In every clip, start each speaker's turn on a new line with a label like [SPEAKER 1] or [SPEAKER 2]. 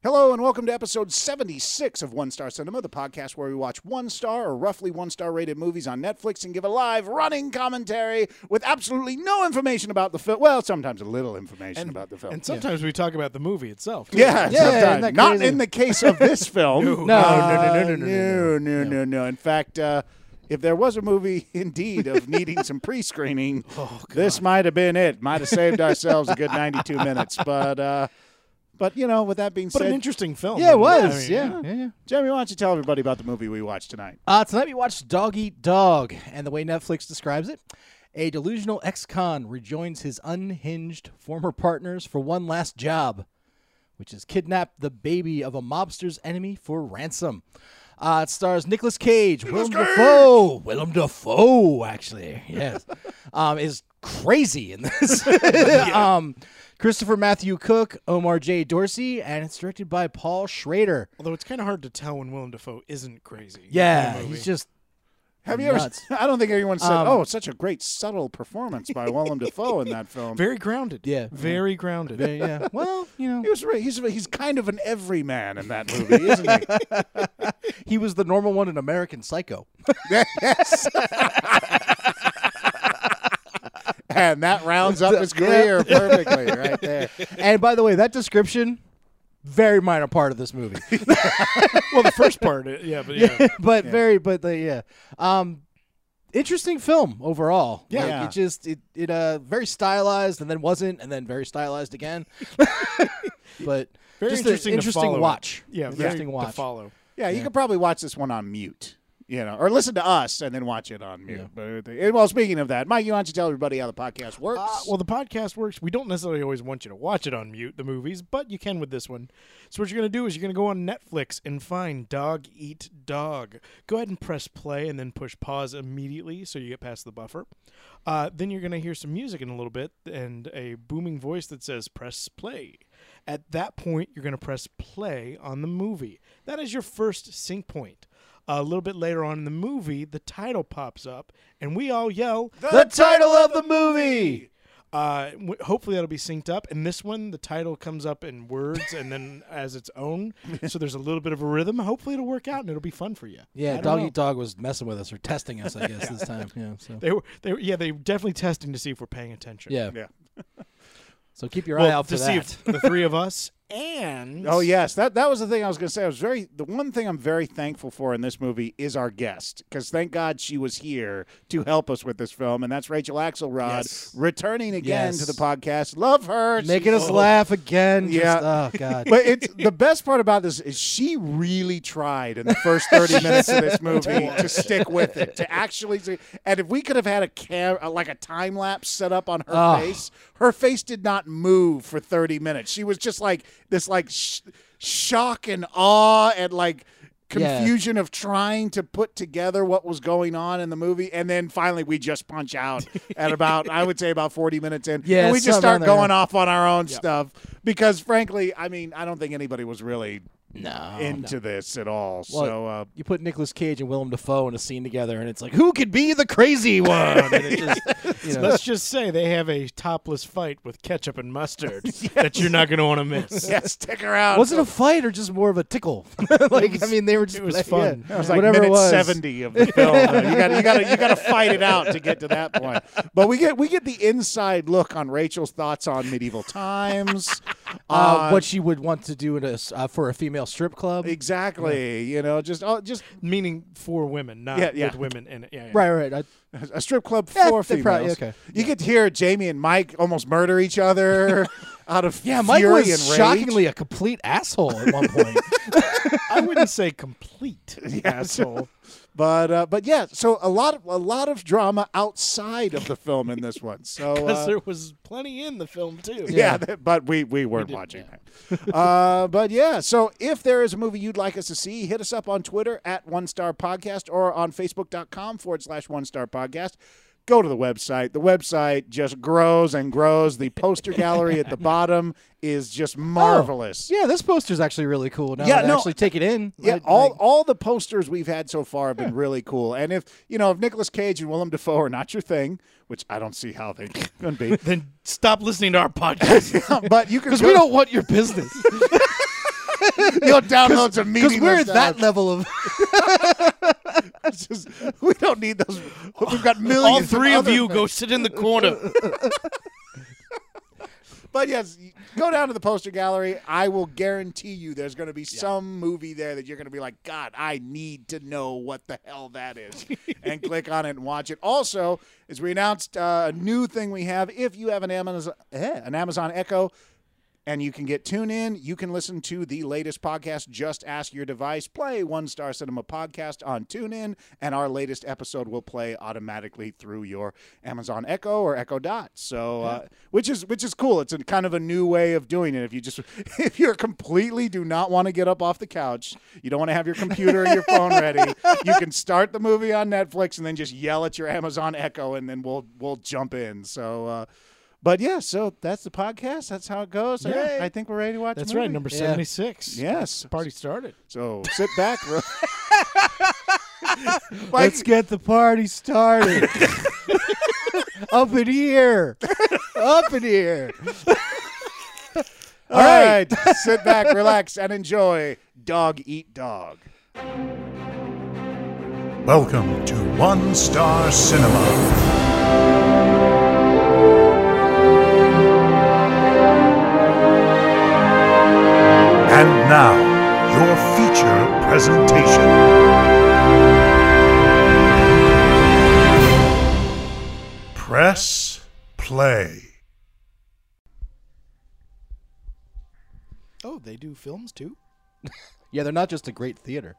[SPEAKER 1] Hello and welcome to episode 76 of One Star Cinema, the podcast where we watch one star or roughly one star rated movies on Netflix and give a live running commentary with absolutely no information about the film. Well, sometimes a little information about the film.
[SPEAKER 2] And sometimes we talk about the movie itself. too.
[SPEAKER 1] yeah,
[SPEAKER 3] Yeah, isn't
[SPEAKER 1] sometimes.
[SPEAKER 3] that
[SPEAKER 1] not
[SPEAKER 3] crazy?
[SPEAKER 1] in the case of this film.
[SPEAKER 3] No,
[SPEAKER 1] Uh,
[SPEAKER 3] no, no, no, no, no, no,
[SPEAKER 1] no, no, no, no. In fact, uh, if there was a movie indeed of needing some pre screening,
[SPEAKER 3] Oh,
[SPEAKER 1] this might have been it. Might have saved ourselves a good 92 minutes. But, uh, but you know, with that being
[SPEAKER 2] But
[SPEAKER 1] said,
[SPEAKER 2] an interesting film.
[SPEAKER 3] Yeah, it
[SPEAKER 2] I mean,
[SPEAKER 3] was. yeah. yeah, yeah.
[SPEAKER 1] Jeremy, why don't you tell everybody about the movie we watched tonight?
[SPEAKER 3] Uh, tonight we watched Dog Eat Dog, and the way Netflix describes it, a delusional ex-con rejoins his unhinged former partners for one last job, which is kidnap the baby of a mobster's enemy for ransom. Uh, it stars Nicolas Cage, Willem Dafoe. Willem Dafoe, actually, yes, um, is crazy in this. um, Christopher Matthew Cook, Omar J. Dorsey, and it's directed by Paul Schrader.
[SPEAKER 2] Although it's kind of hard to tell when Willem Dafoe isn't crazy. in
[SPEAKER 3] Yeah,
[SPEAKER 2] a movie.
[SPEAKER 3] he's just
[SPEAKER 1] Have you
[SPEAKER 3] Nuts.
[SPEAKER 1] ever? I don't think anyone said,
[SPEAKER 3] Um,
[SPEAKER 1] "Oh, such a great subtle performance by Willem Dafoe in that film."
[SPEAKER 2] very grounded.
[SPEAKER 3] Yeah.
[SPEAKER 2] very grounded.
[SPEAKER 3] Yeah, yeah. Well, you
[SPEAKER 1] He
[SPEAKER 3] know,
[SPEAKER 1] was re- he's he's kind of an everyman in that movie, isn't he?
[SPEAKER 3] he was the normal one in American Psycho.
[SPEAKER 1] and that rounds up his career perfectly right there.
[SPEAKER 3] And by the way, that description, very minor part of this movie,
[SPEAKER 2] well, the first part. uh, Yeah, but yeah.
[SPEAKER 3] but very, but the, yeah, um, interesting film overall.
[SPEAKER 1] Yeah.
[SPEAKER 3] Like,
[SPEAKER 1] Yeah.
[SPEAKER 3] it just it it uh very stylized and then wasn't and then very stylized again. but
[SPEAKER 2] Very
[SPEAKER 3] just a
[SPEAKER 2] interesting. to
[SPEAKER 3] interesting
[SPEAKER 2] follow it.
[SPEAKER 3] watch.
[SPEAKER 2] Yeah, very
[SPEAKER 3] interesting
[SPEAKER 2] to
[SPEAKER 3] watch.
[SPEAKER 2] follow.
[SPEAKER 1] Yeah, you could probably watch this one on mute, you know, or listen to us and then watch it on mute. But uh, well, speaking of that, Mike, you why don't you tell everybody how the podcast works?
[SPEAKER 2] Uh, well, the podcast works. We don't necessarily always want you to watch it on mute, the movies, but you can with this one. So, what you're going to do is you're going to go on Netflix and find Dog Eat Dog. Go ahead and press play and then push pause immediately so you get past the buffer. Uh, then you're going to hear some music in a little bit and a booming voice that says press play. At that point, you're going to press play on the movie. That is your first sync point. A little bit later on in the movie, the title pops up, and we all yell,
[SPEAKER 3] The title of the movie.
[SPEAKER 2] uh, w- hopefully that'll be synced up. And this one, the title comes up in words and then as its own. So there's a little bit of a rhythm. Hopefully it'll work out and it'll be fun for you. I
[SPEAKER 3] Yeah,
[SPEAKER 2] don't
[SPEAKER 3] Dog
[SPEAKER 2] know.
[SPEAKER 3] Eat Dog was messing with us or testing us, I guess, this time. Yeah, so
[SPEAKER 2] They were, they were, yeah, they were definitely testing to see if we're paying attention.
[SPEAKER 3] yeah.
[SPEAKER 1] yeah.
[SPEAKER 3] So keep your
[SPEAKER 2] Well,
[SPEAKER 3] eye out
[SPEAKER 2] to
[SPEAKER 3] for that.
[SPEAKER 2] see if the three of us and
[SPEAKER 1] Oh yes, that that was the thing I was going to say. I was very the one thing I'm very thankful for in this movie is our guest because thank God she was here to help us with this film, and that's Rachel Axelrod
[SPEAKER 2] Yes.
[SPEAKER 1] returning again
[SPEAKER 3] Yes.
[SPEAKER 1] to the podcast. Love her,
[SPEAKER 3] Making
[SPEAKER 1] She's-
[SPEAKER 2] Oh.
[SPEAKER 3] us laugh again.
[SPEAKER 1] Yeah.
[SPEAKER 3] Just, oh God.
[SPEAKER 1] But it's the best part about this is she really tried in the first 30 minutes of this movie to stick with it, to actually. see- And if we could have had a cam, uh, like a time lapse set up on her
[SPEAKER 3] Oh.
[SPEAKER 1] face, her face did not move for 30 minutes. She was just like this, like sh- shock and awe and like
[SPEAKER 3] Yeah.
[SPEAKER 1] confusion of trying to put together what was going on in the movie and then finally we just punch out at about i would say about 40 minutes in
[SPEAKER 3] Yeah,
[SPEAKER 1] and we just
[SPEAKER 3] something
[SPEAKER 1] start
[SPEAKER 3] on there.
[SPEAKER 1] going off on our own stuff because frankly i mean i don't think anybody was really
[SPEAKER 3] Oh, No.
[SPEAKER 1] into this at all
[SPEAKER 3] Well,
[SPEAKER 1] so uh,
[SPEAKER 3] you put Nicolas Cage and Willem Dafoe in a scene together, and it's like, who could be the crazy one? And it just, you know,
[SPEAKER 2] let's just say they have a topless fight with ketchup and mustard that you're not going to want to miss.
[SPEAKER 1] yeah stick around
[SPEAKER 3] was it a fight or just more of a tickle? like, I mean, they were just
[SPEAKER 2] it was
[SPEAKER 3] yeah,
[SPEAKER 2] fun.
[SPEAKER 1] It was like
[SPEAKER 3] whatever
[SPEAKER 1] minute
[SPEAKER 3] it was.
[SPEAKER 1] 70 of the film. Uh, you got you got you got to fight it out to get to that point. But we get we get the inside look on Rachel's thoughts on medieval times.
[SPEAKER 3] Uh,
[SPEAKER 1] on-
[SPEAKER 3] what she would want to do in a s uh, for a female strip club.
[SPEAKER 1] exactly? You know, just oh, just
[SPEAKER 2] Meaning for women, not
[SPEAKER 1] Yeah, yeah.
[SPEAKER 2] with women in it. Yeah, yeah.
[SPEAKER 3] Right, right. I,
[SPEAKER 1] a strip club
[SPEAKER 3] Yeah,
[SPEAKER 1] for
[SPEAKER 3] they
[SPEAKER 1] females.
[SPEAKER 3] probably- okay.
[SPEAKER 1] You could hear Jamie and Mike almost murder each other out of
[SPEAKER 3] yeah,
[SPEAKER 1] fury
[SPEAKER 3] Mike was
[SPEAKER 1] and rage.
[SPEAKER 3] shockingly a complete asshole at one point.
[SPEAKER 2] I wouldn't say complete.
[SPEAKER 1] asshole. But uh, but yeah, so a lot of a lot of drama outside of the film in this one. So
[SPEAKER 2] Because
[SPEAKER 1] uh,
[SPEAKER 2] there was plenty in the film too.
[SPEAKER 1] yeah, th- but we we weren't watching that. uh, but yeah, so if there is a movie you'd like us to see, hit us up on Twitter at One Star Podcast or on Facebook.com forward slash One Star Podcast. Go to the website. The website just grows and grows. The poster gallery at the bottom is just marvelous.
[SPEAKER 3] yeah, this poster's actually really cool. Now
[SPEAKER 1] Yeah,
[SPEAKER 3] that I
[SPEAKER 1] no,
[SPEAKER 3] actually take it in.
[SPEAKER 1] Yeah,
[SPEAKER 3] like-
[SPEAKER 1] all
[SPEAKER 3] like-
[SPEAKER 1] all the posters we've had so far have been really cool. And if you know if Nicolas Cage and Willem Dafoe are not your thing, which I don't see how they can be,
[SPEAKER 2] Then stop listening to our podcast.
[SPEAKER 1] but you can
[SPEAKER 3] Because
[SPEAKER 1] go-
[SPEAKER 3] we don't want your business.
[SPEAKER 1] Your downloads are meaningless.
[SPEAKER 3] Because we're at
[SPEAKER 1] now.
[SPEAKER 3] that level of
[SPEAKER 1] It's just- we don't need those. We've got millions.
[SPEAKER 2] All three of
[SPEAKER 1] other
[SPEAKER 2] you
[SPEAKER 1] things.
[SPEAKER 2] go sit in the corner.
[SPEAKER 1] But yes, go down to the poster gallery. I will guarantee you there's going to be some movie there that you're going to be like, God, I need to know what the hell that is. and click on it and watch it. Also, as we announced, uh, a new thing we have if you have an Amazon, eh, an Amazon Echo, and you can get tune in. You can listen to the latest podcast. Just ask your device. Play One Star Cinema podcast on TuneIn, and our latest episode will play automatically through your Amazon Echo or Echo Dot. So, uh, which is which is cool. It's a kind of a new way of doing it. If you just if you're completely do not want to get up off the couch, you don't want to have your computer or your phone ready. You can start the movie on Netflix and then just yell at your Amazon Echo, and then we'll we'll jump in. So. Uh, but yeah, so that's the podcast. That's how it goes. I-
[SPEAKER 3] Yeah.
[SPEAKER 1] I, think we're ready to watch.
[SPEAKER 2] That's
[SPEAKER 1] a movie.
[SPEAKER 2] right, number
[SPEAKER 3] Yeah.
[SPEAKER 2] 76.
[SPEAKER 1] Yes.
[SPEAKER 2] Party started.
[SPEAKER 1] So sit back. re- Mike,
[SPEAKER 3] let's get the party started. Up in here. Up in here.
[SPEAKER 1] all right. sit back, relax, and enjoy. Dog eat dog.
[SPEAKER 4] Welcome to One Star Cinema. And now, your feature presentation. Press play.
[SPEAKER 2] Oh, they do films too?
[SPEAKER 3] Yeah, they're not just a great theater.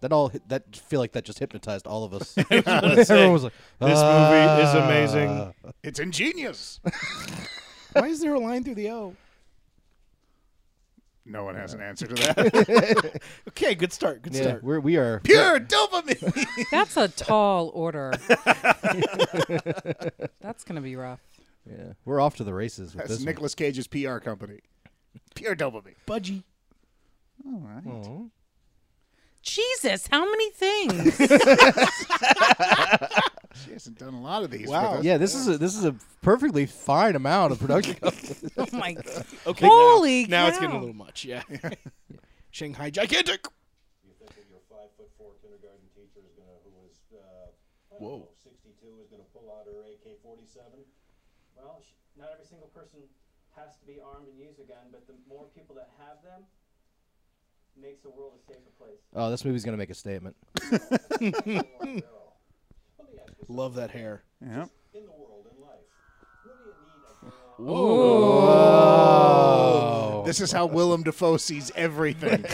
[SPEAKER 3] That all hit- that feel like that just hypnotized all of us. Everyone was like, "Oh,
[SPEAKER 2] This movie
[SPEAKER 1] Ah.
[SPEAKER 2] is amazing.
[SPEAKER 1] It's ingenious.
[SPEAKER 2] Why is there a line through the O?
[SPEAKER 1] No one has an answer to that.
[SPEAKER 2] Okay, good start. Good
[SPEAKER 3] Yeah,
[SPEAKER 2] start.
[SPEAKER 3] we're, we are.
[SPEAKER 1] Pure dopamine.
[SPEAKER 5] That's a tall order. That's going to be rough.
[SPEAKER 3] Yeah, we're off to the races with
[SPEAKER 1] That's
[SPEAKER 3] this.
[SPEAKER 1] Nicolas Cage's PR company. Pure dopamine.
[SPEAKER 2] Budgie.
[SPEAKER 1] Oh.
[SPEAKER 5] Jesus, how many things?
[SPEAKER 1] She hasn't done a lot of these.
[SPEAKER 2] Wow.
[SPEAKER 1] with us.
[SPEAKER 3] one. Yeah, this is a this is a perfectly fine amount of production.
[SPEAKER 5] oh my god.
[SPEAKER 2] Okay.
[SPEAKER 5] Holy
[SPEAKER 2] now, now it's getting a
[SPEAKER 5] cow.
[SPEAKER 2] little much. Yeah. Shanghai gigantic.
[SPEAKER 6] five foot four kindergarten teacher is gonna, who was, uh, I don't
[SPEAKER 2] Whoa.
[SPEAKER 6] know, sixty-two is gonna pull out her AK forty-seven?
[SPEAKER 7] Well, sh- not every single person has to be armed and use a gun, but the more people that have them, makes the world a safer place.
[SPEAKER 3] oh, this movie's gonna make a statement.
[SPEAKER 2] Love that hair.
[SPEAKER 1] Yeah.
[SPEAKER 6] In the world, in life, really you need a girl
[SPEAKER 1] This is how Willem Dafoe sees everything.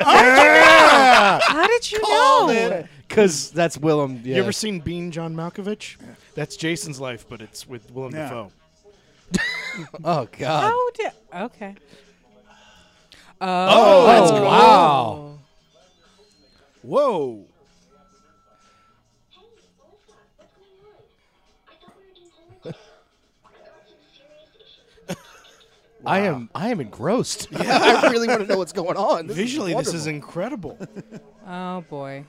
[SPEAKER 5] How did you know?
[SPEAKER 3] Because that's Willem. Yeah.
[SPEAKER 2] You ever seen Bean John Malkovich? That's Jason's life, but it's with Willem
[SPEAKER 1] Yeah.
[SPEAKER 2] Dafoe.
[SPEAKER 3] oh God.
[SPEAKER 5] How did Okay.
[SPEAKER 3] Oh, wow.
[SPEAKER 2] Whoa.
[SPEAKER 8] Hey, Melissa, what's going on? I thought we were doing homework together. There are some serious issues.
[SPEAKER 3] I am I am engrossed. I really want to know what's going on. This is
[SPEAKER 2] Visually, this is
[SPEAKER 3] wonderful.
[SPEAKER 2] incredible.
[SPEAKER 5] Oh boy.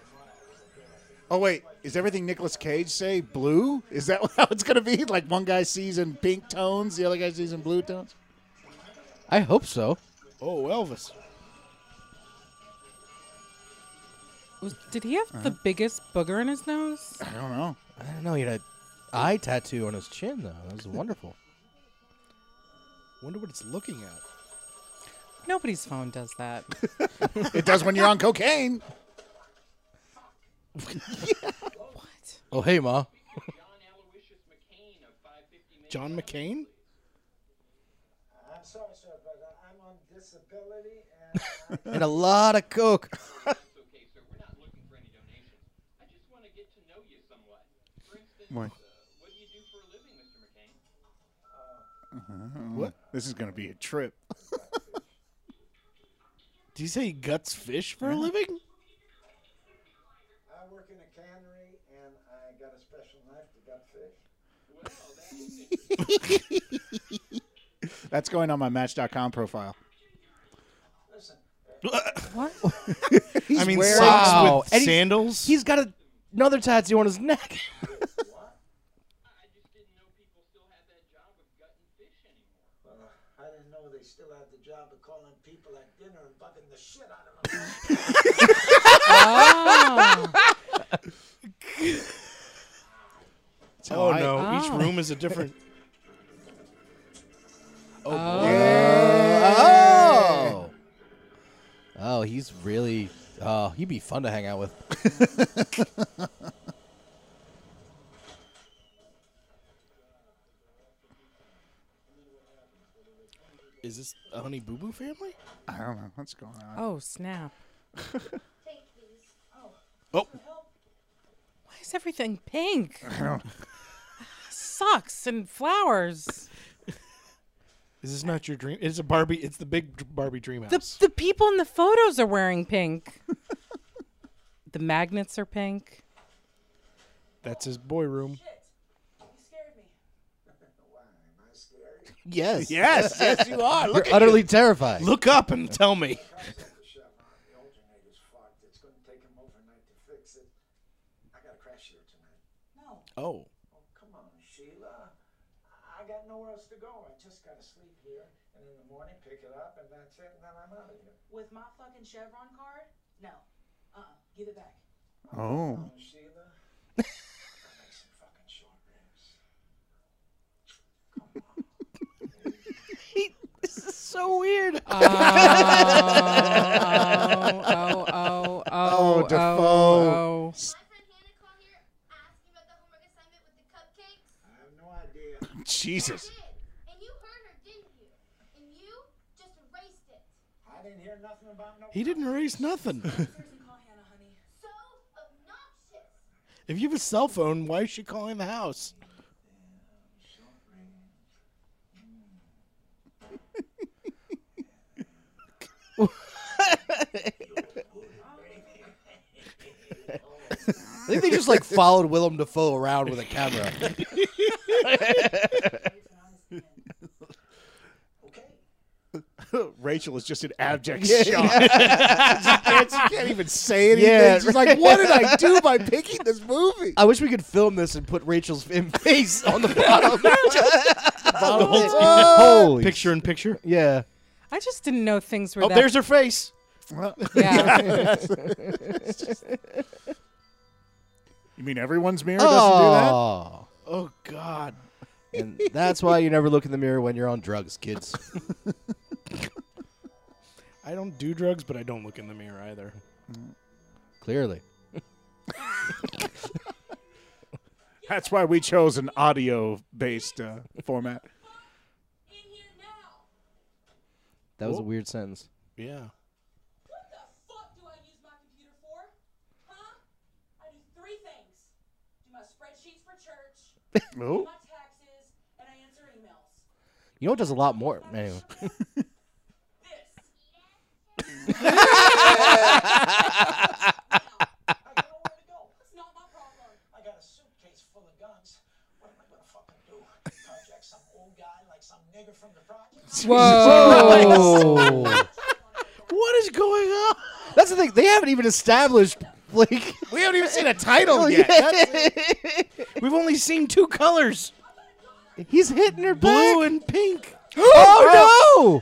[SPEAKER 1] Oh wait, is everything Nicolas Cage say blue? Is that how it's gonna be? Like one guy sees in pink tones, the other guy sees in blue tones.
[SPEAKER 3] I hope so.
[SPEAKER 2] Oh, Elvis.
[SPEAKER 5] Was- Did he have the biggest booger in his nose?
[SPEAKER 1] I don't know.
[SPEAKER 3] I don't know. He had an eye tattoo on his chin though. That was wonderful.
[SPEAKER 2] Wonder what it's looking at.
[SPEAKER 5] Nobody's phone does that.
[SPEAKER 1] It does when you're on cocaine.
[SPEAKER 3] oh hey ma.
[SPEAKER 2] John McCain?
[SPEAKER 6] I'm sorry, sir, but I- I'm on disability and I
[SPEAKER 3] And a lot of coke.
[SPEAKER 9] Okay, sir, we're not looking for any donations. I just want to get to know you somewhat. For instance, uh,
[SPEAKER 1] Why?
[SPEAKER 9] what do you do for a living, Mr. McCain?
[SPEAKER 1] What? This is gonna be a trip.
[SPEAKER 2] Did he say he guts fish for a living?
[SPEAKER 6] I work in a cannery and I got a special knife to gut fish.
[SPEAKER 1] That's going on my Match.com profile.
[SPEAKER 6] Listen,
[SPEAKER 5] What?
[SPEAKER 2] I mean,
[SPEAKER 1] wearing-
[SPEAKER 2] socks
[SPEAKER 3] Wow.
[SPEAKER 2] with
[SPEAKER 3] And he's-
[SPEAKER 2] sandals?
[SPEAKER 3] He's got a, another tattoo on his neck.
[SPEAKER 9] I just didn't know people still had that job of gutting fish anymore.
[SPEAKER 4] Well, I didn't know they still had the job of calling people at dinner and bugging the shit out of them.
[SPEAKER 5] Oh.
[SPEAKER 2] Oh no! Each
[SPEAKER 5] Oh.
[SPEAKER 2] room is a different.
[SPEAKER 3] Oh. Oh, he's really. Oh, he'd be fun to hang out with.
[SPEAKER 2] Is this a Honey Boo Boo family?
[SPEAKER 1] I don't know what's going on.
[SPEAKER 5] oh, snap.
[SPEAKER 8] Take these. Oh,
[SPEAKER 2] Oh,
[SPEAKER 5] Why is everything pink? Sucks and flowers.
[SPEAKER 2] is this not your dream? It's a Barbie. It's the big dr- Barbie dream
[SPEAKER 5] The,
[SPEAKER 2] house.
[SPEAKER 5] the people in the photos are wearing pink. the magnets are pink.
[SPEAKER 2] That's his boy room.
[SPEAKER 3] Yes.
[SPEAKER 1] Yes, yes, you are.
[SPEAKER 3] You're utterly terrified.
[SPEAKER 2] Look up and tell me.
[SPEAKER 4] The Chevron, the alternator's fucked. It's going to take him overnight to fix it. I got to crash here tonight.
[SPEAKER 2] Oh,
[SPEAKER 4] Oh, come on, Sheila. I got nowhere else to go. I just got to sleep here, and in the morning pick it up, and that's it, and then I'm out of here.
[SPEAKER 10] With my fucking Chevron card? No. Uh-uh. Give it back.
[SPEAKER 1] Oh,
[SPEAKER 4] Oh, Sheila. I'll make some fucking short ribs.
[SPEAKER 3] This is so weird.
[SPEAKER 5] Oh, oh, oh, oh,
[SPEAKER 1] Defoe.
[SPEAKER 5] oh.
[SPEAKER 8] last time Hannah called here asking about the homework assignment with the cupcakes,
[SPEAKER 4] I have no idea.
[SPEAKER 1] Jesus.
[SPEAKER 8] did. And you heard her, didn't you? And you just erased it.
[SPEAKER 4] I didn't hear nothing about no.
[SPEAKER 2] he didn't erase nothing.
[SPEAKER 10] Seriously, call Hannah, honey.
[SPEAKER 8] So obnoxious.
[SPEAKER 2] if you have a cell phone, why is she calling the house?
[SPEAKER 3] I think they just like followed Willem Dafoe around with a camera.
[SPEAKER 4] Okay.
[SPEAKER 1] Rachel is just an abject shock. she, can't, she can't even say anything.
[SPEAKER 3] Yeah.
[SPEAKER 1] She's like, "What did I do by picking this movie?"
[SPEAKER 3] I wish we could film this and put Rachel's in face on the bottom. the whole Holy
[SPEAKER 2] Picture in picture.
[SPEAKER 3] Yeah.
[SPEAKER 5] I just didn't know things were
[SPEAKER 2] Oh,
[SPEAKER 5] that.
[SPEAKER 2] there's her face.
[SPEAKER 5] yeah.
[SPEAKER 1] You mean everyone's mirror doesn't
[SPEAKER 3] Oh.
[SPEAKER 2] Oh God.
[SPEAKER 3] And that's why you never look in the mirror when you're on drugs, kids.
[SPEAKER 2] I don't do drugs, but I don't look in the mirror either.
[SPEAKER 3] Clearly.
[SPEAKER 1] do that? That's why we chose an audio-based uh, format.
[SPEAKER 8] In here now.
[SPEAKER 3] That was a
[SPEAKER 2] Whoa.
[SPEAKER 3] weird sentence.
[SPEAKER 2] Yeah.
[SPEAKER 10] What the fuck do I use my computer for? Huh? I do three things. Do my spreadsheets for church,
[SPEAKER 1] Oh,
[SPEAKER 10] my taxes, and I answer emails.
[SPEAKER 3] You know what does a lot more anyway.
[SPEAKER 10] This.
[SPEAKER 4] I got nowhere to go.
[SPEAKER 10] It's not my problem.
[SPEAKER 4] I got a suitcase full of guns. What am I gonna fucking do? Contract some old guy like some nigger from the projects?
[SPEAKER 3] Whoa.
[SPEAKER 2] What is going on?
[SPEAKER 3] that's the thing. They haven't even established like
[SPEAKER 1] we haven't even seen a
[SPEAKER 3] Oh,
[SPEAKER 1] title yet.
[SPEAKER 2] We've only seen two colors,
[SPEAKER 3] he's hitting her
[SPEAKER 2] blue
[SPEAKER 3] back.
[SPEAKER 2] and pink.
[SPEAKER 3] Oh no!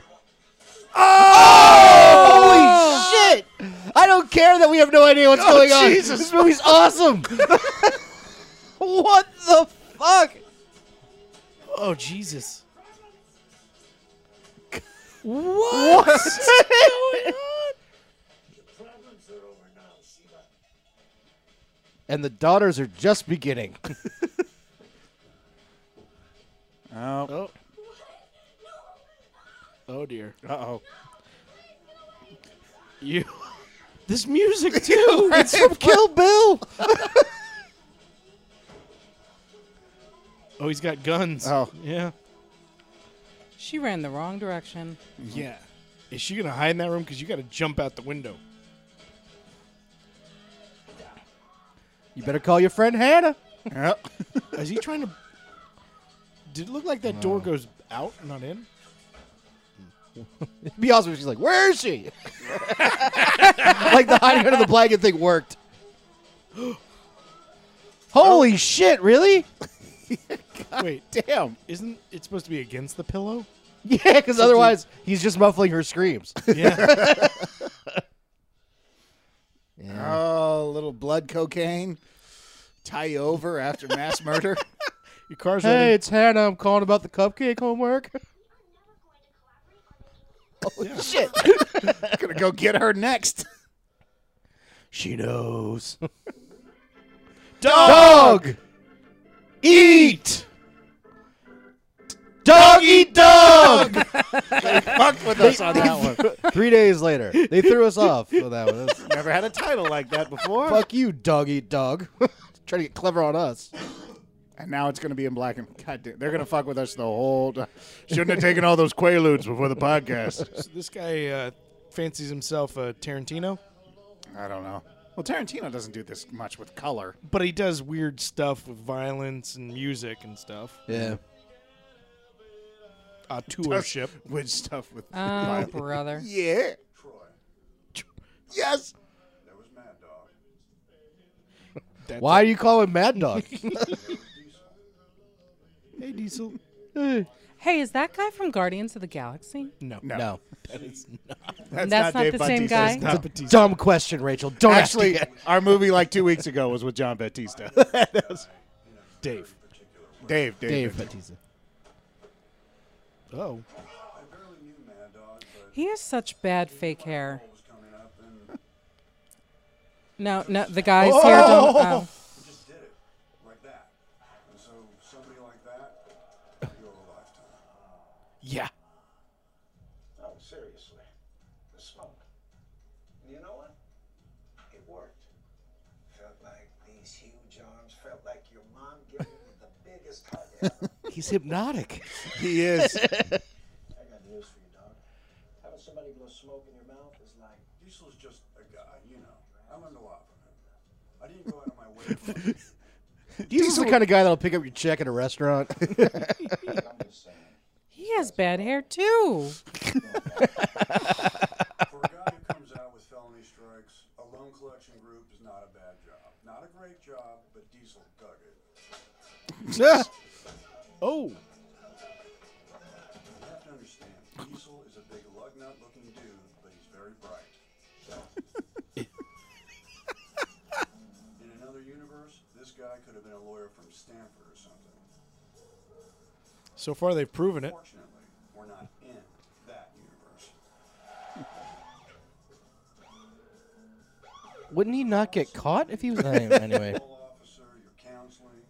[SPEAKER 3] Oh! Holy shit! I don't care that we have no idea what's going on.
[SPEAKER 1] Jesus.
[SPEAKER 3] This movie's awesome. what the fuck?
[SPEAKER 2] Oh Jesus.
[SPEAKER 3] What?
[SPEAKER 4] Problems are over now, Sheila.
[SPEAKER 3] and the daughters are just beginning.
[SPEAKER 1] Oh,
[SPEAKER 2] Oh. Oh dear.
[SPEAKER 1] uh-oh.
[SPEAKER 2] You. This music too. It's-
[SPEAKER 3] From Kill Bill.
[SPEAKER 2] oh, he's got guns.
[SPEAKER 1] Oh.
[SPEAKER 2] Yeah.
[SPEAKER 5] she ran the wrong direction.
[SPEAKER 2] Yeah. Is she gonna hide in that room? Cause you gotta jump out the window.
[SPEAKER 3] You better call your friend Hannah.
[SPEAKER 1] Yep.
[SPEAKER 2] Is he trying to? Did it look like that door goes out, not in?
[SPEAKER 3] It'd be awesome if she's like, "Where is she?" like the hiding under the blanket thing worked. Holy shit! Really?
[SPEAKER 2] Wait,
[SPEAKER 1] Damn.
[SPEAKER 2] isn't it supposed to be against the pillow?
[SPEAKER 3] Yeah, because otherwise he's just muffling her screams.
[SPEAKER 2] Yeah.
[SPEAKER 3] Yeah.
[SPEAKER 1] Oh, little blood cocaine. Tie you over after mass murder.
[SPEAKER 2] Your car's
[SPEAKER 3] Hey,
[SPEAKER 2] ready.
[SPEAKER 3] it's Hannah. I'm calling about the cupcake homework. oh shit!
[SPEAKER 1] Gonna go get her next.
[SPEAKER 3] she knows.
[SPEAKER 2] Dog!
[SPEAKER 3] eat. Dog eat dog.
[SPEAKER 1] Fuck with us on that one.
[SPEAKER 3] Three days later, they threw us off with that one. That's-
[SPEAKER 1] Never had a title like that before.
[SPEAKER 3] Fuck you, dog eat dog. Try to get clever on us.
[SPEAKER 1] And now it's gonna be in black and goddamn. They're gonna fuck with us the whole. time. Shouldn't have taken all those quaaludes before the podcast.
[SPEAKER 2] So this guy uh, fancies himself a Tarantino,
[SPEAKER 1] I don't know. Well, Tarantino doesn't do this much with color.
[SPEAKER 2] but he does weird stuff with violence and music and stuff.
[SPEAKER 3] Yeah.
[SPEAKER 2] Auteurship.
[SPEAKER 1] With stuff with.
[SPEAKER 5] Oh, brother.
[SPEAKER 1] yeah. Yes.
[SPEAKER 4] There was Mad Dog.
[SPEAKER 3] Why do you call him Mad Dog?
[SPEAKER 2] Hey, Diesel.
[SPEAKER 5] Hey, is that guy from Guardians of the Galaxy?
[SPEAKER 2] No.
[SPEAKER 1] No.
[SPEAKER 3] no.
[SPEAKER 1] That's,
[SPEAKER 5] That's not
[SPEAKER 1] Dave
[SPEAKER 5] the same
[SPEAKER 1] Bautista's
[SPEAKER 5] guy?
[SPEAKER 1] dog.
[SPEAKER 3] Dumb question, Rachel. Don't ask
[SPEAKER 1] Actually,
[SPEAKER 3] again.
[SPEAKER 1] our movie like two weeks ago was with John Batista.
[SPEAKER 2] Dave.
[SPEAKER 1] Dave, Dave,
[SPEAKER 3] Dave Batista.
[SPEAKER 2] Oh.
[SPEAKER 4] I barely knew Mad Dog, but
[SPEAKER 5] He has such bad fake hair.
[SPEAKER 4] it was coming up and
[SPEAKER 5] No, no, the guy's here. hair don't. Oh.
[SPEAKER 4] he just did it like that. And so somebody like that, you're a lifetime.
[SPEAKER 2] Yeah.
[SPEAKER 6] Oh, seriously. The smoke. And you know what? It worked. Felt like these huge arms felt like your mom giving me the biggest hug ever.
[SPEAKER 3] He's hypnotic.
[SPEAKER 1] He is.
[SPEAKER 6] I got news for you, dog. Having somebody blow smoke in your mouth is like
[SPEAKER 4] Diesel's just a guy, you know. I learned a lot from him. I didn't go out of my way. to fuck him.
[SPEAKER 3] He's the kind of guy that'll pick up your check at a restaurant.
[SPEAKER 5] He has bad hair too.
[SPEAKER 4] For a guy who comes out with felony strikes, a loan collection group is not a bad job. Not a great job, but Diesel dug it.
[SPEAKER 2] Oh.
[SPEAKER 4] You have to understand, Diesel is a big lug nut looking dude, but he's very bright. In another universe, this guy could have been a lawyer from Stanford or something.
[SPEAKER 2] So far, they've proven it.
[SPEAKER 4] Fortunately, we're not in that universe.
[SPEAKER 3] Wouldn't he not get caught if he was anyway?
[SPEAKER 4] Parole officer, your counseling.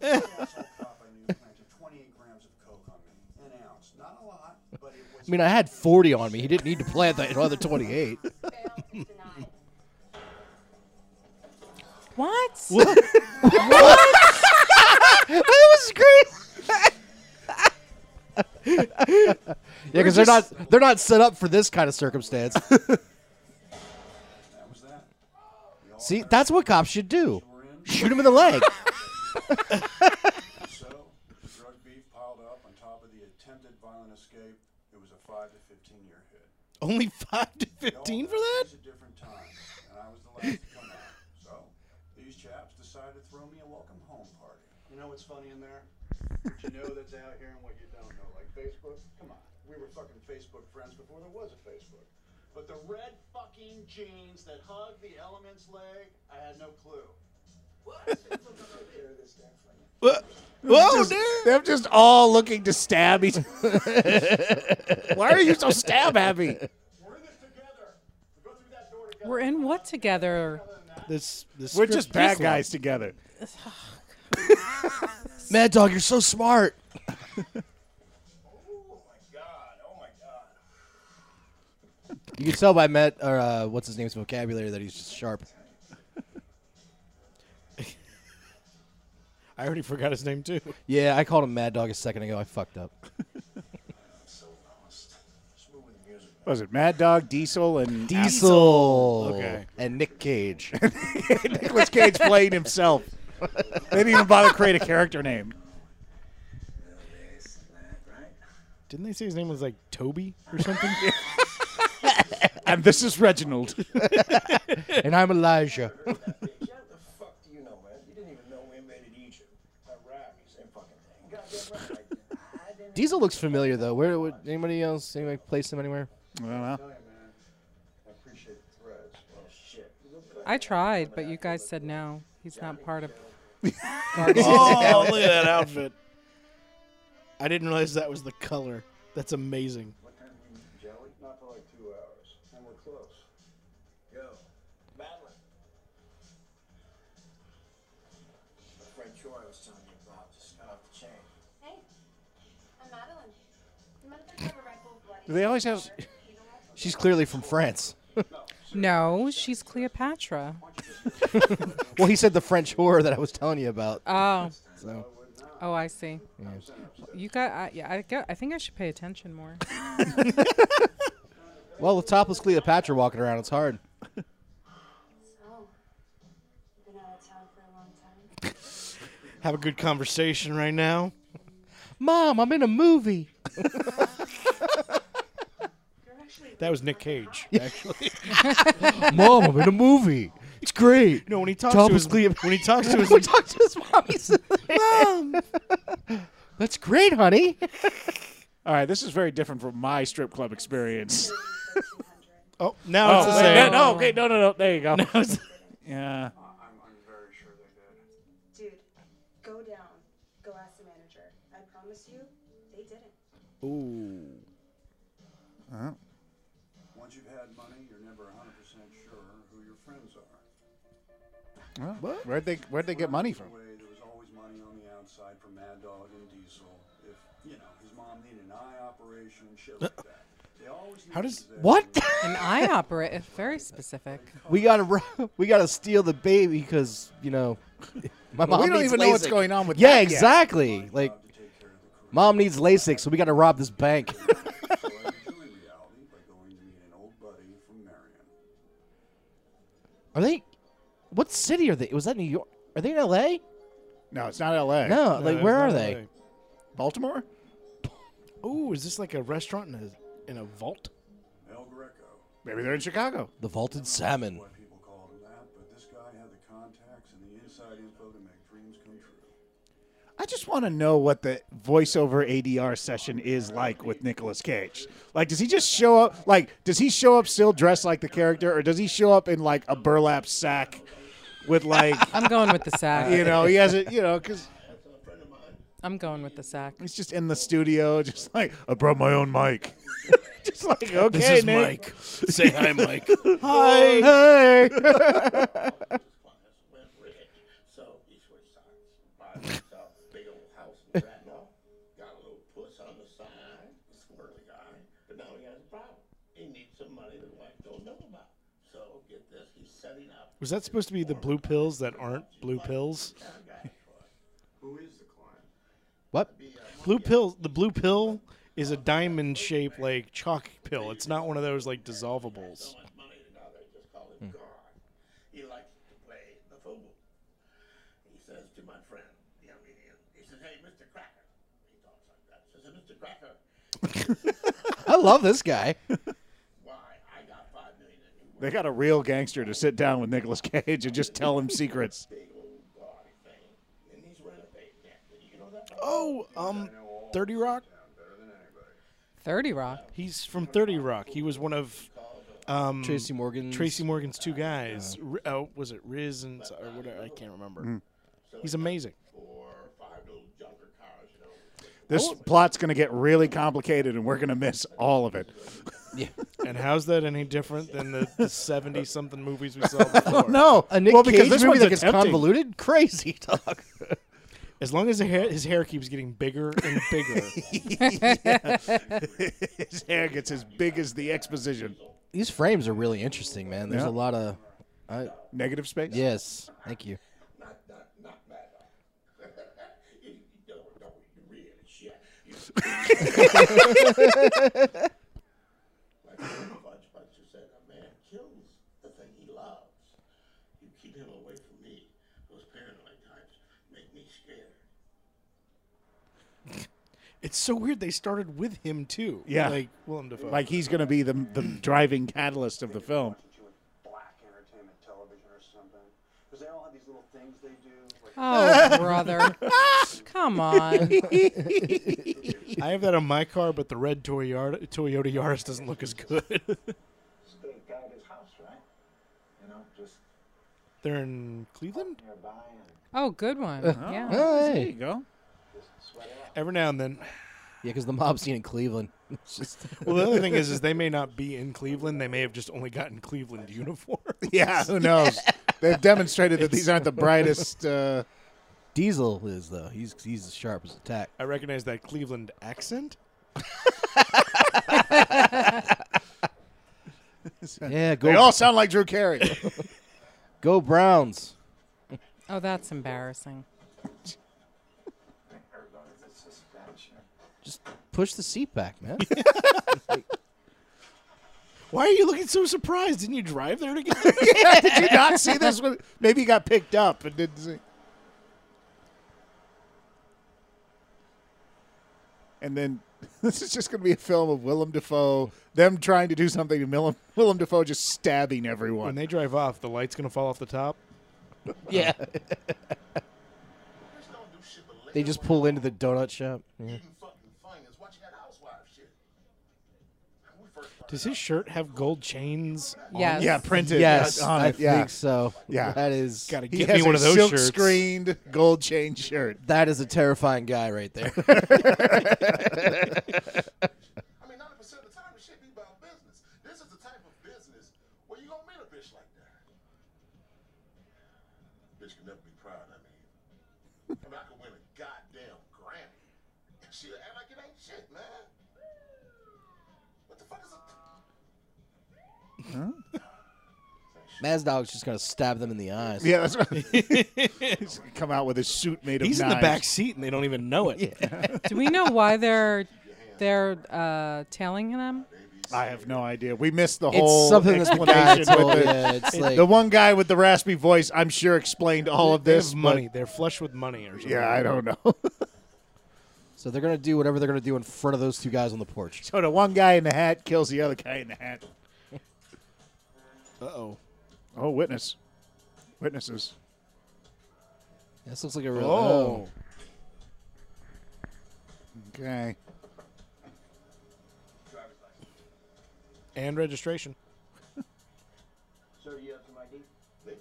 [SPEAKER 4] The asshole cop I knew planted 28 grams of coke on me. An ounce. Not a lot, but it was.
[SPEAKER 3] I mean, I had 40 on me. He didn't need to plant the other 28.
[SPEAKER 10] Failed is denied.
[SPEAKER 5] What?
[SPEAKER 3] that was great. yeah, because they're not they're not set up for this kind of circumstance.
[SPEAKER 4] That was that. We all
[SPEAKER 3] See,
[SPEAKER 4] heard
[SPEAKER 3] that's what cops should do.
[SPEAKER 4] we're in.
[SPEAKER 3] Shoot him in the leg.
[SPEAKER 4] So, the drug beef piled up on top of the attempted violent escape. It was a 5 to 15 year hit.
[SPEAKER 2] Only 5 to
[SPEAKER 4] They all
[SPEAKER 2] 15 for
[SPEAKER 4] had
[SPEAKER 2] that?
[SPEAKER 4] things At different times, and I was the last to come out. So, these chaps decided to throw me a welcome home party.
[SPEAKER 7] You know what's funny in there? What you know that's out here and what you don't know. Like
[SPEAKER 4] Facebook? Come on. We were fucking Facebook friends before there was a Facebook.
[SPEAKER 7] But the red fucking jeans that hug the element's leg, I had no clue.
[SPEAKER 2] Whoa, dude.
[SPEAKER 1] They're just all looking to stab each. Why are you so stab happy?
[SPEAKER 7] We're in this together. We go through that door together.
[SPEAKER 5] We're in what together?
[SPEAKER 2] This, this
[SPEAKER 1] We're
[SPEAKER 2] script
[SPEAKER 1] just bad
[SPEAKER 2] is
[SPEAKER 1] guys together.
[SPEAKER 3] Mad Dog, you're so smart.
[SPEAKER 4] Oh my god, oh my god.
[SPEAKER 3] You can tell by Matt or uh, what's his name's vocabulary that he's just sharp.
[SPEAKER 2] I already forgot his name, too.
[SPEAKER 3] Yeah, I called him Mad Dog a second ago. I fucked up.
[SPEAKER 1] Was it Mad Dog, Diesel, and
[SPEAKER 3] Diesel.
[SPEAKER 1] Okay.
[SPEAKER 3] And Nick Cage.
[SPEAKER 1] Nicholas Cage playing himself? They didn't even bother to create a character name.
[SPEAKER 2] Didn't they say his name was like Toby or something?
[SPEAKER 1] And this is Reginald.
[SPEAKER 3] and I'm Elijah.
[SPEAKER 6] Yeah, the fuck do you know, man? You didn't even know we invaded Egypt. Iraq, same fucking thing. Goddamn right. I did. I didn't
[SPEAKER 3] Diesel looks familiar though. Where would anybody else anybody place him anywhere?
[SPEAKER 1] I don't know.
[SPEAKER 4] Oh,
[SPEAKER 5] I tried, but you guys said no. He's not part of.
[SPEAKER 2] oh, look at that outfit. I didn't realize that was the color. That's amazing.
[SPEAKER 11] Jelly? Not for like two hours. And we're close. Go. Madeline. My friend Troy was telling me about just got off the chain.
[SPEAKER 10] Hey, I'm Madeline. You might have a Red Bull Bloody.
[SPEAKER 3] Do they always have- She's clearly from France.
[SPEAKER 5] No, she's Cleopatra.
[SPEAKER 3] well, he said the French horror that I was telling you about.
[SPEAKER 5] Oh.
[SPEAKER 3] So
[SPEAKER 5] Oh, I see. You got. I, yeah, I got. I think I should pay attention more.
[SPEAKER 3] well, with topless Cleopatra walking around, it's hard.
[SPEAKER 10] So, you've been out of town for a long time.
[SPEAKER 2] Have a good conversation right now.
[SPEAKER 3] Mom, I'm in a movie.
[SPEAKER 2] That was Nick Cage,
[SPEAKER 3] Yeah.
[SPEAKER 2] actually.
[SPEAKER 3] Mom, I'm in a movie. It's great.
[SPEAKER 2] No, when he talks to
[SPEAKER 3] Topless
[SPEAKER 2] his
[SPEAKER 3] Cleop-
[SPEAKER 2] when he talks to his
[SPEAKER 3] When he talks to his mom, he's Mom. That's great, honey.
[SPEAKER 1] All right, this is very different from my strip club experience.
[SPEAKER 2] oh, now it's the same.
[SPEAKER 1] wait, No, no, okay, no, no, no. There you go. yeah.
[SPEAKER 10] Dude, go down. Go ask the manager. I promise you, they didn't.
[SPEAKER 1] Ooh. Uh,
[SPEAKER 4] Once you've had money, you're never 100% sure who your friends are.
[SPEAKER 1] well, where'd they Where'd they get money from?
[SPEAKER 4] Way, there was always money on the outside for Mad Dog and Diesel. If, you know, his mom needed an eye operation and shit like that. They always
[SPEAKER 2] How does
[SPEAKER 3] What?
[SPEAKER 5] An eye operator. Very specific.
[SPEAKER 3] We gotta ru- we gotta steal the baby because you know my
[SPEAKER 1] Well,
[SPEAKER 3] mom.
[SPEAKER 1] we don't
[SPEAKER 3] needs
[SPEAKER 1] even know what's
[SPEAKER 3] LASIK.
[SPEAKER 1] going on with
[SPEAKER 3] yeah,
[SPEAKER 1] that yet.
[SPEAKER 3] exactly. Like mom needs LASIK, so we gotta rob this bank. Are they? What city are they? Was that New York? Are they in L.A.?
[SPEAKER 1] No, it's not L.A.
[SPEAKER 3] No, like where are they?
[SPEAKER 1] Baltimore?
[SPEAKER 2] Oh, is this like a restaurant in a in a vault?
[SPEAKER 4] El Greco.
[SPEAKER 1] Maybe they're in Chicago.
[SPEAKER 3] The vaulted salmon.
[SPEAKER 4] Why people called him that, but this guy had the contacts and the inside info to make dreams come true.
[SPEAKER 1] I just want to know what the voiceover ADR session is like with Nicolas Cage. Like, does he just show up? Like, does he show up still dressed like the character, or does he show up in like a burlap sack with like?
[SPEAKER 5] I'm going with the sack.
[SPEAKER 1] You know, he has it. You know, because
[SPEAKER 5] I'm going with the sack.
[SPEAKER 1] he's just in the studio, just like I brought my own mic. just like okay,
[SPEAKER 2] this is
[SPEAKER 1] Nick.
[SPEAKER 2] Mike. Say hi, Mike.
[SPEAKER 1] Hi. Hey.
[SPEAKER 12] So he switched sides. Bought himself a big old house in Gatineau. Got a little puss on the side, a squirrely guy. But now he has a problem. He needs some money that wife don't know about. So get this, he's setting up.
[SPEAKER 2] Was that supposed to be the blue pills that aren't blue pills?
[SPEAKER 12] Who is the client?
[SPEAKER 3] What?
[SPEAKER 2] Blue pill. The blue pill is a diamond shape like chalk pill. It's not one of those like dissolvables.
[SPEAKER 12] He likes to play the fool. He says to my friend, the young Indian, he says, hey, Mr. Cracker. He talks like that. He says, "Hey, Mr. Cracker,
[SPEAKER 3] I love this guy.
[SPEAKER 12] why I got five million in you.
[SPEAKER 1] They got a real gangster to sit down with Nicolas Cage and just tell him secrets.
[SPEAKER 12] Big old body thing. And he's renovating that. Did You know that?
[SPEAKER 2] Oh, um, Thirty Rock.
[SPEAKER 5] Thirty Rock.
[SPEAKER 2] He's from Thirty Rock. He was one of um,
[SPEAKER 3] Tracy Morgan's-
[SPEAKER 2] Tracy Morgan's two guys. R- oh, was it Riz and s- or whatever? I can't remember. He's amazing.
[SPEAKER 1] This plot's going to get really complicated, and we're going to miss all of it.
[SPEAKER 2] And how's that any different than the seventy something movies we saw before?
[SPEAKER 3] no, a Nick
[SPEAKER 1] Well, because
[SPEAKER 3] Cage
[SPEAKER 1] this
[SPEAKER 3] movie
[SPEAKER 1] one's
[SPEAKER 3] that gets
[SPEAKER 1] attempting.
[SPEAKER 3] convoluted, crazy talk.
[SPEAKER 2] As long as the hair, his hair keeps getting bigger and bigger.
[SPEAKER 1] His hair gets as big as the exposition.
[SPEAKER 3] These frames are really interesting, man. There's
[SPEAKER 1] Yeah.
[SPEAKER 3] a lot of. I,
[SPEAKER 1] Negative space?
[SPEAKER 3] yes, thank you.
[SPEAKER 12] Like Fudge Puncher said, a man kills the thing he loves. You keep him away from me. Those paranoid types make me scared.
[SPEAKER 2] It's so weird they started with him too.
[SPEAKER 1] Yeah.
[SPEAKER 2] Like Willem Dafoe.
[SPEAKER 1] Like he's going to be the, the driving catalyst of the film.
[SPEAKER 4] Black entertainment television or something. Because they all have these little things they do. Like
[SPEAKER 5] Oh, brother. Come on.
[SPEAKER 2] I have that on my car, but the red Toyota, Toyota Yaris doesn't look as good.
[SPEAKER 6] staked out his house, right? You know, just
[SPEAKER 2] They're in Cleveland.
[SPEAKER 6] nearby and
[SPEAKER 5] Oh, good one.
[SPEAKER 1] Uh-huh.
[SPEAKER 3] Uh,
[SPEAKER 5] yeah.
[SPEAKER 3] oh, hey. There you
[SPEAKER 1] go.
[SPEAKER 2] Every now and then.
[SPEAKER 3] Yeah, because the mob's seen in Cleveland. It's just
[SPEAKER 2] Well, the other thing is, is they may not be in Cleveland. They may have just only gotten Cleveland uniforms.
[SPEAKER 1] Yeah, who knows? They've demonstrated that
[SPEAKER 2] It's-
[SPEAKER 1] these aren't the brightest. Uh,
[SPEAKER 3] Diesel is though. He's he's as sharp as a tack.
[SPEAKER 2] I recognize that Cleveland accent.
[SPEAKER 3] Yeah, go.
[SPEAKER 1] they all sound like Drew Carey.
[SPEAKER 3] Go Browns.
[SPEAKER 5] Oh, that's embarrassing.
[SPEAKER 3] Just push the seat back, man.
[SPEAKER 2] Why are you looking so surprised? Didn't you drive there to get there?
[SPEAKER 1] yeah, did you not see this one? Maybe he got picked up and didn't see. And then this is just going to be a film of Willem Dafoe, them trying to do something, and Willem, Willem Dafoe just stabbing
[SPEAKER 2] When
[SPEAKER 1] everyone.
[SPEAKER 2] they drive off, the light's gonna fall off the top.
[SPEAKER 3] yeah. they just pull into the donut shop. Yeah.
[SPEAKER 2] Does his shirt have gold chains? on
[SPEAKER 5] Yes.
[SPEAKER 2] it?
[SPEAKER 1] Oh, Yeah, printed.
[SPEAKER 3] Yes,
[SPEAKER 1] on
[SPEAKER 3] I
[SPEAKER 1] it, yeah.
[SPEAKER 3] think so.
[SPEAKER 1] Yeah.
[SPEAKER 3] that is
[SPEAKER 2] Gotta
[SPEAKER 1] He
[SPEAKER 2] get
[SPEAKER 1] has
[SPEAKER 2] me
[SPEAKER 1] a
[SPEAKER 2] one of those
[SPEAKER 1] silk
[SPEAKER 2] shirts.
[SPEAKER 1] screened gold chain shirt.
[SPEAKER 3] that is a terrifying guy right there.
[SPEAKER 12] I mean, 90% of the time, it should be about business. This is the type of business where you gonna meet a bitch like that. Bitch can never be proud of me. I mean, I could win a goddamn Grammy. And she'll act like it ain't shit, man. What the fuck is a...
[SPEAKER 3] Maz Dog's just gonna stab them in the eyes.
[SPEAKER 1] Yeah, that's right. He's gonna come out with his suit made of
[SPEAKER 2] He's in the
[SPEAKER 1] knives.
[SPEAKER 2] back seat and they don't even know it.
[SPEAKER 5] Do we know why they're they're uh, tailing them?
[SPEAKER 1] I have no idea. We missed the
[SPEAKER 3] It's
[SPEAKER 1] whole
[SPEAKER 3] something that's been
[SPEAKER 1] explanation
[SPEAKER 3] told,
[SPEAKER 1] with the,
[SPEAKER 3] yeah, it's like-
[SPEAKER 1] the one guy with the raspy voice. I'm sure explained all of
[SPEAKER 2] They have
[SPEAKER 1] this
[SPEAKER 2] money. They're flush with money or
[SPEAKER 1] but-
[SPEAKER 2] something.
[SPEAKER 1] yeah, I don't know.
[SPEAKER 3] So they're gonna do whatever they're gonna do in front of those two guys on the porch.
[SPEAKER 1] so the one guy in the hat kills the other guy in the hat.
[SPEAKER 2] Uh oh.
[SPEAKER 1] Oh, witness, witnesses.
[SPEAKER 3] This looks like a real.
[SPEAKER 2] Oh.
[SPEAKER 1] Okay.
[SPEAKER 2] And registration.
[SPEAKER 7] Sir, you have some ID?
[SPEAKER 12] They-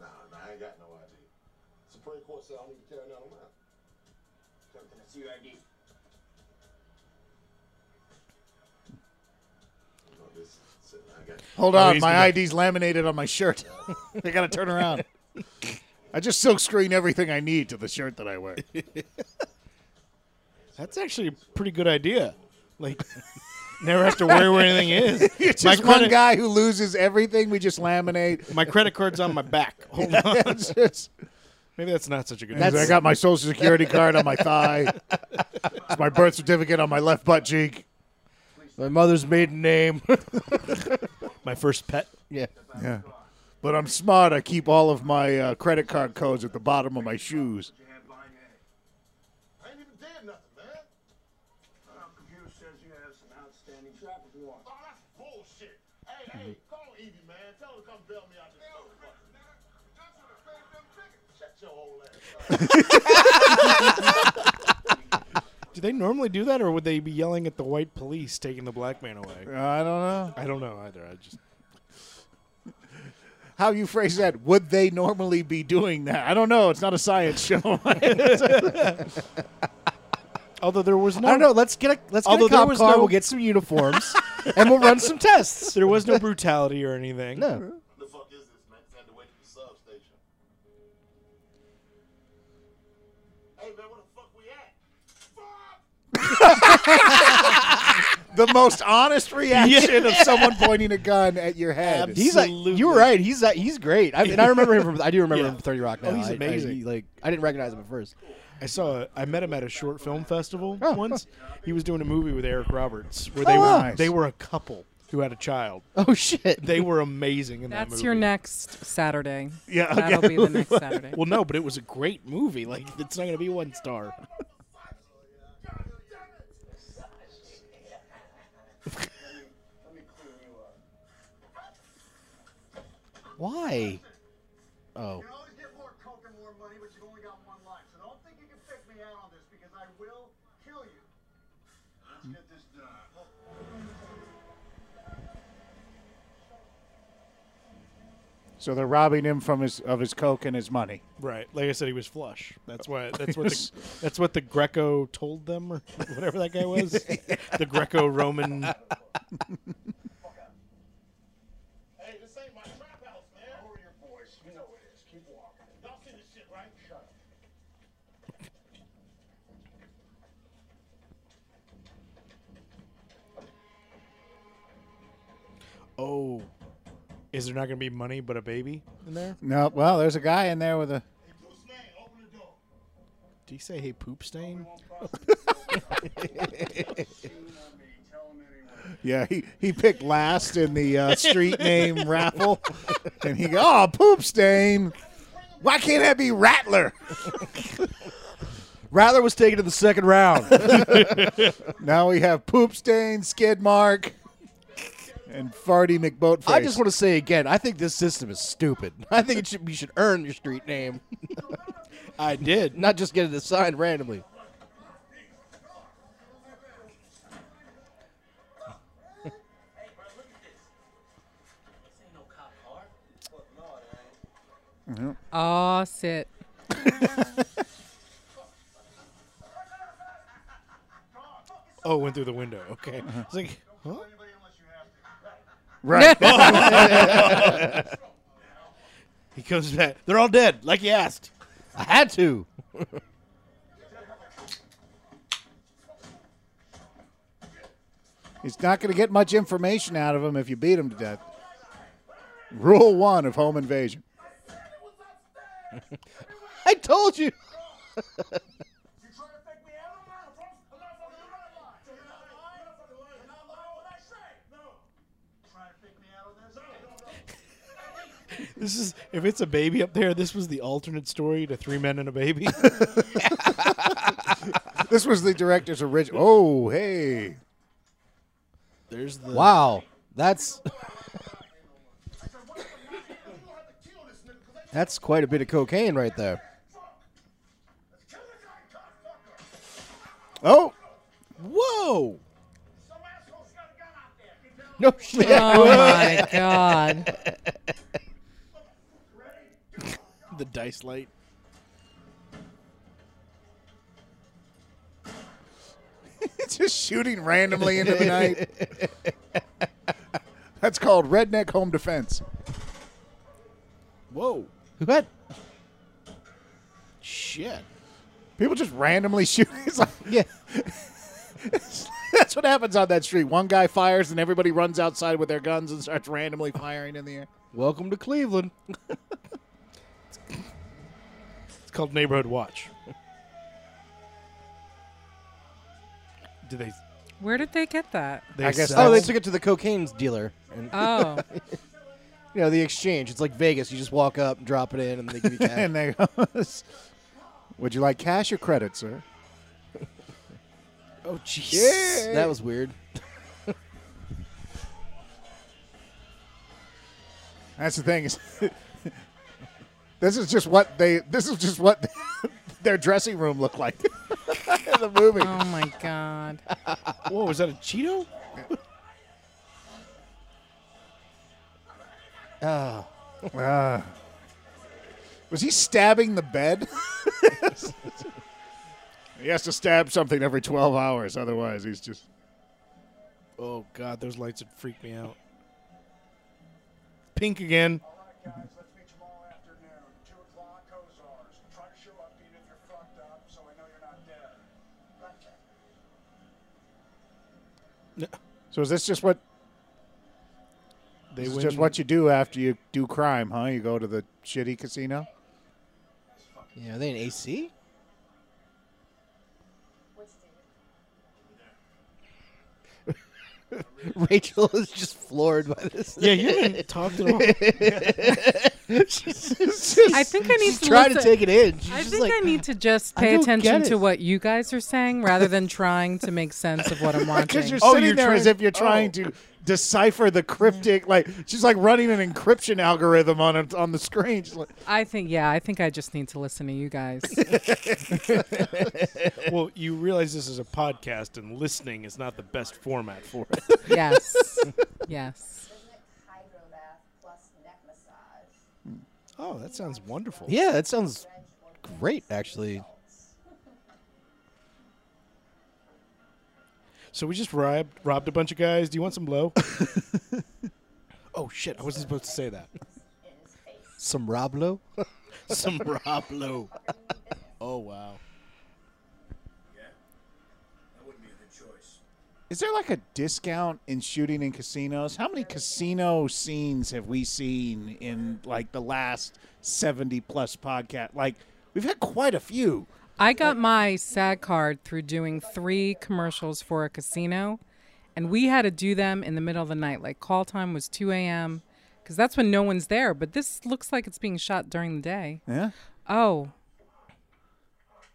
[SPEAKER 12] Nah, nah, I ain't got no ID. Supreme Court said I don't need to carry none around.
[SPEAKER 7] Sir, can I see your ID?
[SPEAKER 12] You know, this is- I got
[SPEAKER 1] Hold
[SPEAKER 2] Oh,
[SPEAKER 1] on,
[SPEAKER 2] he's
[SPEAKER 1] my
[SPEAKER 2] gonna-
[SPEAKER 1] ID's laminated on my shirt. I gotta turn around. I just silk screen everything I need to the shirt that I wear.
[SPEAKER 2] That's actually a pretty good idea. Like, never have to worry where anything is.
[SPEAKER 1] It's
[SPEAKER 2] my,
[SPEAKER 1] just one
[SPEAKER 2] credit,
[SPEAKER 1] guy who loses everything. We just laminate.
[SPEAKER 2] my credit card's on my back. Hold on.
[SPEAKER 1] It's just-
[SPEAKER 2] Maybe that's not such a good
[SPEAKER 1] I
[SPEAKER 2] idea.
[SPEAKER 1] got my social security card on my thigh. It's my birth certificate on my left butt cheek.
[SPEAKER 3] My mother's maiden name.
[SPEAKER 2] My first pet.
[SPEAKER 3] yeah.
[SPEAKER 1] Yeah. But I'm smart. I keep all of my uh, credit card codes at the bottom of my shoes.
[SPEAKER 6] your hand behind your head.
[SPEAKER 12] I ain't even did nothing, man.
[SPEAKER 6] Our computer says you have some outstanding traffic warrants.
[SPEAKER 12] Oh, that's bullshit. Hey, hey,
[SPEAKER 6] Mm-hmm.
[SPEAKER 12] call Evie, man. Tell her to come bail me out this motherfucker. Shut your whole ass up.
[SPEAKER 2] Do they normally do that, or would they be yelling at the white police taking the black man away?
[SPEAKER 1] I don't know.
[SPEAKER 2] I don't know either. I just
[SPEAKER 1] How you phrase that? Would they normally be doing that? I don't know. It's not a science show.
[SPEAKER 2] although there was no
[SPEAKER 3] I don't know. Let's get a let's get
[SPEAKER 2] Although
[SPEAKER 3] a
[SPEAKER 2] there
[SPEAKER 3] cop
[SPEAKER 2] was
[SPEAKER 3] car.
[SPEAKER 2] no-
[SPEAKER 3] We'll get some uniforms, and we'll run some tests.
[SPEAKER 2] there was no brutality or anything.
[SPEAKER 3] No.
[SPEAKER 12] the fuck is this, man? Had to wait to the substation. Hey, man, where the fuck we at? Fuck!
[SPEAKER 1] the most honest reaction of someone pointing a gun at your head.
[SPEAKER 3] He's like you're right. He's like, he's great. I mean, I remember him from I do remember
[SPEAKER 2] Yeah.
[SPEAKER 3] him from Thirty Rock now.
[SPEAKER 2] Oh, he's
[SPEAKER 3] I- I-
[SPEAKER 2] amazing.
[SPEAKER 3] he, like I didn't recognize him at first.
[SPEAKER 2] I saw. I met him at a short film festival
[SPEAKER 3] Oh.
[SPEAKER 2] once. He was doing a movie with Eric Roberts where they
[SPEAKER 3] Oh,
[SPEAKER 2] were
[SPEAKER 1] nice.
[SPEAKER 2] they were a couple who had a child.
[SPEAKER 3] Oh shit!
[SPEAKER 2] They were amazing in that
[SPEAKER 5] That's
[SPEAKER 2] movie.
[SPEAKER 5] your next Saturday.
[SPEAKER 1] Yeah, okay.
[SPEAKER 5] That'll be the next Saturday.
[SPEAKER 2] Well, no, but it was a great movie. Like it's not going to be one star.
[SPEAKER 6] Let me clean you up.
[SPEAKER 3] Why?
[SPEAKER 6] You
[SPEAKER 3] Oh,
[SPEAKER 6] can always get more coke and more money, but you've only got one life. So don't think you can pick me out on this because I will kill you.
[SPEAKER 1] So they're robbing him from his of his coke and his money.
[SPEAKER 2] Right. Like I said, he was flush. That's why. That's what. The, that's what the Greco told them, or whatever that guy was. the Greco-Roman.
[SPEAKER 12] Hey, this ain't my trap house, man. Lower your voice. You know it is. Keep walking. Y'all see this shit, right? Shut up.
[SPEAKER 2] Oh, is there not going to be money but a baby in there?
[SPEAKER 1] No, well, there's a guy in there with a.
[SPEAKER 2] Did he say, "Hey, poop stain"?
[SPEAKER 1] Yeah, he, he picked last in the uh, street name raffle, and he go, oh, poop stain. Why can't that be Rattler?
[SPEAKER 3] Rattler was taken to the second round.
[SPEAKER 1] now we have poop stain, Skidmark, and Farty McBoatface.
[SPEAKER 3] I just want to say again, I think this system is stupid. I think it should you should earn your street name.
[SPEAKER 2] I did.
[SPEAKER 3] Not just get it assigned randomly.
[SPEAKER 5] Aw, sit.
[SPEAKER 2] Oh, went through the window. Okay.
[SPEAKER 3] Uh-huh.
[SPEAKER 2] It's like, huh?
[SPEAKER 1] Right.
[SPEAKER 5] Oh
[SPEAKER 2] he comes back. They're all dead, like he asked.
[SPEAKER 3] I had to.
[SPEAKER 1] He's not going to get much information out of him if you beat him to death. Rule one of home invasion.
[SPEAKER 3] I told you.
[SPEAKER 2] This is if it's a baby up there. This was the alternate story to Three Men and a Baby.
[SPEAKER 1] This was the director's original. Oh, hey.
[SPEAKER 2] There's the
[SPEAKER 3] Wow, that's that's quite a bit of cocaine right there.
[SPEAKER 1] Oh,
[SPEAKER 3] Whoa! No shit.
[SPEAKER 5] Oh my god.
[SPEAKER 2] the dice light.
[SPEAKER 1] just shooting randomly into the night. That's called redneck home defense.
[SPEAKER 2] Whoa!
[SPEAKER 3] What?
[SPEAKER 2] Shit!
[SPEAKER 1] People just randomly shoot. It's like,
[SPEAKER 3] Yeah.
[SPEAKER 1] that's what happens on that street. One guy fires, and everybody runs outside with their guns and starts randomly firing in the air.
[SPEAKER 3] Welcome to Cleveland.
[SPEAKER 2] It's called Neighborhood Watch. Do they?
[SPEAKER 5] Where did they get that?
[SPEAKER 2] They
[SPEAKER 1] I guess
[SPEAKER 2] sell-
[SPEAKER 3] Oh, they took it to the cocaine dealer. And,
[SPEAKER 5] Oh,
[SPEAKER 3] you know, the exchange. It's like Vegas. You just walk up and drop it in, and they give you cash.
[SPEAKER 1] And they go, "Would you like cash or credit, sir?"
[SPEAKER 3] oh, jeez.
[SPEAKER 1] Yeah.
[SPEAKER 3] That was weird.
[SPEAKER 1] That's the thing is, this is just what they. This is just what their dressing room looked like in the movie.
[SPEAKER 5] oh my god.
[SPEAKER 2] Whoa! Is that a Cheeto?
[SPEAKER 3] Ah.
[SPEAKER 1] Ah. was he stabbing the bed? he has to stab something every 12 hours, otherwise, he's just.
[SPEAKER 2] Oh God! Those lights would freak me out. Pink again.
[SPEAKER 4] Guys, let's meet tomorrow afternoon, 2 o'clock, Ozars. Try to show up even if you're fucked up so I know you're not dead. Okay.
[SPEAKER 1] So, is this just what.
[SPEAKER 2] They
[SPEAKER 1] This is
[SPEAKER 2] win.
[SPEAKER 1] just what you do after you do crime, huh? You go to the shitty casino?
[SPEAKER 3] yeah, are they in AC? Rachel is just floored by this.
[SPEAKER 2] Yeah, you haven't talked at all.
[SPEAKER 5] I think I need
[SPEAKER 3] She's
[SPEAKER 5] to
[SPEAKER 3] trying to
[SPEAKER 5] listen-
[SPEAKER 3] take it in. She's
[SPEAKER 5] I
[SPEAKER 3] just
[SPEAKER 5] think
[SPEAKER 3] like,
[SPEAKER 5] I need to just
[SPEAKER 3] I
[SPEAKER 5] pay
[SPEAKER 3] don't
[SPEAKER 5] attention
[SPEAKER 3] get
[SPEAKER 5] to
[SPEAKER 3] it.
[SPEAKER 5] what you guys are saying rather than trying to make sense of what I'm watching.
[SPEAKER 1] Because you're
[SPEAKER 2] Oh,
[SPEAKER 1] sitting
[SPEAKER 2] you're
[SPEAKER 1] there as
[SPEAKER 2] trying-
[SPEAKER 1] if you're trying to decipher the cryptic, like she's like running an encryption algorithm on it on the screen. She's like,
[SPEAKER 5] I think, yeah, I think I just need to listen to you guys.
[SPEAKER 2] well, you realize this is a podcast, and listening is not the best format for it.
[SPEAKER 5] yes. Yes.
[SPEAKER 10] Isn't it hydro bath plus neck massage?
[SPEAKER 2] Oh, that sounds wonderful.
[SPEAKER 3] Yeah, that sounds great, actually.
[SPEAKER 2] So we just robbed robbed a bunch of guys. Do you want some blow? oh shit! I wasn't supposed to say that.
[SPEAKER 3] Some Roblo?
[SPEAKER 2] some Roblo. Oh wow.
[SPEAKER 4] That wouldn't be a good choice.
[SPEAKER 1] Is there like a discount in shooting in casinos? How many casino scenes have we seen in like the last 70 plus podcast? Like we've had quite a few.
[SPEAKER 5] I got my SAG card through doing three commercials for a casino, and we had to do them in the middle of the night. Like call time was 2 a.m. because that's when no one's there. But this looks like it's being shot during the day.
[SPEAKER 1] Yeah.
[SPEAKER 5] Oh.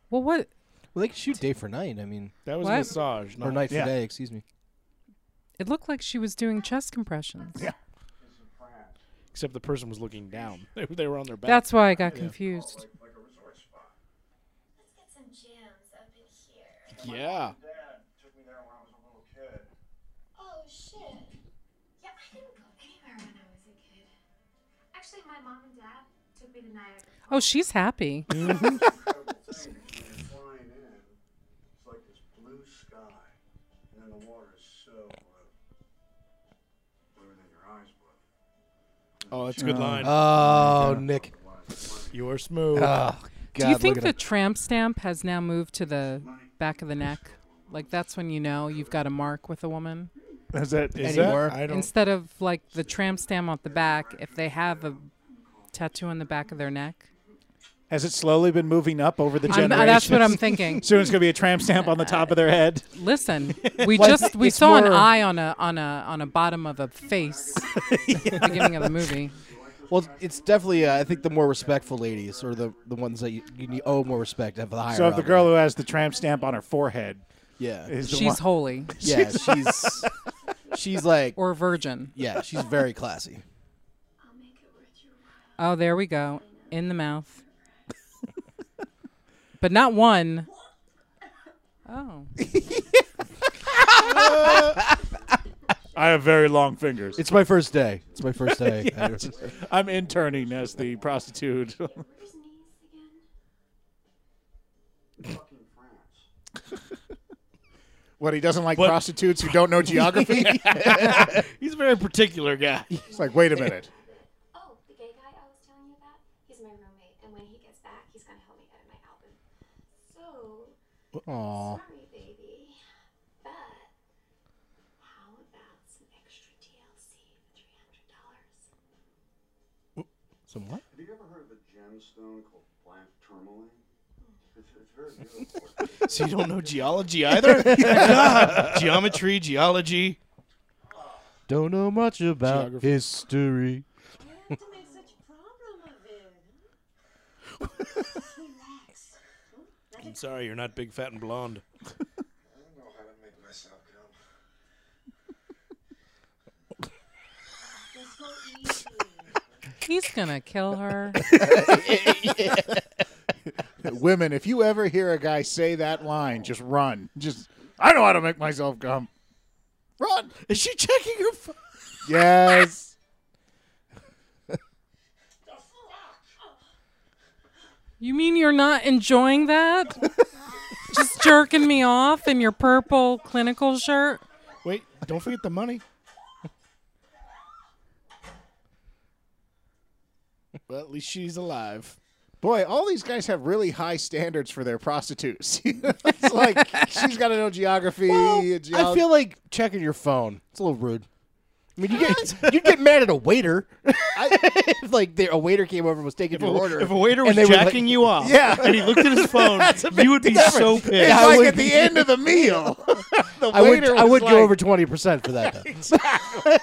[SPEAKER 5] Well, what?
[SPEAKER 3] Well, they can shoot day for night. I mean,
[SPEAKER 2] that was
[SPEAKER 5] What?
[SPEAKER 2] massage.
[SPEAKER 3] or
[SPEAKER 2] not-
[SPEAKER 3] night
[SPEAKER 2] Yeah.
[SPEAKER 3] for day. Excuse me.
[SPEAKER 5] It looked like she was doing chest compressions. Yeah.
[SPEAKER 2] Except the person was looking down. They, they were on their back.
[SPEAKER 5] That's why I got
[SPEAKER 2] Yeah.
[SPEAKER 5] confused.
[SPEAKER 8] Let's get some jams up in here.
[SPEAKER 2] Yeah.
[SPEAKER 4] Dad took me there when I was a little kid.
[SPEAKER 8] Oh shit. Yeah, I didn't go anywhere when I was a kid. Actually, my mom and dad took me to Niagara.
[SPEAKER 5] Oh, she's happy.
[SPEAKER 4] Flying in, it's like this blue sky, and then the water is so blue. Bluer than your eyes blue.
[SPEAKER 2] Oh, that's a good line.
[SPEAKER 3] Oh, Nick.
[SPEAKER 2] You are smooth.
[SPEAKER 3] Oh,
[SPEAKER 5] Do you think the tramp stamp has now moved to the back of the neck? Like that's when you know you've got a mark with a woman.
[SPEAKER 1] Is that
[SPEAKER 2] is that-
[SPEAKER 3] Anymore.
[SPEAKER 2] I don't.
[SPEAKER 5] Instead of like the tramp stamp on the back, if they have a tattoo on the back of their neck.
[SPEAKER 1] Has it slowly been moving up over the
[SPEAKER 5] I'm-
[SPEAKER 1] generations?
[SPEAKER 5] uh, that's what I'm thinking.
[SPEAKER 1] Soon it's going to be a tramp stamp on the top of their head.
[SPEAKER 5] Listen, we
[SPEAKER 1] Like,
[SPEAKER 5] just we
[SPEAKER 1] it's
[SPEAKER 5] saw an
[SPEAKER 1] more-
[SPEAKER 5] eye on a on a on a bottom of a face at the beginning of the movie.
[SPEAKER 3] Well, it's definitely, uh, I think, the more respectful ladies or the, the ones that you, you need, owe more respect have the higher.
[SPEAKER 1] So if the
[SPEAKER 3] honor.
[SPEAKER 1] girl who has the tramp stamp on her forehead,
[SPEAKER 3] Yeah.
[SPEAKER 1] is the
[SPEAKER 5] She's
[SPEAKER 1] one-
[SPEAKER 5] holy
[SPEAKER 3] Yeah, she's she's like
[SPEAKER 5] or a virgin.
[SPEAKER 3] yeah, she's very classy.
[SPEAKER 5] Oh, there we go. In the mouth. but not one. Oh.
[SPEAKER 1] I have very long fingers.
[SPEAKER 3] It's my first day. It's my first day.
[SPEAKER 1] Yeah, I'm interning as the prostitute.
[SPEAKER 4] Fucking France.
[SPEAKER 1] what he doesn't like prostitutes who don't know geography.
[SPEAKER 2] He's a very particular guy.
[SPEAKER 1] It's like, wait a minute.
[SPEAKER 8] Oh, the gay guy I was telling you about, he's my roommate, and when he gets back, he's gonna help me edit my album. So,
[SPEAKER 3] Aw.
[SPEAKER 8] sorry, baby, but how about some extra DLC for three hundred dollars?
[SPEAKER 3] Some what?
[SPEAKER 4] Have you ever heard of a gemstone called black tourmaline? It's, it's very beautiful.
[SPEAKER 2] So you don't know geology either? God. Geometry, geology.
[SPEAKER 3] Don't know much about
[SPEAKER 2] Geography.
[SPEAKER 3] history.
[SPEAKER 10] You have to make such a problem of it. Relax.
[SPEAKER 2] I'm sorry, you're not big, fat, and blonde.
[SPEAKER 4] I don't know how to make myself come.
[SPEAKER 10] Let's go easy.
[SPEAKER 5] He's gonna kill her.
[SPEAKER 1] Women, if you ever hear a guy say that line, just run. Just, I know how to make myself come. Run.
[SPEAKER 2] Is she checking your phone?
[SPEAKER 1] Yes.
[SPEAKER 5] You mean you're not enjoying that? Just jerking me off in your purple clinical shirt?
[SPEAKER 2] Wait, don't forget the money. well, at least she's alive.
[SPEAKER 1] Boy, all these guys have really high standards for their prostitutes. it's like she's got to know geography.
[SPEAKER 3] I
[SPEAKER 1] geol-
[SPEAKER 3] feel like checking your phone. It's a little rude. I mean, you get you get mad at a waiter. if like the, a waiter came over and was taking
[SPEAKER 2] If
[SPEAKER 3] your order.
[SPEAKER 2] a, if a waiter
[SPEAKER 3] and
[SPEAKER 2] was
[SPEAKER 3] they were
[SPEAKER 2] jacking
[SPEAKER 3] like-
[SPEAKER 2] you off
[SPEAKER 1] Yeah.
[SPEAKER 2] and he looked at his phone, you would be so pissed.
[SPEAKER 1] It's
[SPEAKER 3] I
[SPEAKER 1] like
[SPEAKER 3] would
[SPEAKER 1] at the
[SPEAKER 3] be-
[SPEAKER 1] end of the meal. the
[SPEAKER 3] I would
[SPEAKER 1] waiter
[SPEAKER 3] I
[SPEAKER 1] was
[SPEAKER 3] would
[SPEAKER 1] like,
[SPEAKER 3] go over twenty percent for that. though.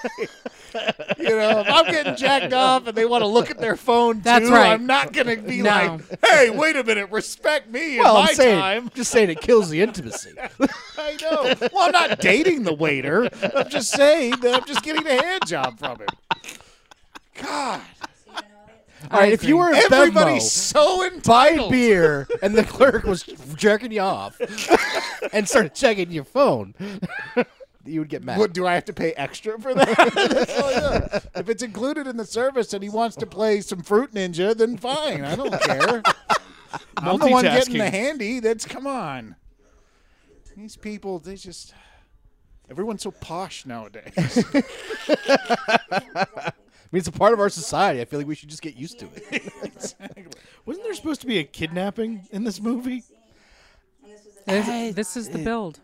[SPEAKER 1] You know, if I'm getting jacked off and they want to look at their phone
[SPEAKER 5] That's
[SPEAKER 1] too,
[SPEAKER 5] right.
[SPEAKER 1] I'm not going to be
[SPEAKER 5] No.
[SPEAKER 1] like, "Hey, wait a minute, respect me
[SPEAKER 3] Well,
[SPEAKER 1] and my
[SPEAKER 3] I'm saying,
[SPEAKER 1] time."
[SPEAKER 3] just saying, it kills the intimacy.
[SPEAKER 1] I know. Well, I'm not dating the waiter. I'm just saying that I'm just getting a hand job from him. God,
[SPEAKER 3] All right, if you were a
[SPEAKER 1] everybody's
[SPEAKER 3] Venmo,
[SPEAKER 1] so
[SPEAKER 3] buy
[SPEAKER 1] entitled.
[SPEAKER 3] beer, and the clerk was jerking you off and started checking your phone. you would get mad.
[SPEAKER 1] What, do I have to pay extra for that? That's all I know. If it's included in the service and he wants to play some Fruit Ninja, then fine. I don't care. I'm the one getting the
[SPEAKER 2] Multitasking.
[SPEAKER 1] handy. That's come on. These people, they just everyone's so posh nowadays.
[SPEAKER 3] I mean, it's a part of our society. I feel like we should just get used to it.
[SPEAKER 2] Wasn't there supposed to be a kidnapping in this movie?
[SPEAKER 5] This, this is the build.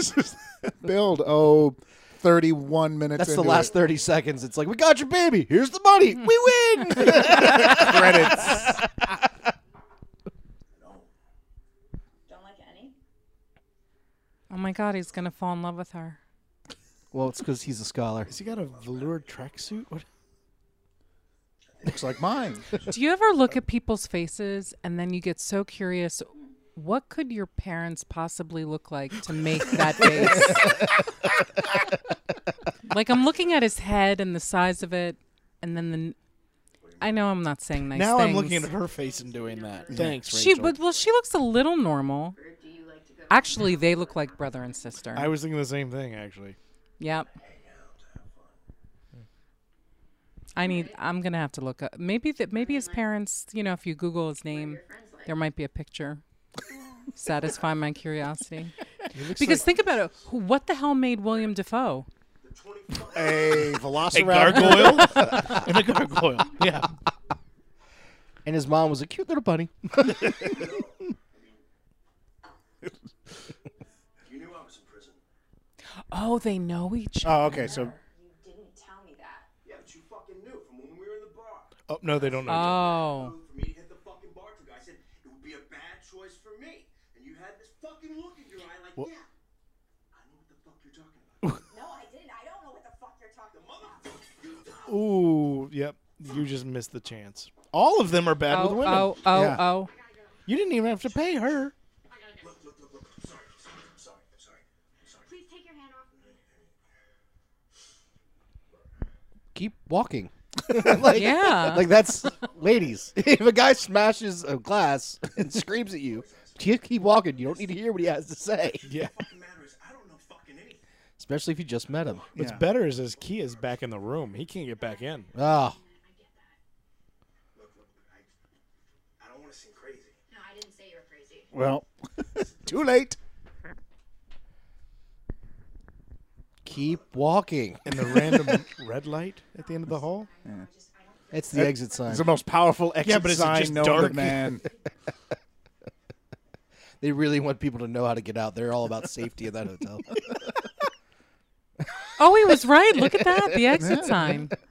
[SPEAKER 1] Build oh 31 minutes.
[SPEAKER 3] That's the
[SPEAKER 1] into
[SPEAKER 3] last
[SPEAKER 1] it.
[SPEAKER 3] 30 seconds. It's like, we got your baby. Here's the money. We win.
[SPEAKER 1] Credits.
[SPEAKER 5] Oh my God, he's gonna fall in love with her.
[SPEAKER 3] Well, it's because he's a scholar.
[SPEAKER 2] Has he got a velour tracksuit? What?
[SPEAKER 1] Looks like mine.
[SPEAKER 5] Do you ever look at people's faces and then you get so curious? What could your parents possibly look like to make that face? like I'm looking at his head and the size of it, and then the. I know I'm not saying nice
[SPEAKER 2] now
[SPEAKER 5] things.
[SPEAKER 2] I'm looking at her face and doing that. Thanks,
[SPEAKER 5] She,
[SPEAKER 2] Rachel.
[SPEAKER 5] but well, she looks a little normal. Actually, they look like brother and sister.
[SPEAKER 2] I was thinking the same thing actually.
[SPEAKER 5] Yep. I need. I'm gonna have to look up. Maybe that. Maybe his parents. You know, if you Google his name, there might be a picture. Satisfy my curiosity.
[SPEAKER 1] looks
[SPEAKER 5] Because
[SPEAKER 1] like-
[SPEAKER 5] think about it. Who- What the hell made William Defoe?
[SPEAKER 1] A velociraptor.
[SPEAKER 2] gargoyle? And a gargoyle, yeah.
[SPEAKER 3] And his mom was a cute little bunny.
[SPEAKER 4] You knew I was in prison.
[SPEAKER 5] Oh, they know each.
[SPEAKER 1] Oh, okay. So
[SPEAKER 4] Yeah, but you fucking knew from when we were in the bar.
[SPEAKER 2] Oh no, they don't know.
[SPEAKER 5] Oh.
[SPEAKER 4] For me to hit the fucking bar I said it would be a bad choice for me. And you had this fucking look in your eye like,
[SPEAKER 2] What-
[SPEAKER 4] yeah. I know what the fuck you're talking about.
[SPEAKER 10] No, I didn't. I don't know what the fuck you're talking about.
[SPEAKER 2] Ooh, yep. You just missed the chance. All of them are bad with
[SPEAKER 5] Oh,
[SPEAKER 2] women.
[SPEAKER 5] oh, oh, Yeah. oh.
[SPEAKER 2] You didn't even have to pay her.
[SPEAKER 8] Please take your hand off me.
[SPEAKER 3] Keep walking. like,
[SPEAKER 8] Yeah.
[SPEAKER 3] Like that's ladies. If a guy smashes a glass and screams at you, keep keep walking. You don't need to hear what he has to say.
[SPEAKER 2] Yeah.
[SPEAKER 3] Especially if you just met him.
[SPEAKER 2] What's better is his key is back in the room. He can't get back in.
[SPEAKER 3] Ah.
[SPEAKER 4] I don't want to seem crazy.
[SPEAKER 8] No, I didn't say you were crazy.
[SPEAKER 1] well, too late.
[SPEAKER 3] Keep walking.
[SPEAKER 2] And the random red light at the end of the hall.
[SPEAKER 3] It's the exit sign.
[SPEAKER 1] It's the most powerful exit
[SPEAKER 2] Yeah, but is it
[SPEAKER 1] sign
[SPEAKER 2] just
[SPEAKER 1] known to
[SPEAKER 2] dark?
[SPEAKER 1] man.
[SPEAKER 3] They really want people to know how to get out. They're all about safety at that hotel.
[SPEAKER 5] Oh, he was right. Look at that. The exit sign.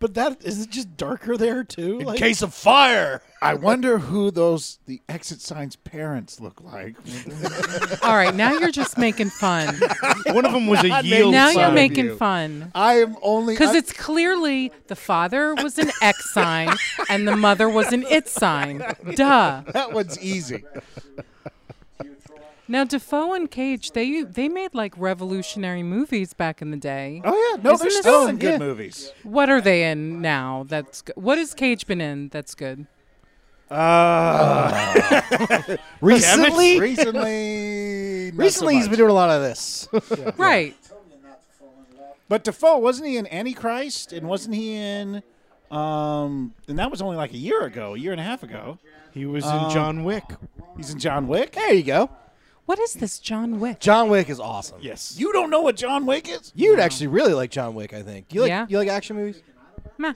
[SPEAKER 2] But that is it just darker there too? Like-
[SPEAKER 1] fire. I wonder who those the exit signs parents look like.
[SPEAKER 5] All right, now you're just making fun.
[SPEAKER 2] One of 'em was a
[SPEAKER 5] Now
[SPEAKER 2] yield
[SPEAKER 5] Now you're
[SPEAKER 2] sign.
[SPEAKER 5] making
[SPEAKER 2] You.
[SPEAKER 5] fun.
[SPEAKER 1] I am only
[SPEAKER 5] because
[SPEAKER 1] I'm-
[SPEAKER 5] it's clearly the father was an X sign and the mother was an it sign. Duh.
[SPEAKER 1] That one's easy.
[SPEAKER 5] Now Defoe and Cage, they they made like revolutionary movies back in the day.
[SPEAKER 1] Oh yeah, no,
[SPEAKER 5] Isn't
[SPEAKER 1] they're
[SPEAKER 5] this-
[SPEAKER 1] still in good movies.
[SPEAKER 5] What are they in now? That's go- what has Cage been in? That's good.
[SPEAKER 1] Uh,
[SPEAKER 3] Recently?
[SPEAKER 1] recently, not
[SPEAKER 3] Recently,
[SPEAKER 1] so
[SPEAKER 3] he's
[SPEAKER 1] much.
[SPEAKER 3] been doing a lot of this.
[SPEAKER 5] right.
[SPEAKER 1] But Defoe wasn't he in Antichrist, and wasn't he in? Um, and that was only like a year ago, a year and a half ago.
[SPEAKER 2] He was in John Wick.
[SPEAKER 1] He's in John Wick.
[SPEAKER 3] There you go.
[SPEAKER 5] What is this John Wick?
[SPEAKER 3] John Wick is awesome.
[SPEAKER 2] Yes.
[SPEAKER 1] You don't know what John Wick is?
[SPEAKER 3] You'd actually really like John Wick, I think. You like
[SPEAKER 5] Yeah.
[SPEAKER 3] you like action movies?
[SPEAKER 5] Meh.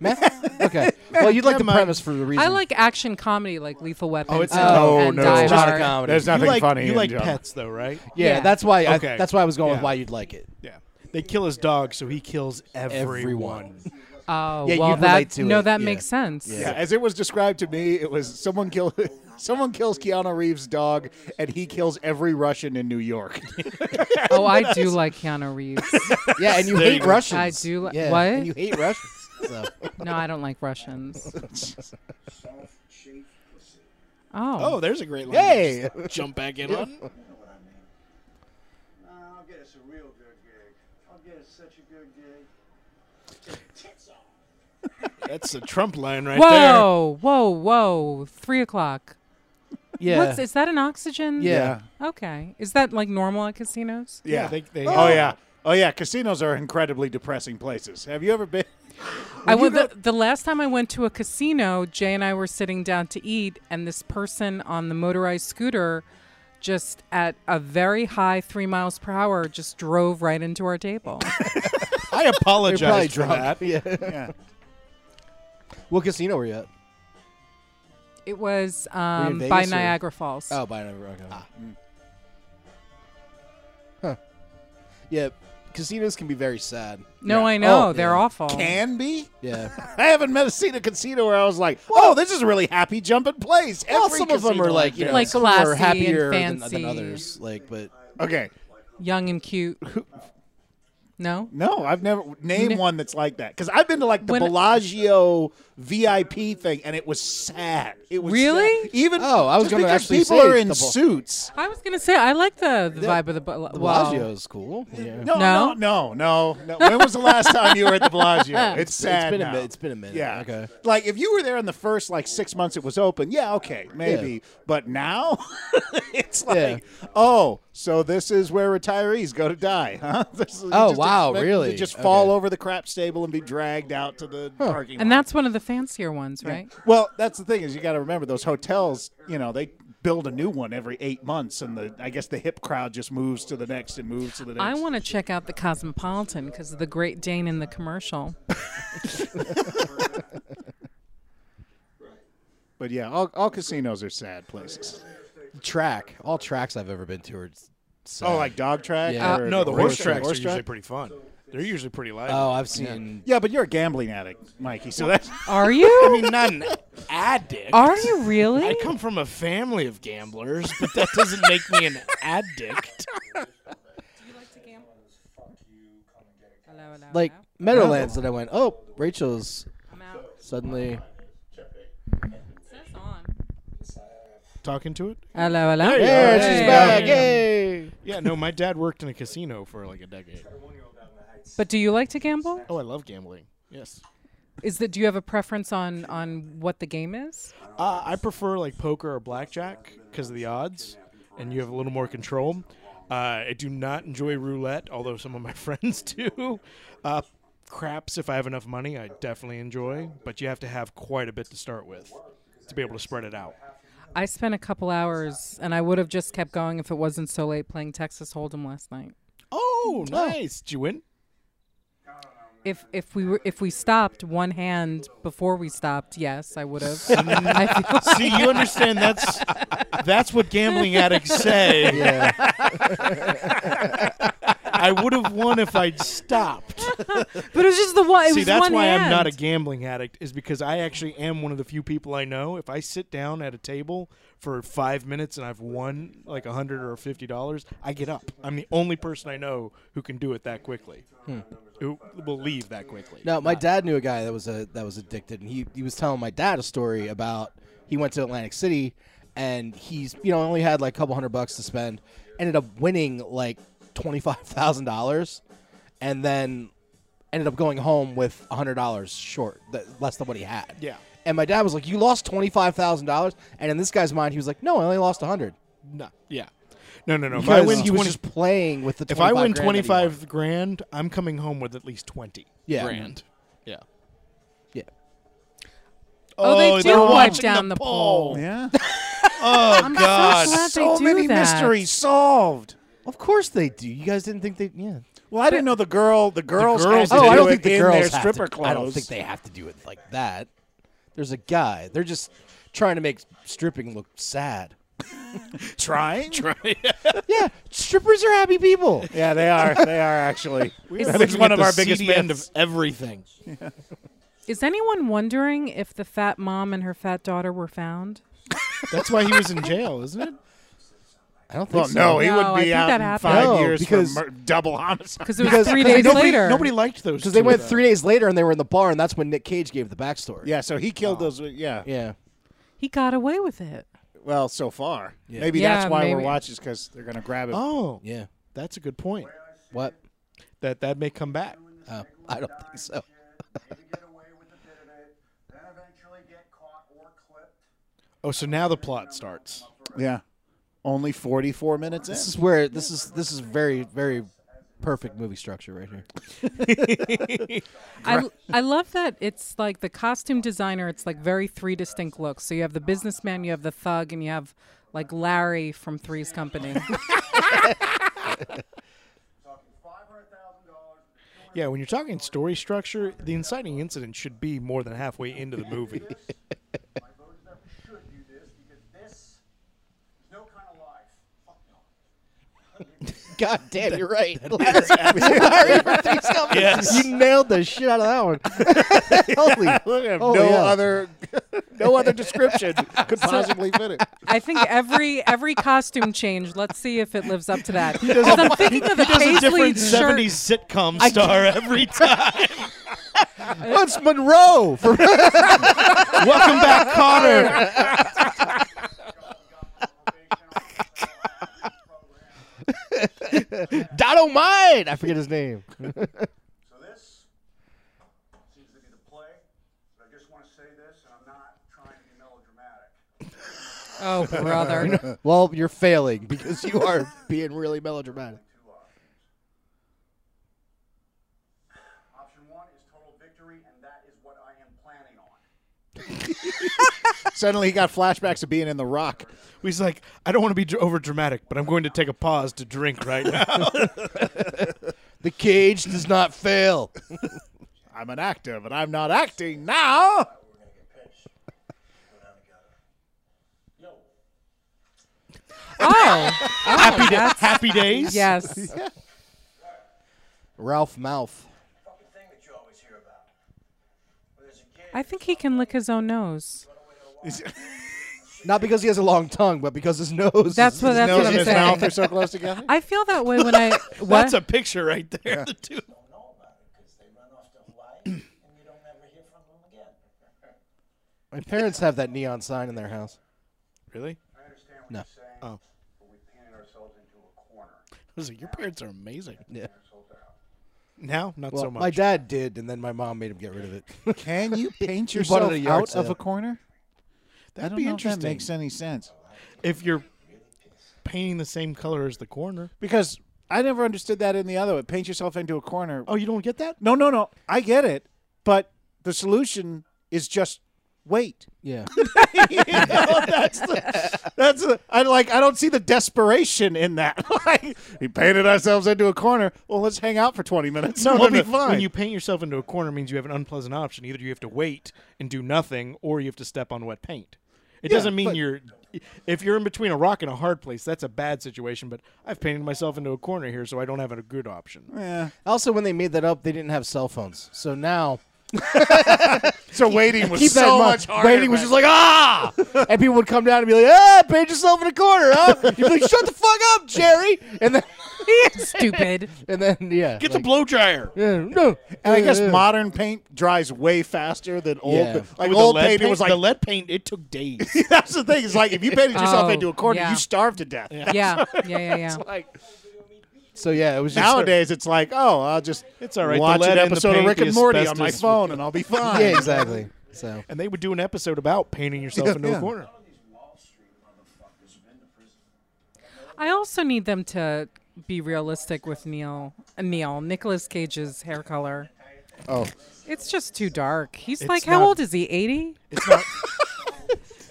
[SPEAKER 3] Meh? okay. Well, you'd like the
[SPEAKER 2] Never mind.
[SPEAKER 3] premise for the reason.
[SPEAKER 5] I like action comedy like Lethal Weapon.
[SPEAKER 3] Oh, it's
[SPEAKER 5] and-
[SPEAKER 2] Oh,
[SPEAKER 3] not. No,
[SPEAKER 5] and
[SPEAKER 3] no.
[SPEAKER 5] Die
[SPEAKER 3] It's not a
[SPEAKER 5] Hard.
[SPEAKER 3] comedy.
[SPEAKER 1] There's nothing
[SPEAKER 2] you like,
[SPEAKER 1] funny.
[SPEAKER 2] You
[SPEAKER 1] in
[SPEAKER 2] like
[SPEAKER 1] John-
[SPEAKER 2] pets though, right?
[SPEAKER 3] Yeah,
[SPEAKER 5] Yeah.
[SPEAKER 3] that's why. I,
[SPEAKER 2] Okay.
[SPEAKER 3] that's why I was going
[SPEAKER 2] Yeah.
[SPEAKER 3] with why you'd like it.
[SPEAKER 2] Yeah. They kill his dog, so he kills everyone.
[SPEAKER 5] Oh
[SPEAKER 3] Yeah,
[SPEAKER 5] well,
[SPEAKER 3] you'd
[SPEAKER 5] that
[SPEAKER 3] relate to
[SPEAKER 5] no,
[SPEAKER 3] it.
[SPEAKER 5] that
[SPEAKER 3] Yeah.
[SPEAKER 5] makes sense.
[SPEAKER 1] Yeah, as it was described to me, it was someone kill someone kills Keanu Reeves' dog, and he kills every Russian in New York.
[SPEAKER 5] Oh, I do like Keanu Reeves.
[SPEAKER 3] Yeah, and you
[SPEAKER 2] There you
[SPEAKER 3] hate
[SPEAKER 2] go.
[SPEAKER 3] Russians.
[SPEAKER 5] I do li-
[SPEAKER 3] yeah,
[SPEAKER 5] what?
[SPEAKER 3] And you hate Russians. So.
[SPEAKER 5] No, I don't like Russians.
[SPEAKER 4] Soft, shaved pussy.
[SPEAKER 5] Oh.
[SPEAKER 2] Oh, there's a great line.
[SPEAKER 3] Hey!
[SPEAKER 2] Just Jump back in on.
[SPEAKER 4] You know what I mean? Nah, I'll get us a real good gig. I'll get us such a good gig. Take your tits off.
[SPEAKER 2] That's a Trump line right there.
[SPEAKER 5] whoa, whoa, whoa. Three o'clock.
[SPEAKER 3] Yeah.
[SPEAKER 5] What's, is that an oxygen?
[SPEAKER 1] Yeah.
[SPEAKER 5] Okay. Is that like normal at casinos?
[SPEAKER 1] Yeah. oh yeah. Oh yeah. Casinos are incredibly depressing places. Have you ever been?
[SPEAKER 5] I went the, the last time I went to a casino. Jay and I were sitting down to eat, and this person on the motorized scooter, just at a very high three miles per hour, just drove right into our table.
[SPEAKER 2] I apologize for that.
[SPEAKER 3] drunk. Yeah. What casino were you at?
[SPEAKER 5] It was
[SPEAKER 3] Were you in
[SPEAKER 5] um, by
[SPEAKER 3] Vegas or-
[SPEAKER 5] Niagara Falls.
[SPEAKER 3] Oh, by Niagara. Okay.
[SPEAKER 1] Ah.
[SPEAKER 3] Mm. Huh. Yeah, casinos can be very sad.
[SPEAKER 5] No,
[SPEAKER 3] Yeah.
[SPEAKER 5] I know
[SPEAKER 3] Oh,
[SPEAKER 5] they're
[SPEAKER 3] yeah.
[SPEAKER 5] awful.
[SPEAKER 1] Can be.
[SPEAKER 3] Yeah.
[SPEAKER 1] I haven't met a seen a casino where I was like, "Oh, this is a really happy jumping place."
[SPEAKER 3] Well,
[SPEAKER 1] Every
[SPEAKER 3] some of them
[SPEAKER 1] casino
[SPEAKER 3] are like, you know,
[SPEAKER 1] this.
[SPEAKER 5] Like
[SPEAKER 3] some are
[SPEAKER 5] classy and
[SPEAKER 3] happier than, than
[SPEAKER 5] fancy.
[SPEAKER 3] others. Like, but
[SPEAKER 1] okay,
[SPEAKER 5] Young and cute. No.
[SPEAKER 1] No, I've never name
[SPEAKER 5] Ne-
[SPEAKER 1] one that's like that because I've been to like the
[SPEAKER 5] When-
[SPEAKER 1] Bellagio VIP thing and it was sad. It was
[SPEAKER 5] Really?
[SPEAKER 1] sad. even
[SPEAKER 3] Oh, I was
[SPEAKER 1] just
[SPEAKER 3] gonna
[SPEAKER 1] because
[SPEAKER 3] actually
[SPEAKER 1] people
[SPEAKER 3] say
[SPEAKER 1] are in
[SPEAKER 3] the Bel-
[SPEAKER 1] suits.
[SPEAKER 5] I was gonna say I like the, the, vibe of the, Bella-
[SPEAKER 3] the
[SPEAKER 5] well,
[SPEAKER 3] Bellagio is cool. Yeah.
[SPEAKER 1] No,
[SPEAKER 5] No?
[SPEAKER 1] no, no, no, no. When was the last time you were at the Bellagio? It's
[SPEAKER 3] It's
[SPEAKER 1] sad.
[SPEAKER 3] been a
[SPEAKER 1] now.
[SPEAKER 3] mi- it's been a minute.
[SPEAKER 1] Yeah.
[SPEAKER 3] Okay.
[SPEAKER 1] Like if you were there in the first like six months it was open, yeah, okay, maybe. But now, it's like, oh, so this is where retirees go to die, huh? This is- you
[SPEAKER 3] Oh,
[SPEAKER 1] just
[SPEAKER 3] wow,
[SPEAKER 1] expect them
[SPEAKER 3] really?
[SPEAKER 1] To just
[SPEAKER 3] Okay.
[SPEAKER 1] fall over the crap stable and be dragged out to the parking lot.
[SPEAKER 5] And that's one of the fancier ones, right?
[SPEAKER 1] Well, that's the thing is you got to remember those hotels. You know they build a new one every eight months, and the I guess the hip crowd just moves to the next and moves to the next.
[SPEAKER 5] I want to check out the Cosmopolitan because of the Great Dane in the commercial.
[SPEAKER 1] but yeah, all, all casinos are sad places.
[SPEAKER 3] Track. All tracks I've ever been to are. s- Sad.
[SPEAKER 1] Oh, like dog track?
[SPEAKER 3] Yeah.
[SPEAKER 1] or
[SPEAKER 2] No, the horse tracks
[SPEAKER 1] horse
[SPEAKER 2] are usually
[SPEAKER 1] track?
[SPEAKER 2] pretty fun. They're usually pretty lively.
[SPEAKER 3] Oh, I've seen.
[SPEAKER 1] Yeah, but you're a gambling addict, Mikey. So that's
[SPEAKER 5] Are you?
[SPEAKER 2] I mean, not an addict.
[SPEAKER 5] Are you really?
[SPEAKER 2] I come from a family of gamblers, but that doesn't make me an addict.
[SPEAKER 5] Hello, hello,
[SPEAKER 3] Like
[SPEAKER 5] hello.
[SPEAKER 3] Meadowlands that I went. Oh, Rachel's
[SPEAKER 5] I'm out.
[SPEAKER 3] suddenly.
[SPEAKER 5] It says on.
[SPEAKER 2] Talking to it?
[SPEAKER 5] Hello, hello.
[SPEAKER 2] There you Hey.
[SPEAKER 3] There she's back.
[SPEAKER 2] Yeah.
[SPEAKER 3] Hey.
[SPEAKER 2] Yeah, no, my dad worked in a casino for like a decade.
[SPEAKER 5] But do you like to gamble?
[SPEAKER 2] Oh, I love gambling. Yes.
[SPEAKER 5] Is that do you have a preference on on what the game is?
[SPEAKER 2] Uh, I prefer like poker or blackjack because of the odds, and you have a little more control. Uh, I do not enjoy roulette, although some of my friends do. Uh, craps, if I have enough money, I definitely enjoy, but you have to have quite a bit to start with to be able to spread it out.
[SPEAKER 5] I spent a couple hours, and I would have just kept going if it wasn't so late playing Texas Hold'em last night.
[SPEAKER 2] Oh, nice! Did you win?
[SPEAKER 5] If if we were if we stopped one hand before we stopped, yes, I would have. I feel
[SPEAKER 2] See, you understand that's that's what gambling addicts say.
[SPEAKER 3] Yeah.
[SPEAKER 2] I would have won if I'd stopped.
[SPEAKER 5] But it was just the one. It
[SPEAKER 2] See,
[SPEAKER 5] was
[SPEAKER 2] that's
[SPEAKER 5] one
[SPEAKER 2] why I'm
[SPEAKER 5] hand.
[SPEAKER 2] not a gambling addict, is because I actually am one of the few people I know. If I sit down at a table for five minutes and I've won like a hundred or fifty dollars, I get up. I'm the only person I know who can do it that quickly. Who will leave that quickly.
[SPEAKER 3] No, my dad knew a guy that was a that was addicted, and he he was telling my dad a story about he went to Atlantic City, and he's you know only had like a couple hundred bucks to spend, ended up winning like twenty five thousand dollars, and then ended up going home with a hundred dollars short, th- less than what he had.
[SPEAKER 2] Yeah.
[SPEAKER 3] And my dad was like, "You lost twenty five thousand dollars," and in this guy's mind, he was like, "No, I only lost a hundred.
[SPEAKER 2] No. Yeah. No, no, no. If I
[SPEAKER 3] Because
[SPEAKER 2] win
[SPEAKER 3] he was
[SPEAKER 2] twenty
[SPEAKER 3] just playing with the.
[SPEAKER 2] if I win
[SPEAKER 3] grand that
[SPEAKER 2] twenty
[SPEAKER 3] he won.
[SPEAKER 2] five grand, I'm coming home with at least twenty
[SPEAKER 3] Yeah.
[SPEAKER 2] grand. Yeah.
[SPEAKER 3] yeah,
[SPEAKER 5] Oh, they do
[SPEAKER 2] they're
[SPEAKER 5] wipe
[SPEAKER 2] watching
[SPEAKER 5] down the poll.
[SPEAKER 1] yeah.
[SPEAKER 2] Oh
[SPEAKER 5] I'm
[SPEAKER 2] God.
[SPEAKER 5] so glad
[SPEAKER 1] so
[SPEAKER 5] they do
[SPEAKER 1] many
[SPEAKER 5] that.
[SPEAKER 1] mysteries solved.
[SPEAKER 3] of course they do. You guys didn't think they, yeah.
[SPEAKER 1] Well, I didn't know the girl. The girls.
[SPEAKER 2] girls
[SPEAKER 1] had
[SPEAKER 2] did
[SPEAKER 1] to
[SPEAKER 2] it.
[SPEAKER 3] oh, I
[SPEAKER 1] do
[SPEAKER 3] don't
[SPEAKER 1] it
[SPEAKER 3] think the
[SPEAKER 1] in
[SPEAKER 3] girls
[SPEAKER 1] their
[SPEAKER 3] have
[SPEAKER 1] stripper
[SPEAKER 3] to,
[SPEAKER 1] clothes.
[SPEAKER 3] I don't think they have to do it like that. There's a guy. They're just trying to make stripping look sad.
[SPEAKER 1] trying.
[SPEAKER 3] yeah, strippers are happy people.
[SPEAKER 1] Yeah, they are. They are actually. that is one of our biggest
[SPEAKER 2] end
[SPEAKER 1] myths.
[SPEAKER 2] of everything.
[SPEAKER 5] Is anyone wondering if the fat mom and her fat daughter were found?
[SPEAKER 2] That's why he was in jail, isn't it?
[SPEAKER 3] I don't think
[SPEAKER 1] Well, no, he
[SPEAKER 5] No, I
[SPEAKER 1] would
[SPEAKER 5] think
[SPEAKER 1] be
[SPEAKER 5] that
[SPEAKER 1] out in
[SPEAKER 5] happened.
[SPEAKER 1] five
[SPEAKER 3] No,
[SPEAKER 1] years
[SPEAKER 3] because-
[SPEAKER 1] for mur- double homicide.
[SPEAKER 5] Because it was
[SPEAKER 3] Because-
[SPEAKER 5] three
[SPEAKER 3] because
[SPEAKER 5] days
[SPEAKER 2] nobody,
[SPEAKER 5] later.
[SPEAKER 2] Nobody liked those
[SPEAKER 3] Because they
[SPEAKER 2] two,
[SPEAKER 3] went
[SPEAKER 2] though.
[SPEAKER 3] three days later and they were in the bar, and that's when Nick Cage gave the backstory.
[SPEAKER 1] Yeah, so he killed those. Yeah.
[SPEAKER 3] yeah.
[SPEAKER 5] He got away with it.
[SPEAKER 1] Well, so far, maybe
[SPEAKER 5] Yeah,
[SPEAKER 1] that's why we're
[SPEAKER 5] maybe.
[SPEAKER 1] watching because they're gonna grab it.
[SPEAKER 2] Oh,
[SPEAKER 3] Yeah.
[SPEAKER 2] that's a good point.
[SPEAKER 3] What?
[SPEAKER 2] That that may come back.
[SPEAKER 3] Oh, I don't think so.
[SPEAKER 4] Maybe get away with a bit of it, then eventually get caught or clipped.
[SPEAKER 2] Oh, so now the plot starts.
[SPEAKER 1] Yeah. Only 44 minutes in.
[SPEAKER 3] This is where this is this is very very perfect movie structure right here.
[SPEAKER 5] I, I love that it's like the costume designer, it's like very three distinct looks. So you have the businessman, you have the thug, and you have like Larry from Three's Company.
[SPEAKER 2] Yeah, when you're talking story structure, the inciting incident should be more than halfway into the movie.
[SPEAKER 13] God damn, you're right.
[SPEAKER 3] Larry- Larry from Three's Company.
[SPEAKER 13] Yes.
[SPEAKER 3] You nailed the shit out of that one. Holy-
[SPEAKER 1] Look at him.
[SPEAKER 3] holy
[SPEAKER 1] no
[SPEAKER 3] hell.
[SPEAKER 1] other, no other description could possibly fit it.
[SPEAKER 5] I think every every costume change. Let's see if it lives up to that.
[SPEAKER 2] He does a-
[SPEAKER 5] 'Cause I'm thinking of the
[SPEAKER 2] he does a
[SPEAKER 5] Paisley
[SPEAKER 2] different
[SPEAKER 5] shirt.
[SPEAKER 2] 70s sitcom
[SPEAKER 5] I
[SPEAKER 2] star
[SPEAKER 5] can't-
[SPEAKER 2] every time.
[SPEAKER 3] What's Monroe? From-
[SPEAKER 2] Welcome back, Connor.
[SPEAKER 3] Dotto Mine. I forget his name.
[SPEAKER 4] So this seems to be the play. But I just want to say this, and I'm not trying to be melodramatic.
[SPEAKER 5] Oh, brother.
[SPEAKER 3] well, you're failing because you are being really melodramatic.
[SPEAKER 4] Option one is total victory, and that is what I am planning on.
[SPEAKER 1] Suddenly he got flashbacks of being in The Rock.
[SPEAKER 2] He's like, I don't want to be dr- over dramatic, but I'm going to take a pause to drink right now.
[SPEAKER 3] the cage does not fail.
[SPEAKER 1] I'm an actor, but I'm not acting now.
[SPEAKER 5] Oh,
[SPEAKER 2] Happy da-
[SPEAKER 5] that's-
[SPEAKER 2] happy days?
[SPEAKER 5] Yes.
[SPEAKER 3] Ralph Mouth.
[SPEAKER 5] I think he can lick his own nose.
[SPEAKER 3] Not because he has a long tongue, but because his nose.
[SPEAKER 5] That's what-
[SPEAKER 3] his nose
[SPEAKER 5] that's what
[SPEAKER 3] and
[SPEAKER 5] I'm
[SPEAKER 3] his
[SPEAKER 5] saying.
[SPEAKER 3] mouth are so close together.
[SPEAKER 5] I feel that way when I. What?
[SPEAKER 2] That's a picture right there. The two.
[SPEAKER 3] My parents have that neon sign in their house.
[SPEAKER 2] Really?
[SPEAKER 4] I understand what
[SPEAKER 3] No.
[SPEAKER 4] you're saying,
[SPEAKER 3] Oh.
[SPEAKER 4] but we painted ourselves into a corner.
[SPEAKER 2] I was like, your parents are amazing.
[SPEAKER 3] Yeah.
[SPEAKER 2] Now, not
[SPEAKER 3] Well,
[SPEAKER 2] so much.
[SPEAKER 3] My dad did, and then my mom made him get rid of it.
[SPEAKER 1] Can you paint
[SPEAKER 3] He
[SPEAKER 1] yourself
[SPEAKER 3] bought it at a yard
[SPEAKER 1] out of
[SPEAKER 3] sale.
[SPEAKER 1] a corner? I
[SPEAKER 2] That'd
[SPEAKER 1] don't
[SPEAKER 2] be
[SPEAKER 1] know if that
[SPEAKER 2] interesting.
[SPEAKER 1] makes any sense.
[SPEAKER 2] if you're painting the same color as the corner.
[SPEAKER 1] Because I never understood that in the other way. Paint yourself into a corner.
[SPEAKER 2] Oh, you don't get that?
[SPEAKER 1] No, no, no. I get it. But the solution is just wait.
[SPEAKER 3] yeah.
[SPEAKER 1] You know, that's the, that's the, I like I don't see the desperation in that. like we painted ourselves into a corner. Well, let's hang out for 20 minutes. No, we'll be fine.
[SPEAKER 2] When you paint yourself into a corner, means you have an unpleasant option. Either you have to wait and do nothing, or you have to step on wet paint. It doesn't mean
[SPEAKER 1] but-
[SPEAKER 2] you're. If you're in between a rock and a hard place, that's a bad situation. But I've painted myself into a corner here, so I don't have a good option.
[SPEAKER 1] yeah.
[SPEAKER 3] Also, when they made that up, they didn't have cell phones, so now
[SPEAKER 1] So waiting was
[SPEAKER 3] keep that
[SPEAKER 1] so
[SPEAKER 3] in mind.
[SPEAKER 1] much harder.
[SPEAKER 3] Waiting was
[SPEAKER 1] back
[SPEAKER 3] just like ah, and people would come down and be like, ah, paint yourself in a corner, huh? You'd be like, shut the fuck up, Jerry, and then
[SPEAKER 5] Stupid.
[SPEAKER 3] and then yeah,
[SPEAKER 2] Get
[SPEAKER 3] like,
[SPEAKER 2] the blow dryer.
[SPEAKER 3] yeah, no,
[SPEAKER 1] And I guess
[SPEAKER 3] yeah, yeah.
[SPEAKER 1] modern paint dries way faster than old.
[SPEAKER 3] Yeah.
[SPEAKER 1] Like
[SPEAKER 2] With
[SPEAKER 1] old
[SPEAKER 2] the lead
[SPEAKER 1] paint, it was
[SPEAKER 2] the
[SPEAKER 1] like
[SPEAKER 2] lead paint. It took days.
[SPEAKER 1] that's the thing. It's like if you painted yourself
[SPEAKER 5] Oh,
[SPEAKER 1] into a corner,
[SPEAKER 5] yeah.
[SPEAKER 1] you starved to death.
[SPEAKER 5] Yeah. Yeah. Yeah. Yeah.
[SPEAKER 1] Like
[SPEAKER 3] So yeah, it was just
[SPEAKER 1] nowadays, it's like oh, I'll just
[SPEAKER 2] It's all right, the
[SPEAKER 1] Watch
[SPEAKER 2] lead
[SPEAKER 1] an
[SPEAKER 2] and the
[SPEAKER 1] episode of
[SPEAKER 2] paint,
[SPEAKER 1] Rick
[SPEAKER 2] the
[SPEAKER 1] and Morty on my
[SPEAKER 2] asbestos-
[SPEAKER 1] phone, and I'll be fine.
[SPEAKER 3] yeah, exactly. So
[SPEAKER 2] and they would do an episode about painting yourself into
[SPEAKER 1] Yeah.
[SPEAKER 2] a corner.
[SPEAKER 5] I also need them to be realistic with Neil. uh, Neil Nicholas Cage's hair color.
[SPEAKER 1] Oh.
[SPEAKER 5] It's just too dark. He's
[SPEAKER 2] It's
[SPEAKER 5] like, how
[SPEAKER 2] not-
[SPEAKER 5] old is he? Eighty?
[SPEAKER 2] It's not.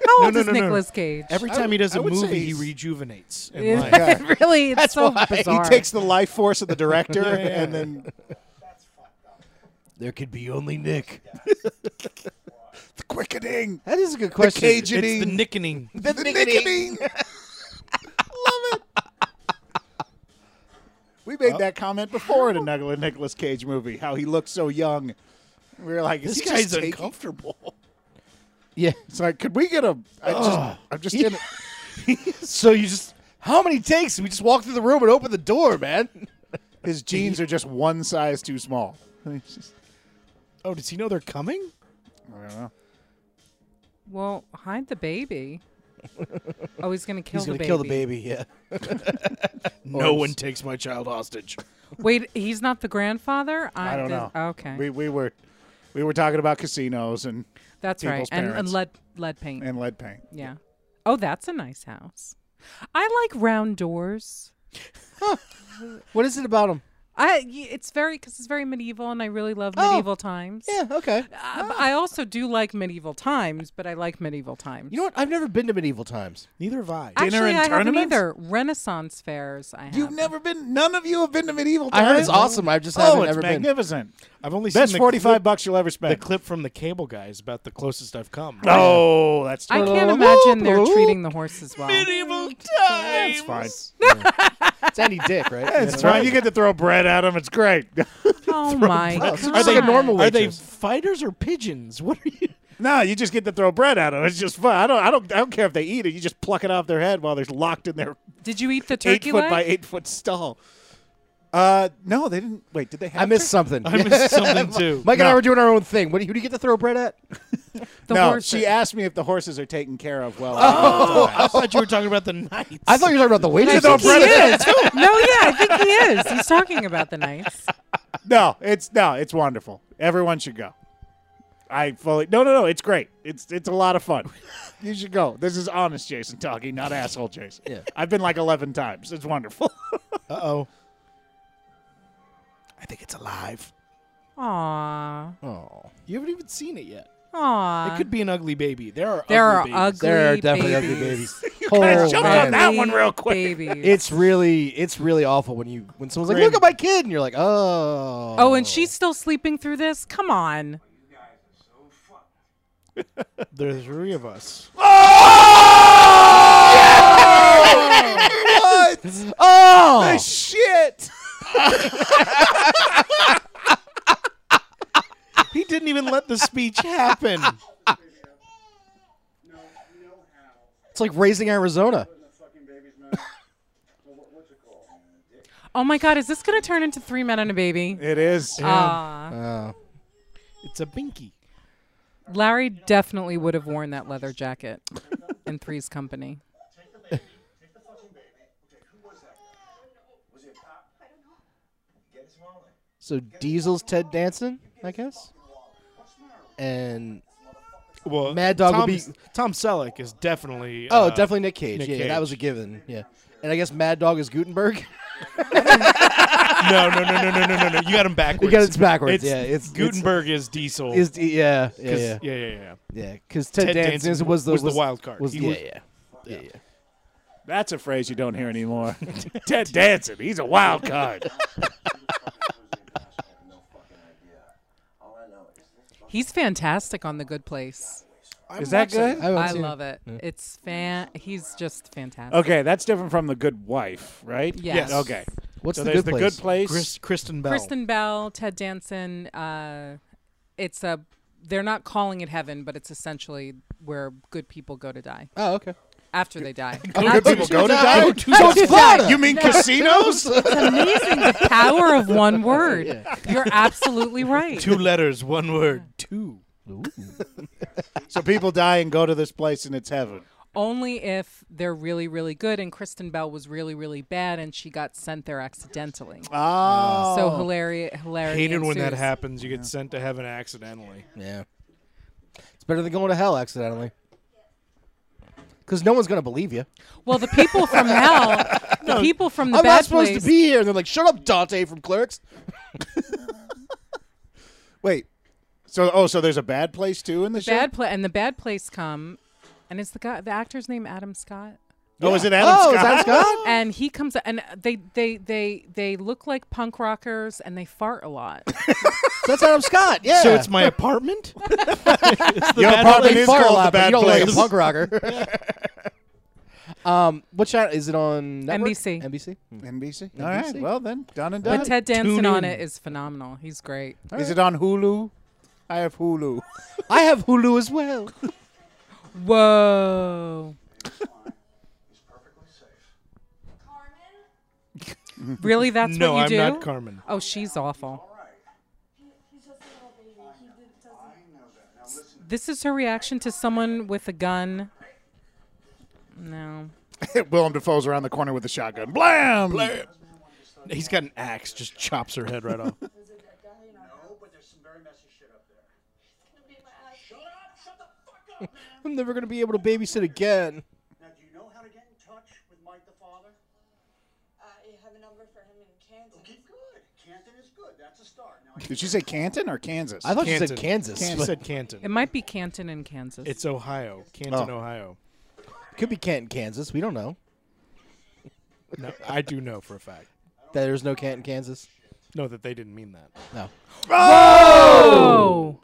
[SPEAKER 5] How
[SPEAKER 2] No,
[SPEAKER 5] old
[SPEAKER 2] no,
[SPEAKER 5] is
[SPEAKER 2] no, no.
[SPEAKER 5] Nicolas Cage?
[SPEAKER 2] Every time he does
[SPEAKER 1] I
[SPEAKER 2] a
[SPEAKER 1] would say
[SPEAKER 2] movie, he
[SPEAKER 1] he's-
[SPEAKER 2] rejuvenates. in
[SPEAKER 5] It-
[SPEAKER 2] life.
[SPEAKER 5] it really, it's so
[SPEAKER 1] He
[SPEAKER 5] bizarre.
[SPEAKER 1] takes the life force of the director, and then
[SPEAKER 3] there could be only Nick.
[SPEAKER 1] the quickening,
[SPEAKER 3] That is a good
[SPEAKER 1] the
[SPEAKER 3] question.
[SPEAKER 2] It's the
[SPEAKER 1] cagening,
[SPEAKER 2] nickening.
[SPEAKER 1] the, nickening. Love it. We made that comment before in a Nicholas Cage movie, how he looked so young. We were like, is
[SPEAKER 2] This
[SPEAKER 1] he just
[SPEAKER 2] guy's
[SPEAKER 1] taking-
[SPEAKER 2] uncomfortable.
[SPEAKER 3] yeah.
[SPEAKER 1] It's like, could we get a? I just, I'm just in.
[SPEAKER 3] So you just how many takes? We just walked through the room and opened the door, man.
[SPEAKER 1] His jeans are just one size too small. It's just-
[SPEAKER 2] Oh, does he know they're coming?
[SPEAKER 1] I don't know.
[SPEAKER 5] Well, hide the baby. Oh, he's gonna kill
[SPEAKER 3] He's
[SPEAKER 5] the
[SPEAKER 3] gonna
[SPEAKER 5] baby.
[SPEAKER 3] kill the baby. Yeah.
[SPEAKER 2] No one takes my child hostage.
[SPEAKER 5] Wait, he's not the grandfather.
[SPEAKER 1] I don't
[SPEAKER 5] did-
[SPEAKER 1] know.
[SPEAKER 5] Okay.
[SPEAKER 1] We we were we were talking about casinos and
[SPEAKER 5] That's right.
[SPEAKER 1] people's
[SPEAKER 5] And, and
[SPEAKER 1] parents.
[SPEAKER 5] lead lead paint.
[SPEAKER 1] And lead paint.
[SPEAKER 5] Yeah. Oh, that's a nice house. I like round doors.
[SPEAKER 3] what is it about them?
[SPEAKER 5] I y- it's very because it's very medieval, and I really love
[SPEAKER 1] Oh.
[SPEAKER 5] medieval times.
[SPEAKER 3] Yeah. Okay.
[SPEAKER 5] Uh, but I also do like medieval times, but I like medieval times.
[SPEAKER 3] You know what? I've never been to medieval times.
[SPEAKER 2] Neither have I.
[SPEAKER 5] Actually, I haven't either. Renaissance fairs. I have.
[SPEAKER 1] You've never been. None of you have been to medieval.
[SPEAKER 3] I
[SPEAKER 1] Times.
[SPEAKER 3] heard it's awesome. I just
[SPEAKER 1] oh,
[SPEAKER 3] haven't
[SPEAKER 1] it's
[SPEAKER 3] ever been.
[SPEAKER 1] magnificent.
[SPEAKER 2] I've only
[SPEAKER 1] best
[SPEAKER 2] seen the
[SPEAKER 1] forty five
[SPEAKER 2] clip-
[SPEAKER 1] bucks you'll ever spend.
[SPEAKER 2] The clip from the cable guy is about the closest I've come.
[SPEAKER 1] Oh, that's.
[SPEAKER 5] I can't imagine they're treating the horses well.
[SPEAKER 2] Medieval
[SPEAKER 1] That's fine.
[SPEAKER 3] It's Andy Dick, right?
[SPEAKER 1] That's fine. You get to throw bread at them. It's great.
[SPEAKER 5] Oh
[SPEAKER 1] Throw
[SPEAKER 5] my
[SPEAKER 1] bread.
[SPEAKER 5] god!
[SPEAKER 2] Are they
[SPEAKER 1] normal
[SPEAKER 2] Are they
[SPEAKER 1] waitress.
[SPEAKER 2] fighters or pigeons? What are you?
[SPEAKER 1] No, you just get to throw bread at them. It's just fun. I don't. I don't. I don't care if they eat it. You just pluck it off their head while they're locked in their
[SPEAKER 5] Did you eat the
[SPEAKER 1] eight
[SPEAKER 5] turkey
[SPEAKER 1] foot
[SPEAKER 5] leg?
[SPEAKER 1] by eight foot stall. Uh, no, they didn't. Wait, did they have?
[SPEAKER 3] I missed
[SPEAKER 1] turkey?
[SPEAKER 3] something.
[SPEAKER 2] I missed something too.
[SPEAKER 3] Mike and I
[SPEAKER 1] No.
[SPEAKER 3] were doing our own thing. What do you, who do you get to throw bread at?
[SPEAKER 5] The
[SPEAKER 1] no,
[SPEAKER 5] horses.
[SPEAKER 1] she asked me if the horses are taken care of well.
[SPEAKER 2] Oh, I thought you were talking about the knights.
[SPEAKER 3] I thought you were talking about the
[SPEAKER 1] You
[SPEAKER 3] waitress.
[SPEAKER 1] throw
[SPEAKER 5] He
[SPEAKER 1] bread at them.
[SPEAKER 5] is. no, yeah, I think he is. He's talking about the knights.
[SPEAKER 1] No, it's no, it's wonderful. Everyone should go. I fully no, no, no. It's great. It's it's a lot of fun. you should go. This is honest Jason talking, not asshole Jason.
[SPEAKER 3] Yeah.
[SPEAKER 1] I've been like eleven times. It's wonderful.
[SPEAKER 2] Uh oh. I think it's alive.
[SPEAKER 5] Aw,
[SPEAKER 3] Oh,
[SPEAKER 2] You haven't even seen it yet.
[SPEAKER 5] aw.
[SPEAKER 2] it could be an ugly baby. There are
[SPEAKER 5] there are
[SPEAKER 2] ugly babies.
[SPEAKER 5] ugly.
[SPEAKER 3] there are definitely
[SPEAKER 5] babies.
[SPEAKER 3] ugly babies.
[SPEAKER 1] guys
[SPEAKER 3] oh,
[SPEAKER 1] jumped
[SPEAKER 3] man.
[SPEAKER 1] on that one
[SPEAKER 5] Ugly
[SPEAKER 1] real quick.
[SPEAKER 5] Babies.
[SPEAKER 3] It's really, it's really awful when you when someone's like,
[SPEAKER 1] Grim.
[SPEAKER 3] "Look at my kid," and you're like, "Oh."
[SPEAKER 5] oh, and she's still sleeping through this. Come on.
[SPEAKER 2] There's three of us.
[SPEAKER 3] Oh,
[SPEAKER 1] Shit.
[SPEAKER 2] He didn't even let the speech happen.
[SPEAKER 4] No, no how.
[SPEAKER 3] it's like raising Arizona.
[SPEAKER 4] Putting the fucking baby's mouth. well, what, what's it called?
[SPEAKER 5] Oh my God, is this gonna turn into Three Men and a Baby?
[SPEAKER 1] It is.
[SPEAKER 5] Ah,
[SPEAKER 3] Oh.
[SPEAKER 2] Uh, It's a binky.
[SPEAKER 5] Larry definitely would have worn that leather jacket in Three's Company.
[SPEAKER 4] Take the baby. Take the fucking baby. Okay, who was that guy? Was it Pop? I don't know. Get his wallet.
[SPEAKER 3] So Diesel's Ted Danson, I guess, and
[SPEAKER 2] Well,
[SPEAKER 3] Mad Dog
[SPEAKER 2] Tom,
[SPEAKER 3] would be-
[SPEAKER 2] Tom Selleck is definitely.
[SPEAKER 3] oh,
[SPEAKER 2] uh,
[SPEAKER 3] definitely Nick Cage.
[SPEAKER 2] Nick
[SPEAKER 3] yeah,
[SPEAKER 2] Cage.
[SPEAKER 3] that was a given. Yeah, and I guess Mad Dog is Gutenberg.
[SPEAKER 2] No, no, no, no, no, no, no, no. You got him backwards.
[SPEAKER 3] you got it's backwards.
[SPEAKER 2] It's-
[SPEAKER 3] yeah, it's
[SPEAKER 2] Gutenberg is Diesel.
[SPEAKER 3] It's, is yeah, yeah,
[SPEAKER 2] 'Cause-
[SPEAKER 3] yeah,
[SPEAKER 2] yeah, yeah, yeah.
[SPEAKER 3] yeah. Because Ted,
[SPEAKER 2] Ted
[SPEAKER 3] Danson,
[SPEAKER 2] Danson
[SPEAKER 3] was the
[SPEAKER 2] was the wild card.
[SPEAKER 3] was-
[SPEAKER 2] He
[SPEAKER 3] yeah,
[SPEAKER 2] was-
[SPEAKER 3] yeah, yeah, yeah.
[SPEAKER 1] That's a phrase you don't hear anymore. Ted Danson, he's a wild card.
[SPEAKER 4] No fucking idea. All I know is this fucking
[SPEAKER 5] He's fantastic on The Good Place.
[SPEAKER 2] I
[SPEAKER 1] Is that
[SPEAKER 2] watched
[SPEAKER 1] good?
[SPEAKER 3] haven't
[SPEAKER 5] I
[SPEAKER 3] seen
[SPEAKER 5] love it. It's fan. He's just fantastic.
[SPEAKER 1] Okay, that's different from the Good Wife, right?
[SPEAKER 5] Yes.
[SPEAKER 1] Okay.
[SPEAKER 3] What's
[SPEAKER 1] so
[SPEAKER 3] the
[SPEAKER 1] there's
[SPEAKER 3] good
[SPEAKER 1] the
[SPEAKER 3] place?
[SPEAKER 1] Good Place.
[SPEAKER 2] Chris, Kristen Bell.
[SPEAKER 5] Kristen Bell, Ted Danson. Uh, it's a. They're not calling it heaven, but it's essentially where good people go to die
[SPEAKER 3] Oh, okay.
[SPEAKER 5] after they die.
[SPEAKER 1] Good people go to die.
[SPEAKER 3] So it's Florida.
[SPEAKER 1] You mean casinos?
[SPEAKER 5] It's amazing the power of one word. You're absolutely right.
[SPEAKER 2] Two letters, one word. Two.
[SPEAKER 1] so people die and go to this place, and it's heaven.
[SPEAKER 5] Only if they're really, really good. And Kristen Bell was really, really bad, and she got sent there accidentally.
[SPEAKER 1] Oh.
[SPEAKER 5] So hilarious, hilarious.
[SPEAKER 2] Hated when that happens. You get sent to heaven accidentally.
[SPEAKER 3] Yeah. It's better than going to hell accidentally. Because no one's going to believe you.
[SPEAKER 5] Well, the people from hell, the people from the
[SPEAKER 3] I'm
[SPEAKER 5] bad
[SPEAKER 3] not supposed
[SPEAKER 5] place,
[SPEAKER 3] to be here. And they're like, shut up, Dante from Clerks.
[SPEAKER 1] Wait. So oh, so there's a bad place too in the, show.
[SPEAKER 5] bad place, and the bad place come, and it's the guy, the actor's name Adam Scott.
[SPEAKER 1] Oh, is it Adam
[SPEAKER 3] oh,
[SPEAKER 1] Scott?
[SPEAKER 3] is that Scott?
[SPEAKER 5] and he comes and they they they they look like punk rockers and they fart a lot.
[SPEAKER 3] That's Adam Scott. Yeah.
[SPEAKER 2] So it's my apartment?
[SPEAKER 1] Your
[SPEAKER 3] Well,
[SPEAKER 1] apartment
[SPEAKER 3] they
[SPEAKER 1] is
[SPEAKER 3] fart a
[SPEAKER 1] called
[SPEAKER 3] lot,
[SPEAKER 1] the
[SPEAKER 3] but
[SPEAKER 1] bad
[SPEAKER 3] you don't
[SPEAKER 1] place.
[SPEAKER 3] like a punk rocker. um, what channel is it on? Network?
[SPEAKER 5] NBC.
[SPEAKER 3] NBC.
[SPEAKER 1] NBC. All right.
[SPEAKER 3] NBC.
[SPEAKER 1] Well then, done and done.
[SPEAKER 5] But Ted Danson
[SPEAKER 2] tune
[SPEAKER 5] on
[SPEAKER 2] in.
[SPEAKER 5] it is phenomenal. He's great.
[SPEAKER 1] is it on Hulu? I have Hulu.
[SPEAKER 3] I have Hulu as well.
[SPEAKER 5] Whoa.
[SPEAKER 4] is perfectly safe.
[SPEAKER 10] Carmen?
[SPEAKER 5] Really that's
[SPEAKER 2] no,
[SPEAKER 5] what you
[SPEAKER 2] I'm
[SPEAKER 5] do?
[SPEAKER 2] not Carmen.
[SPEAKER 5] Oh, she's awful.
[SPEAKER 10] He, he's just a little baby. He did, doesn't.
[SPEAKER 5] This is her reaction to someone with a gun. No.
[SPEAKER 1] Willem Dafoe's around the corner with a shotgun. Blam!
[SPEAKER 2] He's got an axe, just chops her head right off.
[SPEAKER 4] No, but there's some very messy shit up there.
[SPEAKER 10] Uh,
[SPEAKER 12] Shut up! Shut the fuck up!
[SPEAKER 3] I'm never going to be able to babysit again.
[SPEAKER 12] Now, do you know how to get in touch with Mike the father?
[SPEAKER 10] I have a number for him in Kansas.
[SPEAKER 12] Okay, good. Canton is good. That's a start. Now,
[SPEAKER 1] Did she say Canton or Kansas?
[SPEAKER 3] I thought she said
[SPEAKER 2] Kansas. Kansas. She said
[SPEAKER 5] Canton. It might be Canton in Kansas.
[SPEAKER 2] It's Ohio. Canton,
[SPEAKER 3] Oh.
[SPEAKER 2] Ohio.
[SPEAKER 3] Could be Canton, Kansas. We don't know.
[SPEAKER 2] No, I do know for a fact.
[SPEAKER 3] That there's no Canton, Kansas.
[SPEAKER 2] No, that they didn't mean that.
[SPEAKER 3] No.
[SPEAKER 5] Oh!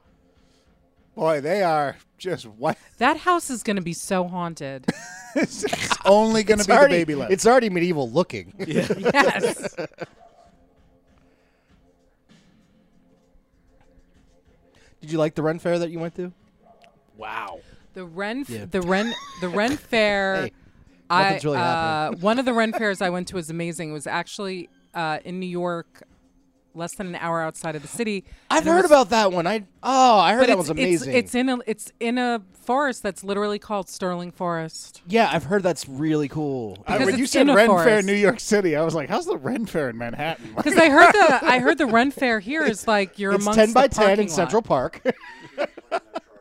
[SPEAKER 1] Boy, they are just what?
[SPEAKER 5] That house is going to be so haunted.
[SPEAKER 1] it's only going to
[SPEAKER 3] It's
[SPEAKER 1] be
[SPEAKER 3] already-
[SPEAKER 1] the baby left.
[SPEAKER 3] It's already medieval looking.
[SPEAKER 5] yes.
[SPEAKER 3] Did you like the Ren Fair that you went to?
[SPEAKER 2] Wow.
[SPEAKER 5] The Ren, f-
[SPEAKER 3] Yeah.
[SPEAKER 5] the Ren, the Ren Fair.
[SPEAKER 3] Hey,
[SPEAKER 5] I
[SPEAKER 3] nothing's really happening.
[SPEAKER 5] uh, one of the Ren Fairs I went to was amazing. It was actually uh, in New York, less than an hour outside of the city.
[SPEAKER 3] I've
[SPEAKER 5] and it
[SPEAKER 3] heard
[SPEAKER 5] was-
[SPEAKER 3] about that one. I oh, I heard
[SPEAKER 5] but
[SPEAKER 3] that
[SPEAKER 5] it's-
[SPEAKER 3] one's
[SPEAKER 5] it's-
[SPEAKER 3] amazing.
[SPEAKER 5] It's, in a it's in a forest that's literally called Sterling Forest.
[SPEAKER 3] yeah, I've heard that's really cool.
[SPEAKER 1] I-
[SPEAKER 5] because
[SPEAKER 1] when you
[SPEAKER 5] it's
[SPEAKER 1] said
[SPEAKER 5] in a
[SPEAKER 1] Ren Fair,
[SPEAKER 5] forest.
[SPEAKER 1] New York City, I was like, "How's the Ren Fair in Manhattan?"
[SPEAKER 5] Because I heard the I heard the Ren Fair here is like you're
[SPEAKER 3] It's
[SPEAKER 5] amongst
[SPEAKER 3] ten by
[SPEAKER 5] the
[SPEAKER 3] ten in
[SPEAKER 5] parking lot.
[SPEAKER 3] Central Park.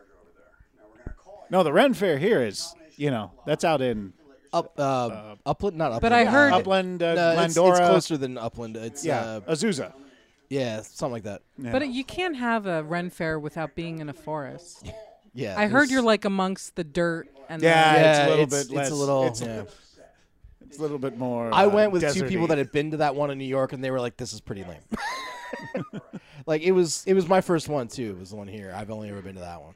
[SPEAKER 1] no, the Ren Fair here is, you know, that's out in
[SPEAKER 3] Up, uh, Upland, not Upland.
[SPEAKER 5] But I heard-
[SPEAKER 1] Upland, uh,
[SPEAKER 3] No, it's, it's
[SPEAKER 1] Glendora.
[SPEAKER 3] closer than Upland. It's
[SPEAKER 1] yeah,
[SPEAKER 3] uh,
[SPEAKER 1] Azusa.
[SPEAKER 3] yeah, something like that.
[SPEAKER 1] Yeah.
[SPEAKER 5] But you can't have a Ren Fair without being in a forest.
[SPEAKER 3] Yeah,
[SPEAKER 5] I heard
[SPEAKER 3] there's-
[SPEAKER 5] you're like amongst the dirt and
[SPEAKER 1] yeah,
[SPEAKER 5] the,
[SPEAKER 1] it's
[SPEAKER 3] Yeah,
[SPEAKER 1] a little
[SPEAKER 3] it's- it's
[SPEAKER 1] bit less.
[SPEAKER 3] a little-
[SPEAKER 1] It's,
[SPEAKER 3] yeah.
[SPEAKER 1] it's a little bit more.
[SPEAKER 3] I
[SPEAKER 1] uh,
[SPEAKER 3] went with two
[SPEAKER 1] deserty.
[SPEAKER 3] people that had been to that one in New York, and they were like, "This is pretty lame." like it was, it was my first one too. It was the one here. I've only ever been to that one.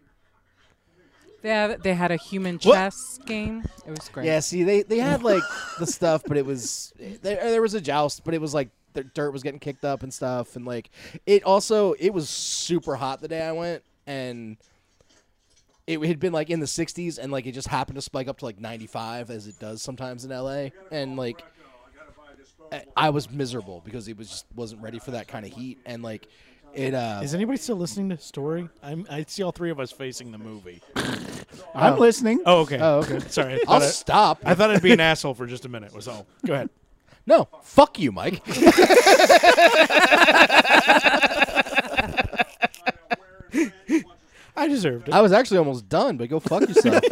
[SPEAKER 5] they had, they had a human chess game. It was great.
[SPEAKER 3] Yeah, see, they they had like the stuff, but it was there. There was a joust, but it was like the dirt was getting kicked up and stuff, and like it also it was super hot the day I went, and it had been like in the 60s, and like it just happened to spike up to like 95 as it does sometimes in LA, and like. I- I was miserable because it was just wasn't ready for that kind of heat, and like it. Uh,
[SPEAKER 2] Is anybody still listening to story? I'm, I see all three of us facing the movie.
[SPEAKER 1] I'm
[SPEAKER 2] Oh.
[SPEAKER 1] listening.
[SPEAKER 2] Oh, okay.
[SPEAKER 3] Oh, okay.
[SPEAKER 2] Sorry. I
[SPEAKER 3] I'll
[SPEAKER 2] thought I-
[SPEAKER 3] stop.
[SPEAKER 2] I thought I'd be an asshole for just a minute. Was all. Go ahead.
[SPEAKER 3] No, fuck you, Mike.
[SPEAKER 2] I deserved it.
[SPEAKER 3] I was actually almost done, but go fuck yourself.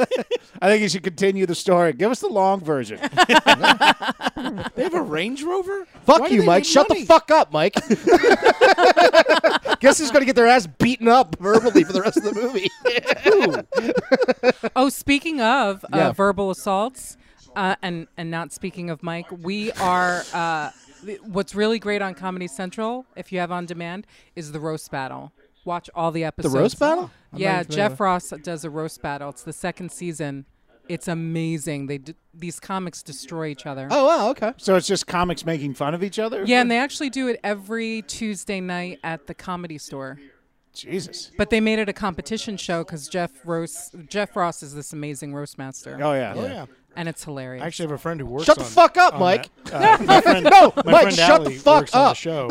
[SPEAKER 1] I think you should continue the story. Give us the long version.
[SPEAKER 2] They have a Range Rover.
[SPEAKER 3] Fuck
[SPEAKER 2] Why do
[SPEAKER 3] you,
[SPEAKER 2] they
[SPEAKER 3] Mike.
[SPEAKER 2] need
[SPEAKER 3] Shut
[SPEAKER 2] money?
[SPEAKER 3] the fuck up, Mike. Guess who's going to get their ass beaten up verbally for the rest of the movie?
[SPEAKER 5] Oh, speaking of
[SPEAKER 3] Yeah.
[SPEAKER 5] uh, verbal assaults, uh, and and not speaking of Mike, we are. Uh, th- what's really great on Comedy Central, if you have on demand, is the roast battle. Watch all the episodes.
[SPEAKER 3] roast battle? I'm not
[SPEAKER 5] yeah,
[SPEAKER 3] even familiar
[SPEAKER 5] Jeff Ross does a roast battle. It's the second season. It's amazing. They d- these comics destroy each other.
[SPEAKER 3] oh, wow, okay.
[SPEAKER 1] so it's just comics making fun of each other.
[SPEAKER 5] Yeah, and they actually do it every Tuesday night at the Comedy Store.
[SPEAKER 1] Jesus.
[SPEAKER 5] But they made it a competition show because Jeff roast Jeff Ross is this amazing roast master,
[SPEAKER 1] Oh yeah.
[SPEAKER 2] Oh yeah.
[SPEAKER 5] and it's hilarious.
[SPEAKER 2] I actually have a friend who works.
[SPEAKER 3] Shut the
[SPEAKER 2] on-
[SPEAKER 3] fuck up,
[SPEAKER 2] on
[SPEAKER 3] Mike.
[SPEAKER 2] that. Uh, my friend,
[SPEAKER 3] No,
[SPEAKER 2] my
[SPEAKER 3] Mike,
[SPEAKER 2] friend
[SPEAKER 3] shut the
[SPEAKER 2] Allie
[SPEAKER 3] fuck
[SPEAKER 2] works on
[SPEAKER 3] up.
[SPEAKER 2] the show.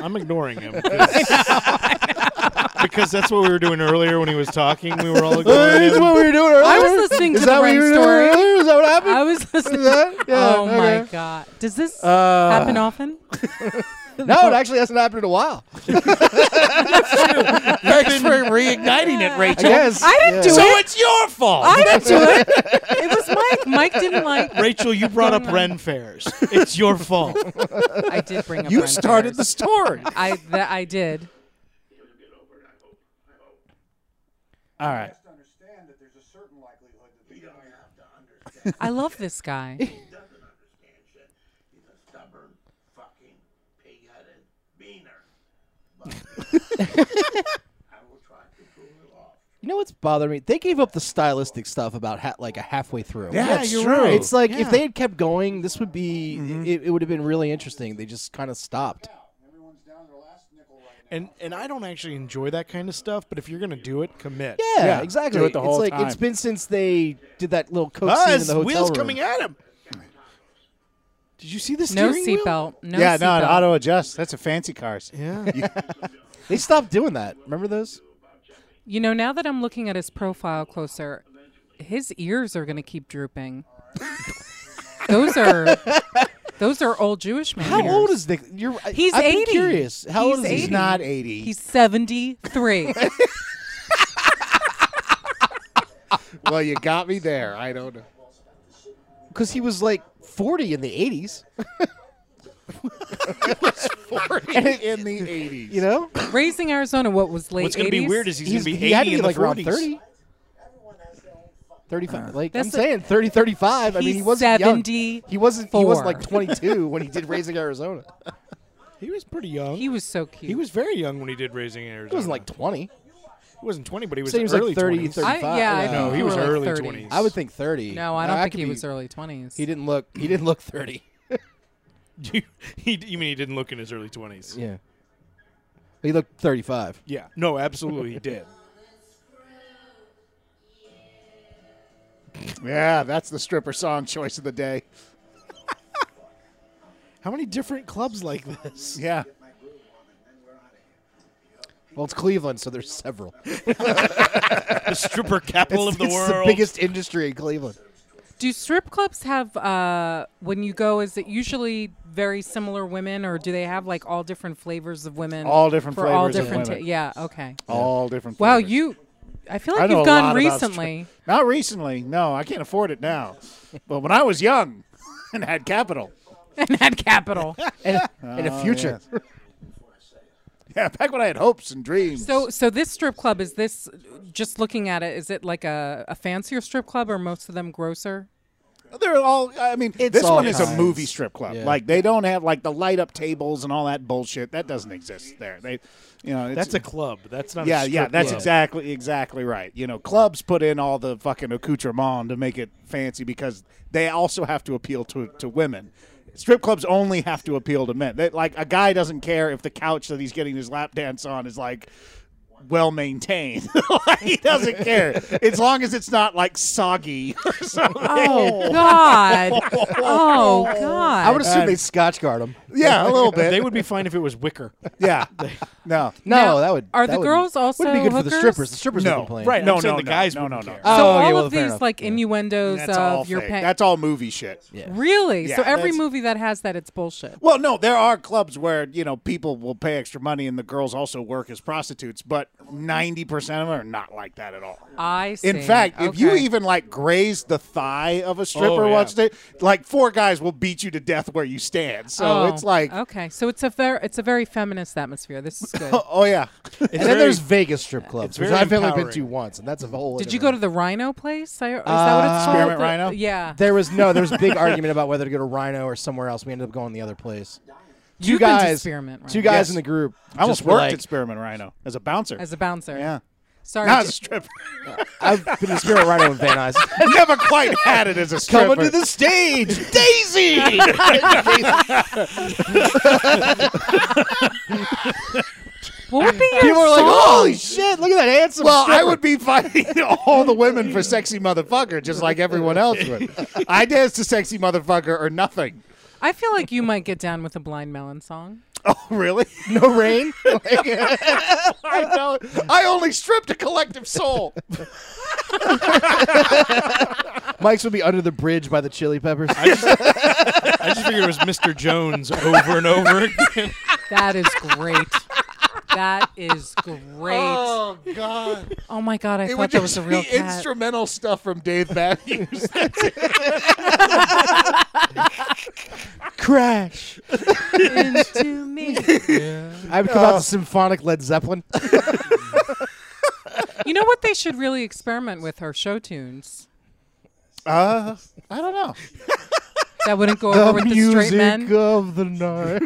[SPEAKER 2] I'm ignoring him because, because that's what we were doing earlier when he was talking. We were all ignoring
[SPEAKER 3] That's
[SPEAKER 2] him.
[SPEAKER 3] what we were doing earlier.
[SPEAKER 5] I was listening
[SPEAKER 3] Is
[SPEAKER 5] to
[SPEAKER 3] that
[SPEAKER 5] the
[SPEAKER 3] what you
[SPEAKER 5] Ren
[SPEAKER 3] were doing
[SPEAKER 5] story.
[SPEAKER 3] earlier? Is that what happened?
[SPEAKER 5] I was listening.
[SPEAKER 3] that? Yeah,
[SPEAKER 5] oh my
[SPEAKER 3] okay.
[SPEAKER 5] god! Does this
[SPEAKER 3] Uh,
[SPEAKER 5] happen often?
[SPEAKER 3] no, it actually hasn't happened in a while.
[SPEAKER 13] Thanks for reigniting it,
[SPEAKER 3] I
[SPEAKER 13] Rachel.
[SPEAKER 3] guess.
[SPEAKER 5] I didn't do
[SPEAKER 13] So
[SPEAKER 5] it.
[SPEAKER 13] it's your fault.
[SPEAKER 5] I didn't do it. It was Mike. Mike didn't like.
[SPEAKER 2] Rachel, you brought up Ren fairs. It's your fault.
[SPEAKER 5] I did bring up.
[SPEAKER 1] You
[SPEAKER 5] Ren
[SPEAKER 1] started the
[SPEAKER 5] Fairs.
[SPEAKER 1] story.
[SPEAKER 5] I that I did.
[SPEAKER 1] All right.
[SPEAKER 4] understand that there's a certain likelihood that
[SPEAKER 12] You
[SPEAKER 4] the
[SPEAKER 12] don't have to understand.
[SPEAKER 5] I love this guy.
[SPEAKER 12] He doesn't understand shit. He's a stubborn, fucking, pig-headed beaner. But I will try to prove it off.
[SPEAKER 3] You know what's bothering me? They gave up the stylistic stuff about ha- like a halfway through.
[SPEAKER 1] Yeah,
[SPEAKER 2] Yeah,
[SPEAKER 1] it's
[SPEAKER 2] you're
[SPEAKER 1] true.
[SPEAKER 2] right.
[SPEAKER 3] It's like
[SPEAKER 2] Yeah.
[SPEAKER 3] if they had kept going, this would be
[SPEAKER 2] Mm-hmm.
[SPEAKER 3] it, it would have been really interesting. They just kind of stopped.
[SPEAKER 4] everyone's down to their last nickel right now.
[SPEAKER 2] And and I don't actually enjoy that kind of stuff. But if you're gonna do it, commit.
[SPEAKER 3] Yeah,
[SPEAKER 1] Yeah,
[SPEAKER 3] exactly.
[SPEAKER 1] do it the whole
[SPEAKER 3] it's like it's
[SPEAKER 1] time.
[SPEAKER 3] been since they did that little coke
[SPEAKER 2] Ah,
[SPEAKER 3] scene in
[SPEAKER 2] his
[SPEAKER 3] the hotel
[SPEAKER 2] wheels
[SPEAKER 3] room.
[SPEAKER 2] coming at him. Did you see the
[SPEAKER 5] No
[SPEAKER 2] steering wheel?
[SPEAKER 5] seatbelt. No
[SPEAKER 1] yeah, no,
[SPEAKER 5] seatbelt.
[SPEAKER 1] it auto adjusts. That's a fancy cars.
[SPEAKER 2] Yeah.
[SPEAKER 3] They stopped doing that. Remember those?
[SPEAKER 5] You know, now that I'm looking at his profile closer, his ears are going to keep drooping. those are those are old Jewish man.
[SPEAKER 3] How
[SPEAKER 5] ears.
[SPEAKER 3] old is Nick? You're I-
[SPEAKER 5] He's
[SPEAKER 3] I've been
[SPEAKER 5] 80.
[SPEAKER 3] curious. How
[SPEAKER 5] He's
[SPEAKER 3] old is he?
[SPEAKER 1] He's
[SPEAKER 5] 80.
[SPEAKER 1] not 80.
[SPEAKER 5] He's 73.
[SPEAKER 1] well, you got me there. I don't know.
[SPEAKER 3] Because he was like 40 in the 80s.
[SPEAKER 1] in the 80s.
[SPEAKER 3] You know?
[SPEAKER 5] Raising Arizona, what was late?
[SPEAKER 3] What's gonna be
[SPEAKER 5] 80s?
[SPEAKER 3] weird is he's gonna He's- be he had 80 to be, in the like, around 40s. 30. 35. like
[SPEAKER 5] That's
[SPEAKER 3] I'm
[SPEAKER 5] the-
[SPEAKER 3] saying 30 35. I mean, he
[SPEAKER 5] He's
[SPEAKER 3] wasn't young.
[SPEAKER 5] 74.
[SPEAKER 3] He wasn't he was like 22 when he did Raising Arizona.
[SPEAKER 2] He was pretty young.
[SPEAKER 5] He was so cute.
[SPEAKER 2] He was very young when he did Raising Arizona.
[SPEAKER 3] He wasn't like 20.
[SPEAKER 2] He wasn't 20, but he was
[SPEAKER 3] Seems like
[SPEAKER 2] early
[SPEAKER 3] 30,
[SPEAKER 2] 20s.
[SPEAKER 3] 35. I- yeah, I
[SPEAKER 2] no,
[SPEAKER 3] think
[SPEAKER 2] he
[SPEAKER 3] you
[SPEAKER 2] was
[SPEAKER 3] were like
[SPEAKER 2] early
[SPEAKER 3] 30.
[SPEAKER 2] 20s.
[SPEAKER 3] I would think 30.
[SPEAKER 5] No, I
[SPEAKER 3] No,
[SPEAKER 5] don't
[SPEAKER 3] I
[SPEAKER 5] think
[SPEAKER 3] could
[SPEAKER 5] he
[SPEAKER 3] be-
[SPEAKER 5] was early twenties.
[SPEAKER 3] He didn't look he didn't look 30.
[SPEAKER 2] you, he, you mean he didn't look in his early 20s?
[SPEAKER 3] Yeah. He looked 35.
[SPEAKER 2] Yeah. No, absolutely he did.
[SPEAKER 1] Yeah, that's the stripper song choice of the day.
[SPEAKER 2] How many different clubs like this?
[SPEAKER 1] Yeah.
[SPEAKER 3] Well, it's Cleveland, so there's several.
[SPEAKER 2] the stripper capital
[SPEAKER 3] It's-
[SPEAKER 2] of the
[SPEAKER 3] it's
[SPEAKER 2] world.
[SPEAKER 3] the biggest industry in Cleveland.
[SPEAKER 5] Do strip clubs have uh, when you go? Is it usually very similar women, or do they have like all different flavors of women?
[SPEAKER 1] All different
[SPEAKER 5] for all
[SPEAKER 1] flavors of
[SPEAKER 5] different.
[SPEAKER 1] women.
[SPEAKER 5] ta- yeah. Okay.
[SPEAKER 1] All different
[SPEAKER 5] Wow,
[SPEAKER 1] flavors.
[SPEAKER 5] you. I feel
[SPEAKER 1] I
[SPEAKER 5] like
[SPEAKER 1] know a
[SPEAKER 5] you've
[SPEAKER 1] lot
[SPEAKER 5] gone
[SPEAKER 1] about
[SPEAKER 5] recently.
[SPEAKER 1] stri- Not recently. No, I can't afford it now. But when I was young and had capital.
[SPEAKER 5] and had capital.
[SPEAKER 3] and,
[SPEAKER 5] and
[SPEAKER 3] a future.
[SPEAKER 1] Yeah. Yeah, back when I had hopes and dreams.
[SPEAKER 5] So, so this strip club is this? Just looking at it, is it like a, a fancier strip club, or most of them grosser?
[SPEAKER 1] They're all. I mean, this
[SPEAKER 5] all
[SPEAKER 1] one is a
[SPEAKER 5] kinds.
[SPEAKER 1] movie strip club.
[SPEAKER 5] Yeah.
[SPEAKER 1] Like they don't have like the light up tables and all that bullshit. That doesn't exist there. They, you know, it's,
[SPEAKER 2] That's a club. That's not a
[SPEAKER 1] Yeah, yeah,
[SPEAKER 2] strip
[SPEAKER 1] that's
[SPEAKER 2] club.
[SPEAKER 1] exactly exactly right. You know, clubs put in all the fucking accoutrement to make it fancy because they also have to appeal to to women. Strip clubs only have to appeal to men. They, like a guy doesn't care if the couch that he's getting his lap dance on is like well maintained. Like, he doesn't care as long as it's not like soggy or something.
[SPEAKER 2] Uh,
[SPEAKER 5] Oh God! Oh God!
[SPEAKER 3] I would assume they scotch guard him.
[SPEAKER 1] Yeah, a little bit.
[SPEAKER 2] They would be fine if it was wicker.
[SPEAKER 1] Yeah. No.
[SPEAKER 3] No,
[SPEAKER 5] Now,
[SPEAKER 3] that would.
[SPEAKER 5] are
[SPEAKER 3] that
[SPEAKER 5] the
[SPEAKER 3] would-
[SPEAKER 5] girls
[SPEAKER 3] Wouldn't be
[SPEAKER 5] also
[SPEAKER 3] good for the
[SPEAKER 5] hookers?
[SPEAKER 3] strippers. The strippers
[SPEAKER 1] No,
[SPEAKER 3] would complain.
[SPEAKER 1] right, No,
[SPEAKER 2] I'm saying
[SPEAKER 1] no,
[SPEAKER 2] the
[SPEAKER 1] no,
[SPEAKER 2] guys
[SPEAKER 1] no,
[SPEAKER 2] wouldn't
[SPEAKER 1] no, no.
[SPEAKER 2] care.
[SPEAKER 3] Oh,
[SPEAKER 5] So all
[SPEAKER 3] okay, well,
[SPEAKER 5] of
[SPEAKER 3] fair
[SPEAKER 5] these
[SPEAKER 3] enough.
[SPEAKER 5] like innuendos
[SPEAKER 1] That's all
[SPEAKER 5] uh, of your
[SPEAKER 1] fake.
[SPEAKER 5] pa-
[SPEAKER 1] That's all movie shit.
[SPEAKER 5] really.
[SPEAKER 1] Yeah,
[SPEAKER 5] so every
[SPEAKER 1] that's-
[SPEAKER 5] movie that has that, it's bullshit.
[SPEAKER 1] Well, no, there are clubs where you know people will pay extra money, and the girls also work as prostitutes. But ninety percent of them are not like that at all.
[SPEAKER 5] I see.
[SPEAKER 1] In fact, if you
[SPEAKER 5] Okay.
[SPEAKER 1] even like graze the thigh
[SPEAKER 3] Oh,
[SPEAKER 1] of a stripper
[SPEAKER 2] yeah.
[SPEAKER 1] once, they like four guys will beat you to death where you stand. So
[SPEAKER 5] Oh,
[SPEAKER 1] it's like,
[SPEAKER 5] okay, so it's a very it's a very feminist atmosphere. This is good.
[SPEAKER 1] oh yeah,
[SPEAKER 3] and then
[SPEAKER 2] very-
[SPEAKER 3] there's Vegas strip clubs,
[SPEAKER 2] it's
[SPEAKER 3] which
[SPEAKER 2] very
[SPEAKER 3] I've only been
[SPEAKER 2] empowering.
[SPEAKER 3] to once, and that's a whole.
[SPEAKER 5] Did
[SPEAKER 3] other
[SPEAKER 5] you go
[SPEAKER 3] thing.
[SPEAKER 5] to the Rhino place? I, is that what it's called?
[SPEAKER 1] Uh, Experiment
[SPEAKER 5] The-
[SPEAKER 1] Rhino?
[SPEAKER 5] Yeah.
[SPEAKER 3] There was no. There was a big argument about whether to go to Rhino or somewhere else. We ended up going the other place. 2
[SPEAKER 5] You've been to
[SPEAKER 3] guys,
[SPEAKER 5] Experiment Rhino.
[SPEAKER 3] two guys
[SPEAKER 1] Yes.
[SPEAKER 3] in the group.
[SPEAKER 1] I almost
[SPEAKER 3] just were
[SPEAKER 1] worked
[SPEAKER 3] like,
[SPEAKER 1] at Spearmint Rhino as a bouncer.
[SPEAKER 5] As a bouncer.
[SPEAKER 1] yeah,
[SPEAKER 5] Sorry.
[SPEAKER 1] not as
[SPEAKER 5] j-
[SPEAKER 1] a stripper.
[SPEAKER 3] I've been to Experiment Rhino in Van Nuys.
[SPEAKER 1] Never quite had it as a stripper.
[SPEAKER 3] Coming to the stage, Daisy.
[SPEAKER 5] what would be your
[SPEAKER 3] People are like,
[SPEAKER 5] song?
[SPEAKER 1] "Oh!"
[SPEAKER 3] "Holy shit! Look at that handsome."
[SPEAKER 1] Well, I
[SPEAKER 3] stripper."
[SPEAKER 1] would be fighting all the women for sexy motherfucker, just like everyone else would. I dance to sexy motherfucker or nothing.
[SPEAKER 5] I feel like you might get down with a Blind Melon song.
[SPEAKER 1] Oh, really?
[SPEAKER 3] no rain.
[SPEAKER 1] I know. I only stripped a collective soul.
[SPEAKER 3] Mike's would be under the bridge by the Chili Peppers.
[SPEAKER 2] I just figured it was Mr. Jones over and over again.
[SPEAKER 5] That is great. that is great. Oh,
[SPEAKER 1] God!
[SPEAKER 5] my God, I
[SPEAKER 1] It
[SPEAKER 5] thought
[SPEAKER 1] would
[SPEAKER 5] that
[SPEAKER 1] just
[SPEAKER 5] was a real
[SPEAKER 1] be
[SPEAKER 5] cat.
[SPEAKER 1] instrumental stuff from Dave Matthews.
[SPEAKER 3] Crash.
[SPEAKER 5] Into me.
[SPEAKER 3] I would come out to symphonic Led Zeppelin.
[SPEAKER 5] You know what they should really experiment with are show tunes.
[SPEAKER 1] uh, I don't know.
[SPEAKER 5] That wouldn't go over with the straight men.
[SPEAKER 3] of the night.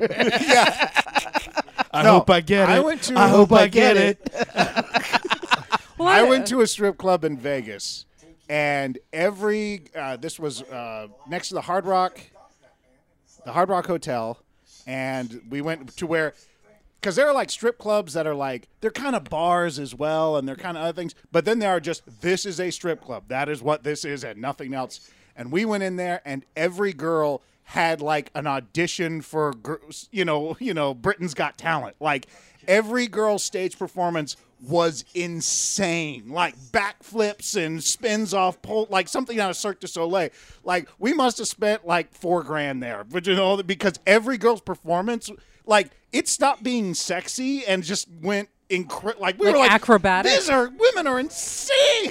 [SPEAKER 2] I
[SPEAKER 1] No,
[SPEAKER 2] hope I get it.
[SPEAKER 1] I went to-
[SPEAKER 2] I hope I get it.
[SPEAKER 5] Well,
[SPEAKER 1] I went to a strip club in Vegas, and every uh, this was uh, next to the Hard Rock, the Hard Rock Hotel, and we went to where. Because there are like strip clubs that are like, they're kind of bars as well, and they're kind of other things. But then there are just, this is a strip club. That is what this is, and nothing else. And we went in there, and every girl had like an audition for, gr- you know, you know, Britain's Got Talent. Like every girl's stage performance was insane. Like backflips and spins off pole, like something out of Cirque du Soleil. Like we must have spent like four grand there, but you know, because every girl's performance, like it stopped being sexy and just went incredible. Like we
[SPEAKER 5] Like
[SPEAKER 1] were like
[SPEAKER 5] acrobatic?
[SPEAKER 1] These are women are insane.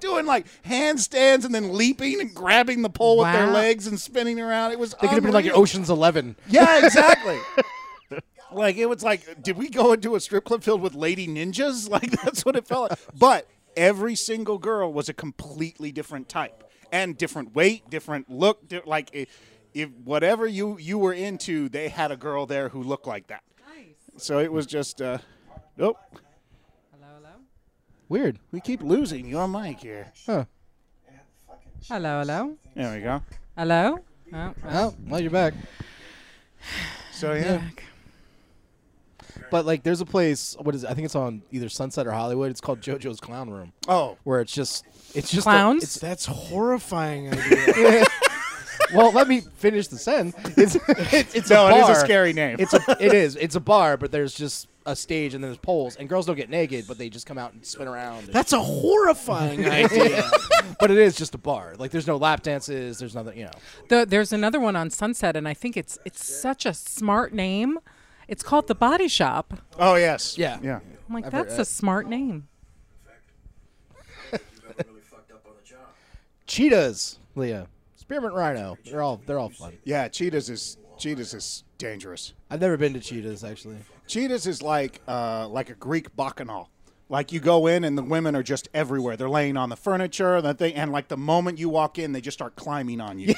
[SPEAKER 1] doing like handstands and then leaping and grabbing the pole with their
[SPEAKER 3] Wow.
[SPEAKER 1] legs and spinning around. It was
[SPEAKER 3] They could have been like an
[SPEAKER 1] unreal.
[SPEAKER 3] Ocean's Eleven.
[SPEAKER 1] Yeah, exactly. like it was like, did we go into a strip club filled with lady ninjas? Like that's what it felt like. But every single girl was a completely different type and different weight, different look. Di- like i- if whatever you you were into, they had a girl there who looked like that. Nice. So it was just, uh, oh.
[SPEAKER 3] Weird.
[SPEAKER 1] We keep losing your mic here.
[SPEAKER 3] Huh.
[SPEAKER 5] Hello, hello.
[SPEAKER 1] There we go.
[SPEAKER 5] Hello? Oh,
[SPEAKER 3] Oh, well, you're back.
[SPEAKER 1] So yeah.
[SPEAKER 3] But like, there's a place. What is? It? I think it's on either Sunset or Hollywood. It's called JoJo's Clown Room.
[SPEAKER 1] Oh.
[SPEAKER 3] where it's just it's just a-
[SPEAKER 5] Clowns?
[SPEAKER 3] it's-
[SPEAKER 2] That's horrifying. Idea.
[SPEAKER 3] well, let me finish the sentence. It's it's, it's
[SPEAKER 1] No,
[SPEAKER 3] a
[SPEAKER 1] it is a
[SPEAKER 3] bar.
[SPEAKER 1] scary name.
[SPEAKER 3] It's a it is it's a bar, but there's just a stage and then there's poles and girls don't get naked, but they just come out and spin around. and-
[SPEAKER 2] That's a horrifying idea.
[SPEAKER 3] but it is just a bar. Like there's no lap dances. There's nothing. You know.
[SPEAKER 5] The, there's another one on Sunset, and I think it's it's such a smart name. It's called the Body Shop.
[SPEAKER 1] Oh yes.
[SPEAKER 3] Yeah.
[SPEAKER 1] Yeah.
[SPEAKER 5] I'm like,
[SPEAKER 3] I've heard
[SPEAKER 5] that's
[SPEAKER 3] that.
[SPEAKER 5] a smart name.
[SPEAKER 3] Cheetahs, Leah. Spearmint Rhino. They're all they're all fun.
[SPEAKER 1] Yeah. Cheetahs is cheetahs is dangerous.
[SPEAKER 3] I've never been to cheetahs actually.
[SPEAKER 1] Cheetahs is like uh, like a Greek bacchanal. Like you go in and the women are just everywhere. They're laying on the furniture, that thing, and like the moment you walk in, they just start climbing on you.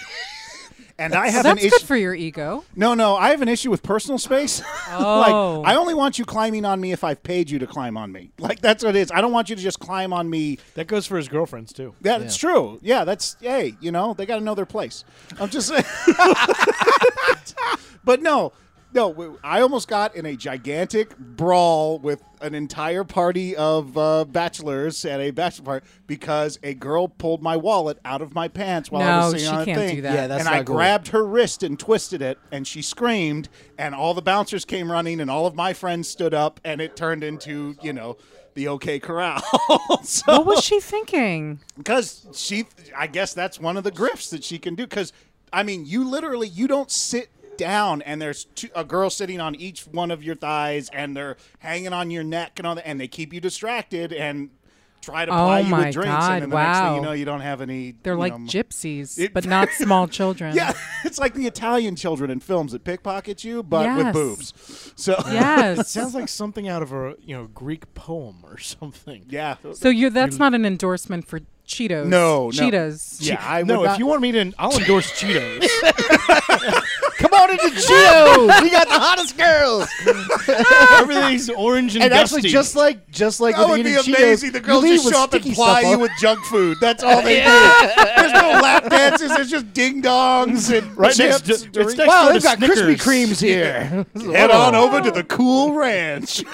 [SPEAKER 1] and I have
[SPEAKER 5] that's
[SPEAKER 1] an
[SPEAKER 5] good
[SPEAKER 1] issue.
[SPEAKER 5] for your ego.
[SPEAKER 1] No, no, I have an issue with personal space.
[SPEAKER 5] Oh.
[SPEAKER 1] like I only want you climbing on me if I've paid you to climb on me. Like that's what it is. I don't want you to just climb on me.
[SPEAKER 2] that goes for his girlfriends too.
[SPEAKER 1] That's it's true. Yeah, that's hey, you know, they got to know their place. I'm just saying. but no, no, w- I almost got in a gigantic brawl with an entire party of uh, bachelors at a bachelor party because a girl pulled my wallet out of my pants while I was
[SPEAKER 5] No,
[SPEAKER 1] sitting
[SPEAKER 5] she
[SPEAKER 1] on a
[SPEAKER 5] can't
[SPEAKER 1] thing.
[SPEAKER 5] do that. Yeah,
[SPEAKER 3] that's
[SPEAKER 1] and I
[SPEAKER 3] not cool.
[SPEAKER 1] grabbed her wrist and twisted it, and she screamed, and all the bouncers came running, and all of my friends stood up, and it turned into you know. The OK Corral. so,
[SPEAKER 5] What was she thinking?
[SPEAKER 1] because she i guess that's one of the grifts that she can do because i mean you literally you don't sit down and there's two, a girl sitting on each one of your thighs and they're hanging on your neck and all that and they keep you distracted and try to
[SPEAKER 5] Oh
[SPEAKER 1] ply you
[SPEAKER 5] my
[SPEAKER 1] with drinks
[SPEAKER 5] God,
[SPEAKER 1] and then the next thing you
[SPEAKER 5] wow.
[SPEAKER 1] know you don't have any
[SPEAKER 5] They're
[SPEAKER 1] you
[SPEAKER 5] like
[SPEAKER 1] know,
[SPEAKER 5] gypsies,
[SPEAKER 1] It-
[SPEAKER 5] but not small children.
[SPEAKER 1] yeah it's like the italian children in films that pickpocket you but with
[SPEAKER 5] Yes.
[SPEAKER 1] boobs so
[SPEAKER 5] Yes.
[SPEAKER 2] Sounds like something out of a you know Greek poem or something.
[SPEAKER 1] yeah
[SPEAKER 5] so you're that's not an endorsement for Cheetos.
[SPEAKER 1] No, no.
[SPEAKER 5] Cheetahs.
[SPEAKER 1] yeah i would
[SPEAKER 2] no,
[SPEAKER 1] not-
[SPEAKER 2] if you want me to, I'll endorse Cheetos.
[SPEAKER 3] Come on into Cheetos. we got the hottest girls.
[SPEAKER 2] Everything's orange and,
[SPEAKER 3] And
[SPEAKER 2] dusty.
[SPEAKER 3] actually, just like just like
[SPEAKER 1] That
[SPEAKER 3] with
[SPEAKER 1] would be
[SPEAKER 3] eating
[SPEAKER 1] amazing.
[SPEAKER 3] Cheetos,
[SPEAKER 1] the
[SPEAKER 3] you
[SPEAKER 1] girls
[SPEAKER 3] leave
[SPEAKER 1] just
[SPEAKER 3] with
[SPEAKER 1] show up and
[SPEAKER 3] sticky
[SPEAKER 1] ply
[SPEAKER 3] stuff
[SPEAKER 1] you
[SPEAKER 3] on-
[SPEAKER 1] with junk food. That's all they do. There's no lap dances. There's just ding dongs and
[SPEAKER 2] right
[SPEAKER 1] chips.
[SPEAKER 2] next, to, it's
[SPEAKER 1] Doritos.
[SPEAKER 2] next door
[SPEAKER 3] Wow,
[SPEAKER 2] to
[SPEAKER 3] they've got Krispy
[SPEAKER 2] Snickers.
[SPEAKER 3] Kremes here.
[SPEAKER 1] Head on over to the Cool Ranch.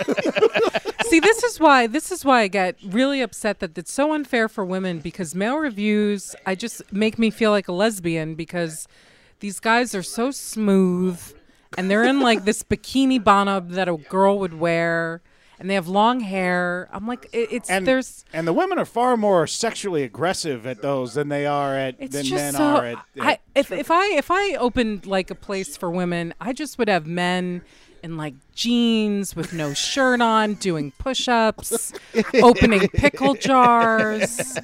[SPEAKER 5] See, this is why this is why I get really upset that it's so unfair for women because male reviews I just make me feel like a lesbian because these guys are so smooth and they're in like this bikini bottom that a girl would wear and they have long hair. I'm like it, it's
[SPEAKER 1] and
[SPEAKER 5] there's
[SPEAKER 1] and the women are far more sexually aggressive at those than they are at
[SPEAKER 5] it's
[SPEAKER 1] than
[SPEAKER 5] just
[SPEAKER 1] men
[SPEAKER 5] so
[SPEAKER 1] are at. uh, at-
[SPEAKER 5] I, if if I if I opened like a place for women, I just would have men in like jeans with no shirt on doing push-ups, opening pickle jars,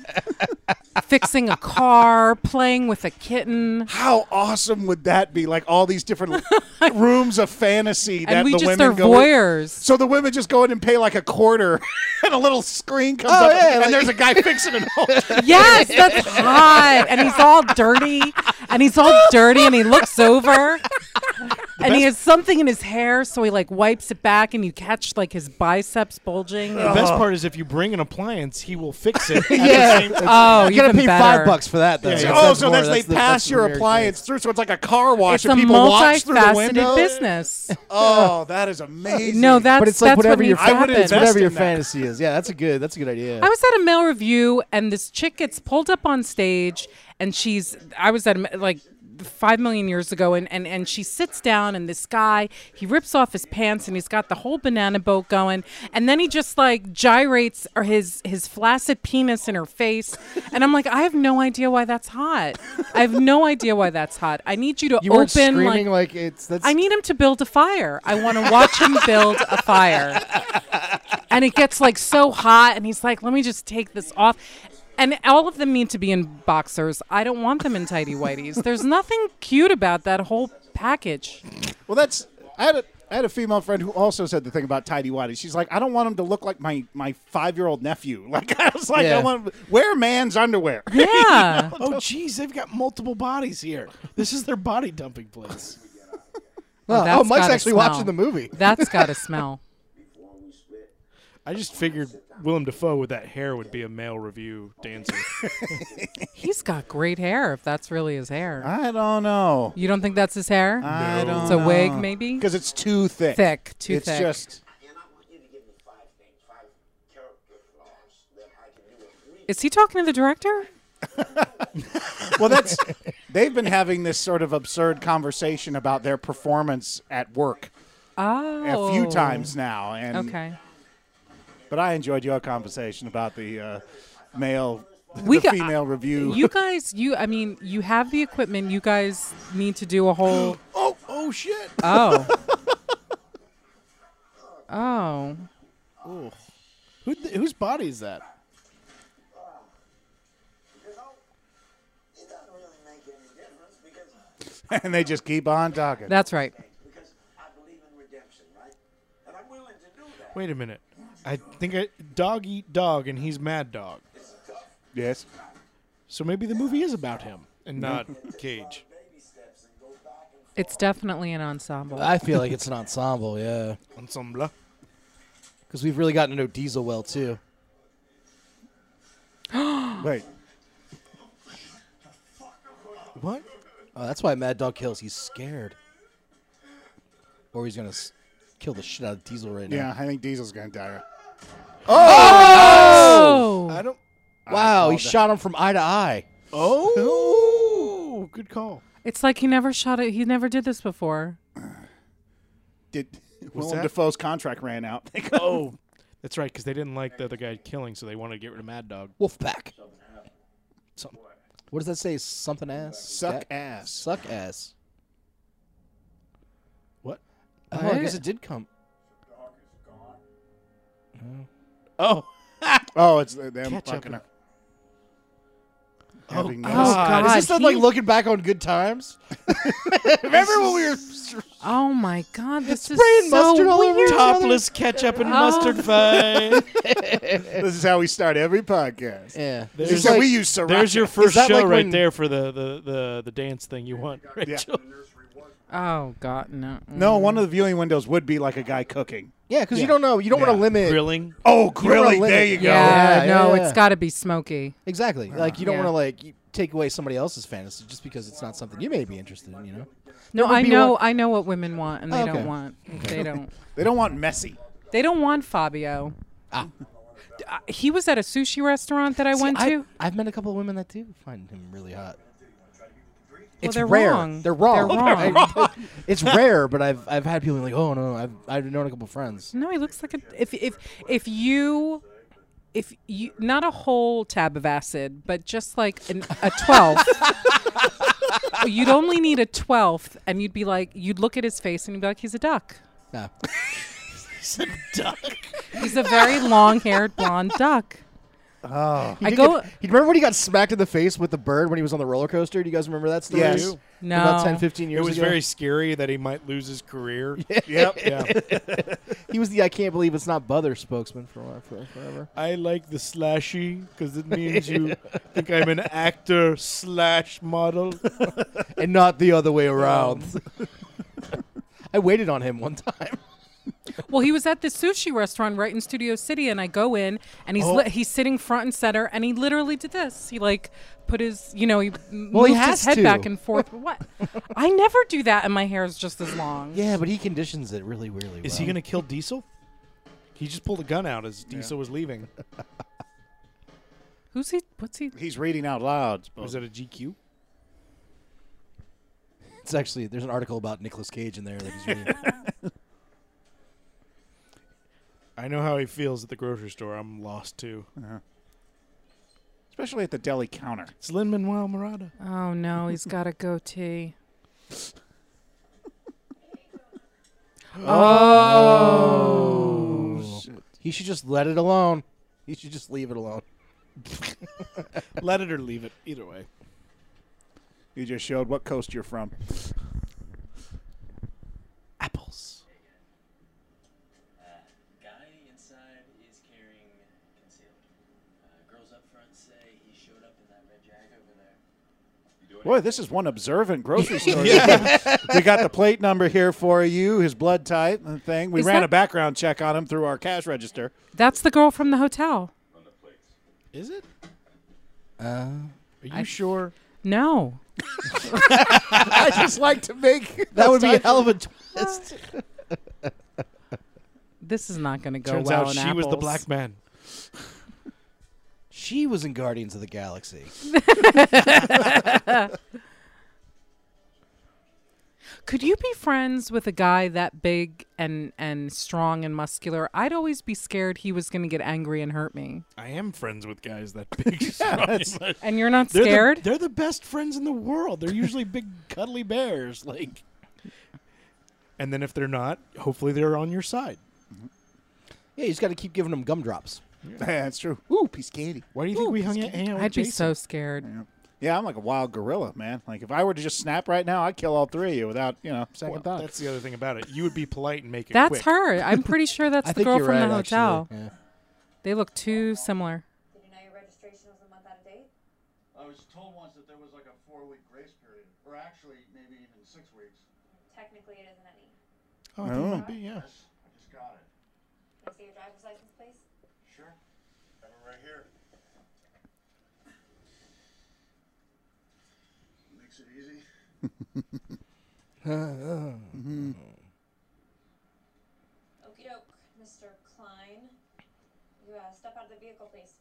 [SPEAKER 5] fixing a car, playing with a kitten.
[SPEAKER 1] how awesome would that be? Like all these different rooms of fantasy that
[SPEAKER 5] And we
[SPEAKER 1] the
[SPEAKER 5] just
[SPEAKER 1] women
[SPEAKER 5] are
[SPEAKER 1] go. in-
[SPEAKER 5] voyeurs.
[SPEAKER 1] So the women just go in and pay like a quarter, and a little screen comes
[SPEAKER 3] Oh,
[SPEAKER 1] up,
[SPEAKER 3] yeah,
[SPEAKER 1] and
[SPEAKER 3] like-
[SPEAKER 1] there's a guy fixing it all.
[SPEAKER 5] Yes, that's hot. And he's all dirty. And he's all dirty and he looks over. And he has something in his hair, so he like wipes it back and you catch like his biceps bulging.
[SPEAKER 3] Oh,
[SPEAKER 2] The best part is if you bring an appliance, he will fix it.
[SPEAKER 3] Yeah.
[SPEAKER 5] Oh,
[SPEAKER 3] You gotta
[SPEAKER 5] even
[SPEAKER 3] pay
[SPEAKER 5] better.
[SPEAKER 3] five bucks for that though.
[SPEAKER 1] Yeah,
[SPEAKER 3] That's-
[SPEAKER 1] oh,
[SPEAKER 3] that's
[SPEAKER 1] so
[SPEAKER 3] more-
[SPEAKER 1] that's, they
[SPEAKER 3] the-
[SPEAKER 1] pass
[SPEAKER 3] the
[SPEAKER 1] your
[SPEAKER 3] weird thing.
[SPEAKER 1] appliance through, so it's like a car wash
[SPEAKER 5] It's a
[SPEAKER 1] and people watch through the window.
[SPEAKER 5] multifaceted business.
[SPEAKER 1] Oh, that is amazing.
[SPEAKER 5] No, that's
[SPEAKER 3] But it's like
[SPEAKER 5] that's
[SPEAKER 3] whatever
[SPEAKER 5] what
[SPEAKER 3] your
[SPEAKER 5] needs to
[SPEAKER 1] I would
[SPEAKER 5] happen.
[SPEAKER 3] it's whatever
[SPEAKER 1] in
[SPEAKER 3] your
[SPEAKER 1] that.
[SPEAKER 3] fantasy is. Yeah, that's a good that's a good idea.
[SPEAKER 5] I was at a male review, and this chick gets pulled up on stage, and she's I was at a- like five million years ago, and and and she sits down, and this guy he rips off his pants, and he's got the whole banana boat going, and then he just like gyrates or his his flaccid penis in her face, and I'm like, I have no idea why that's hot. I have no idea why that's hot. I need you to
[SPEAKER 3] you weren't
[SPEAKER 5] open
[SPEAKER 3] screaming
[SPEAKER 5] like.
[SPEAKER 3] like, it's that's
[SPEAKER 5] I need him to build a fire. I want to watch him build a fire. And it gets like so hot, and he's like, let me just take this off. And all of them need to be in boxers. I don't want them in tidy whities. There's nothing cute about that whole package.
[SPEAKER 1] Well, that's I had a I had a female friend who also said the thing about tidy whities. She's like, I don't want him to look like my my five year old nephew. Like I was like,
[SPEAKER 2] Yeah.
[SPEAKER 1] I want him, wear man's underwear.
[SPEAKER 2] oh, jeez, they've got multiple bodies here. This is their body dumping place.
[SPEAKER 5] Well,
[SPEAKER 2] Oh,
[SPEAKER 5] that's
[SPEAKER 2] Mike's
[SPEAKER 5] gotta
[SPEAKER 2] actually
[SPEAKER 5] smell.
[SPEAKER 2] watching the movie.
[SPEAKER 5] That's got to smell.
[SPEAKER 2] I just figured Willem Dafoe with that hair would be a male review dancer.
[SPEAKER 5] He's got great hair. If that's really his hair,
[SPEAKER 1] I don't know.
[SPEAKER 5] You don't think that's his hair?
[SPEAKER 1] I don't.
[SPEAKER 5] It's a wig, maybe.
[SPEAKER 1] because it's too thick.
[SPEAKER 5] Thick, too
[SPEAKER 1] it's
[SPEAKER 5] thick.
[SPEAKER 1] just
[SPEAKER 5] Is he talking to the director?
[SPEAKER 1] well, that's they've been having this sort of absurd conversation about their performance at work
[SPEAKER 5] Oh,
[SPEAKER 1] a few times now, and
[SPEAKER 5] Okay.
[SPEAKER 1] But I enjoyed your conversation about the uh, male,
[SPEAKER 5] We
[SPEAKER 1] the
[SPEAKER 5] got-
[SPEAKER 1] female review.
[SPEAKER 5] You guys, you. I mean, you have the equipment. You guys need to do a whole.
[SPEAKER 2] oh, oh shit.
[SPEAKER 5] Oh. oh.
[SPEAKER 2] Ooh. Who th- whose body is that?
[SPEAKER 1] and they just keep on talking.
[SPEAKER 5] That's right.
[SPEAKER 2] Wait a minute. I think I, dog eat dog, and he's mad dog.
[SPEAKER 1] Yes.
[SPEAKER 2] So maybe the movie is about him and
[SPEAKER 5] Yeah.
[SPEAKER 2] not Cage.
[SPEAKER 5] It's definitely an ensemble.
[SPEAKER 3] I feel like it's an ensemble, yeah.
[SPEAKER 2] Ensemble.
[SPEAKER 3] Because we've really gotten to know Diesel well too.
[SPEAKER 1] Wait.
[SPEAKER 2] What?
[SPEAKER 3] Oh, that's why Mad Dog kills. He's scared. Or he's gonna s- kill the shit out of Diesel right now.
[SPEAKER 1] Yeah, I think Diesel's gonna die.
[SPEAKER 3] Oh!
[SPEAKER 2] I don't.
[SPEAKER 3] Wow, he
[SPEAKER 1] called that.
[SPEAKER 3] shot him from eye to eye.
[SPEAKER 2] Oh, good call.
[SPEAKER 5] It's like he never shot it. He never did this before.
[SPEAKER 1] Did Willem
[SPEAKER 2] that?
[SPEAKER 1] Dafoe's contract ran out? They couldn't-
[SPEAKER 2] Oh, that's right, because they didn't like the other guy killing, so they wanted to get rid of Mad Dog.
[SPEAKER 3] Wolfpack.
[SPEAKER 2] Something.
[SPEAKER 3] What does that say? Something ass.
[SPEAKER 1] Suck
[SPEAKER 3] That-
[SPEAKER 1] ass.
[SPEAKER 3] Suck ass.
[SPEAKER 2] What?
[SPEAKER 3] Oh, I
[SPEAKER 2] What?
[SPEAKER 3] guess it did come.
[SPEAKER 2] Oh.
[SPEAKER 1] Oh, it's uh, them
[SPEAKER 3] Ketchup.
[SPEAKER 1] fucking. up. Having no-
[SPEAKER 5] Oh, God.
[SPEAKER 3] is Oh, this them,
[SPEAKER 5] he-
[SPEAKER 3] like looking back on good times? Remember when we were
[SPEAKER 5] Oh my God! This is
[SPEAKER 3] Spraying
[SPEAKER 5] so
[SPEAKER 3] mustard all over
[SPEAKER 5] weird.
[SPEAKER 3] each other? Topless
[SPEAKER 2] ketchup and
[SPEAKER 5] Oh.
[SPEAKER 2] mustard fight.
[SPEAKER 1] this is how we start every podcast.
[SPEAKER 3] Yeah.
[SPEAKER 1] There's
[SPEAKER 2] There's
[SPEAKER 1] Except
[SPEAKER 2] like-
[SPEAKER 1] we use sriracha.
[SPEAKER 2] There's your first
[SPEAKER 3] that
[SPEAKER 2] show
[SPEAKER 3] like
[SPEAKER 2] right
[SPEAKER 3] when-
[SPEAKER 2] there for the, the, the, the dance thing you want, Rachel.
[SPEAKER 5] Oh God, no.
[SPEAKER 1] No, one of the viewing windows would be like a guy cooking.
[SPEAKER 3] Yeah, because you don't know. You don't want to limit.
[SPEAKER 2] Grilling.
[SPEAKER 1] Oh,
[SPEAKER 3] You don't wanna
[SPEAKER 1] grilling. There
[SPEAKER 3] limit-
[SPEAKER 1] you go.
[SPEAKER 5] Yeah,
[SPEAKER 3] Yeah,
[SPEAKER 5] no,
[SPEAKER 3] yeah, yeah.
[SPEAKER 5] it's got to be smoky.
[SPEAKER 3] Exactly. Like you don't
[SPEAKER 5] Yeah.
[SPEAKER 3] want to like you take away somebody else's fantasy just because it's not something you may be interested in. You know.
[SPEAKER 5] No,
[SPEAKER 3] There would
[SPEAKER 5] I
[SPEAKER 3] be
[SPEAKER 5] know,
[SPEAKER 3] one-
[SPEAKER 5] I know what women want, and they
[SPEAKER 3] Oh, okay.
[SPEAKER 5] don't want. They don't.
[SPEAKER 1] They don't want messy.
[SPEAKER 5] They don't want Fabio.
[SPEAKER 3] Ah.
[SPEAKER 5] D- I- He was at a sushi restaurant that I
[SPEAKER 3] See,
[SPEAKER 5] went
[SPEAKER 3] I,
[SPEAKER 5] to.
[SPEAKER 3] I've met a couple of women that do find him really hot.
[SPEAKER 5] Well,
[SPEAKER 3] it's
[SPEAKER 5] they're
[SPEAKER 3] rare.
[SPEAKER 5] wrong.
[SPEAKER 3] They're wrong.
[SPEAKER 5] They're wrong.
[SPEAKER 3] I- it's rare, but I've I've had people like, oh no, I've I've known a couple of friends.
[SPEAKER 5] No, he looks like a. If if if you, if you not a whole tab of acid, but just like an, a twelfth. you'd only need a twelfth, and you'd be like, you'd look at his face, and you'd be like, he's a duck.
[SPEAKER 3] No.
[SPEAKER 5] He's a very long-haired blonde duck.
[SPEAKER 1] Oh,
[SPEAKER 5] I go.
[SPEAKER 3] You remember when he got smacked in the face with the bird when he was on the roller coaster? Do you guys remember that story?
[SPEAKER 1] Yes.
[SPEAKER 2] do.
[SPEAKER 5] No.
[SPEAKER 3] About 10, 15
[SPEAKER 2] It
[SPEAKER 3] years
[SPEAKER 2] was
[SPEAKER 3] ago.
[SPEAKER 2] very scary that he might lose his career.
[SPEAKER 1] yep.
[SPEAKER 2] yeah.
[SPEAKER 3] he was the I can't believe it's not Buther spokesman for, a while- for forever.
[SPEAKER 2] I like the slashy because it means you think I'm an actor slash model.
[SPEAKER 3] and not the other way around. I waited on him one time.
[SPEAKER 5] Well, he was at the sushi restaurant right in Studio City, and I go in, and
[SPEAKER 3] Oh.
[SPEAKER 5] he's li- he's sitting front and center, and he literally did this. He like put his, you know, he m-
[SPEAKER 3] Well,
[SPEAKER 5] moved
[SPEAKER 3] he has
[SPEAKER 5] his head
[SPEAKER 3] to.
[SPEAKER 5] back and forth. But what? I never do that, and my hair is just as long.
[SPEAKER 3] Yeah, but he conditions it really, really well.
[SPEAKER 2] Is he going to kill Diesel? He just pulled a gun out as Diesel was leaving.
[SPEAKER 5] Who's he? What's he?
[SPEAKER 1] He's reading out loud.
[SPEAKER 2] Was that a GQ?
[SPEAKER 3] It's actually there's an article about Nicolas Cage in there that he's reading.
[SPEAKER 2] I know how he feels at the grocery store. I'm lost too.
[SPEAKER 1] Especially at the deli counter.
[SPEAKER 2] It's Lin Manuel Miranda.
[SPEAKER 5] Oh no, he's got a goatee.
[SPEAKER 3] he should just let it alone. He should just leave it alone.
[SPEAKER 2] Let it or leave it. Either way.
[SPEAKER 1] You just showed what coast you're from.
[SPEAKER 2] Apples.
[SPEAKER 14] Uh, guy inside is carrying concealed. Uh, girls up front say he showed up in that red jacket over there.
[SPEAKER 1] Boy, this is one observant grocery store.
[SPEAKER 14] Yeah.
[SPEAKER 1] We got the plate number here for you, his blood type and thing. We
[SPEAKER 5] Is
[SPEAKER 1] ran
[SPEAKER 5] that-
[SPEAKER 1] a background check on him through our cash register.
[SPEAKER 5] That's the girl from the hotel.
[SPEAKER 2] Is it?
[SPEAKER 3] Uh, Are
[SPEAKER 2] you sure?
[SPEAKER 5] No.
[SPEAKER 1] I just like to make
[SPEAKER 3] That would be a hell of a
[SPEAKER 1] twist.
[SPEAKER 5] This is not going to go
[SPEAKER 3] Turns
[SPEAKER 5] well.
[SPEAKER 3] out
[SPEAKER 5] in
[SPEAKER 3] she was the
[SPEAKER 5] apples.
[SPEAKER 3] black
[SPEAKER 2] man.
[SPEAKER 3] She was in Guardians of the Galaxy.
[SPEAKER 5] Could you be friends with a guy that big and and strong and muscular? I'd always be scared he was going to get angry and hurt me.
[SPEAKER 2] I am friends with guys that big.
[SPEAKER 5] that's-
[SPEAKER 2] Like-
[SPEAKER 5] And you're not
[SPEAKER 2] They're the-
[SPEAKER 5] scared?
[SPEAKER 2] they're the best friends in the world. They're usually big cuddly bears. Like, and then if they're not, hopefully they're on your side.
[SPEAKER 3] Yeah, you just got to keep giving them gumdrops.
[SPEAKER 1] That's true. Ooh, piece of candy.
[SPEAKER 2] Why do you think we hung out? hang out with
[SPEAKER 5] I'd be
[SPEAKER 2] Oh, Jason?
[SPEAKER 5] so scared.
[SPEAKER 1] Yeah, I'm like a wild gorilla, man. Like if I were to just snap right now, I'd kill all three of you without, you know, second
[SPEAKER 2] Well,
[SPEAKER 1] thought.
[SPEAKER 2] that's the other thing about it. You would be polite and make it.
[SPEAKER 5] That's
[SPEAKER 2] quick.
[SPEAKER 5] her. I'm pretty sure that's
[SPEAKER 2] I
[SPEAKER 5] the
[SPEAKER 2] think
[SPEAKER 5] girl
[SPEAKER 2] you're
[SPEAKER 5] from the
[SPEAKER 2] right, actually,
[SPEAKER 5] hotel.
[SPEAKER 2] yeah.
[SPEAKER 5] They look too similar.
[SPEAKER 10] Did you know your registration was a month out of date?
[SPEAKER 4] I was told once that there was like a four week grace period, or actually maybe even six weeks.
[SPEAKER 10] Technically, it isn't any.
[SPEAKER 2] Oh, I think it might be, yeah.
[SPEAKER 4] Yes, I just got it.
[SPEAKER 10] Can I see your driver's license, please?
[SPEAKER 4] Sure. Have it right here. Makes it easy.
[SPEAKER 10] Okie doke, Mr. Klein. You uh, step out of the vehicle, please.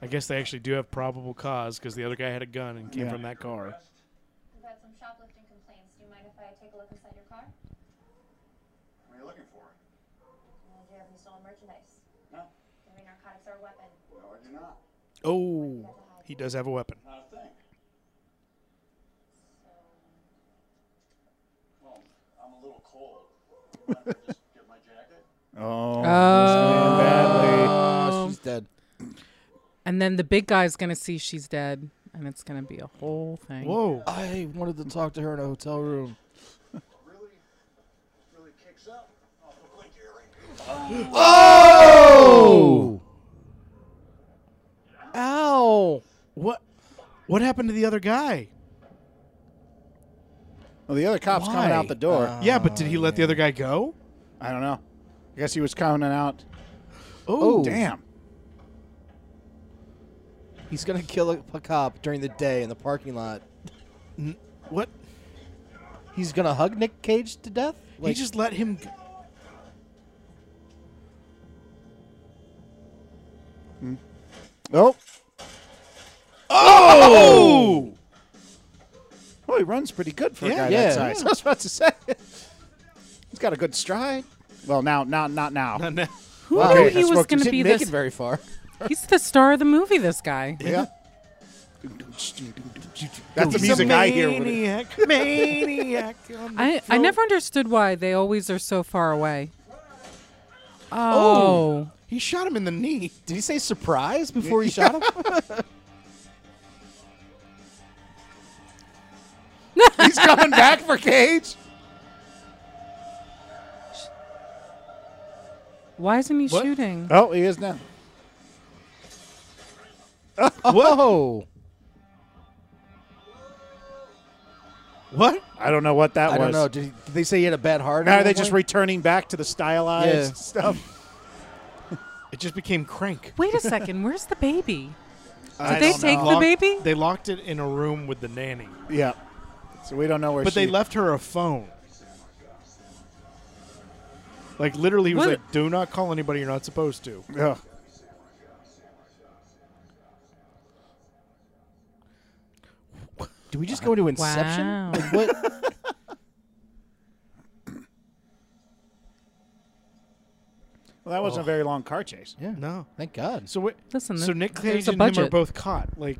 [SPEAKER 2] I guess they actually do have probable cause because the other guy had a gun and came
[SPEAKER 1] Yeah.
[SPEAKER 2] from that car.
[SPEAKER 10] We've had some shoplifting complaints. Do you mind if I take a look inside your car?
[SPEAKER 4] What are you looking for?
[SPEAKER 10] Uh, do you have any stolen merchandise?
[SPEAKER 4] No.
[SPEAKER 10] Do you have any narcotics or a weapon?
[SPEAKER 4] No, I do not.
[SPEAKER 2] Oh, he does have a weapon.
[SPEAKER 4] Not a thing. Well, I'm a little cold. Why don't I just get my jacket.
[SPEAKER 1] Oh,
[SPEAKER 5] Uh, Oh.
[SPEAKER 3] Uh, she's dead.
[SPEAKER 5] And then the big guy's going to see she's dead, and it's going to be a whole thing.
[SPEAKER 2] Whoa.
[SPEAKER 3] I wanted to talk to her in a hotel room.
[SPEAKER 4] Really kicks up. Off the blink earring.
[SPEAKER 3] Oh!
[SPEAKER 2] Ow! What? What happened to the other guy?
[SPEAKER 1] Well, the other cop's coming out the door.
[SPEAKER 3] Uh,
[SPEAKER 2] yeah, but did he let the other guy go?
[SPEAKER 1] I don't know. I guess he was coming out.
[SPEAKER 2] Oh.
[SPEAKER 1] damn.
[SPEAKER 3] He's gonna kill a, a cop during the day in the parking lot.
[SPEAKER 2] what?
[SPEAKER 3] He's gonna hug Nick Cage to death.
[SPEAKER 2] he just let him. Go.
[SPEAKER 1] Nope.
[SPEAKER 2] Oh!
[SPEAKER 1] Oh, he runs pretty good for a
[SPEAKER 2] Yeah,
[SPEAKER 1] guy
[SPEAKER 2] yeah.
[SPEAKER 1] that size. I was about to say. He's got a good stride. Well, now, not not now. Not
[SPEAKER 2] now.
[SPEAKER 5] Who
[SPEAKER 3] uh,
[SPEAKER 5] knew he was going to be this?
[SPEAKER 3] far.
[SPEAKER 5] He's the star of the movie. This guy.
[SPEAKER 1] Yeah. That's the
[SPEAKER 2] He's a
[SPEAKER 1] music I hear. when it-
[SPEAKER 2] Maniac, maniac. on the
[SPEAKER 5] I, I
[SPEAKER 2] floor.
[SPEAKER 5] never understood why they always are so far away. Oh.
[SPEAKER 2] Oh. He shot him in the knee.
[SPEAKER 3] Did he say surprise before he shot him?
[SPEAKER 1] He's coming back for Cage.
[SPEAKER 5] Why isn't he shooting?
[SPEAKER 1] Oh, he is now.
[SPEAKER 3] Whoa!
[SPEAKER 2] What?
[SPEAKER 1] I don't know what that
[SPEAKER 3] I
[SPEAKER 1] was.
[SPEAKER 3] don't know. Did, he, did they say he had a bad heart?
[SPEAKER 1] Now
[SPEAKER 3] at
[SPEAKER 1] are they
[SPEAKER 3] one
[SPEAKER 1] just
[SPEAKER 3] point?
[SPEAKER 1] returning back to the stylized
[SPEAKER 3] Yeah.
[SPEAKER 1] stuff?
[SPEAKER 2] It just became crank.
[SPEAKER 5] Wait a second. Where's the baby? Did
[SPEAKER 1] I
[SPEAKER 5] they
[SPEAKER 1] don't
[SPEAKER 5] take
[SPEAKER 1] know.
[SPEAKER 5] the
[SPEAKER 1] Locked-
[SPEAKER 5] baby?
[SPEAKER 2] They locked it in a room with the nanny,
[SPEAKER 1] Yeah. So we don't know where.
[SPEAKER 2] but they
[SPEAKER 1] she-
[SPEAKER 2] left her a phone. Like literally, he was
[SPEAKER 1] What?
[SPEAKER 2] like, "Do not call anybody you're not supposed to."
[SPEAKER 1] Ugh.
[SPEAKER 3] Did we just go into Inception?
[SPEAKER 5] Wow.
[SPEAKER 3] Like, what?
[SPEAKER 1] Well, that wasn't a very long car chase.
[SPEAKER 3] Yeah.
[SPEAKER 2] No.
[SPEAKER 3] Thank God.
[SPEAKER 2] So wait,
[SPEAKER 5] Listen,
[SPEAKER 2] so
[SPEAKER 5] there-
[SPEAKER 2] Nick Cage
[SPEAKER 5] there's a
[SPEAKER 2] and him are
[SPEAKER 5] budget.
[SPEAKER 2] both caught. Like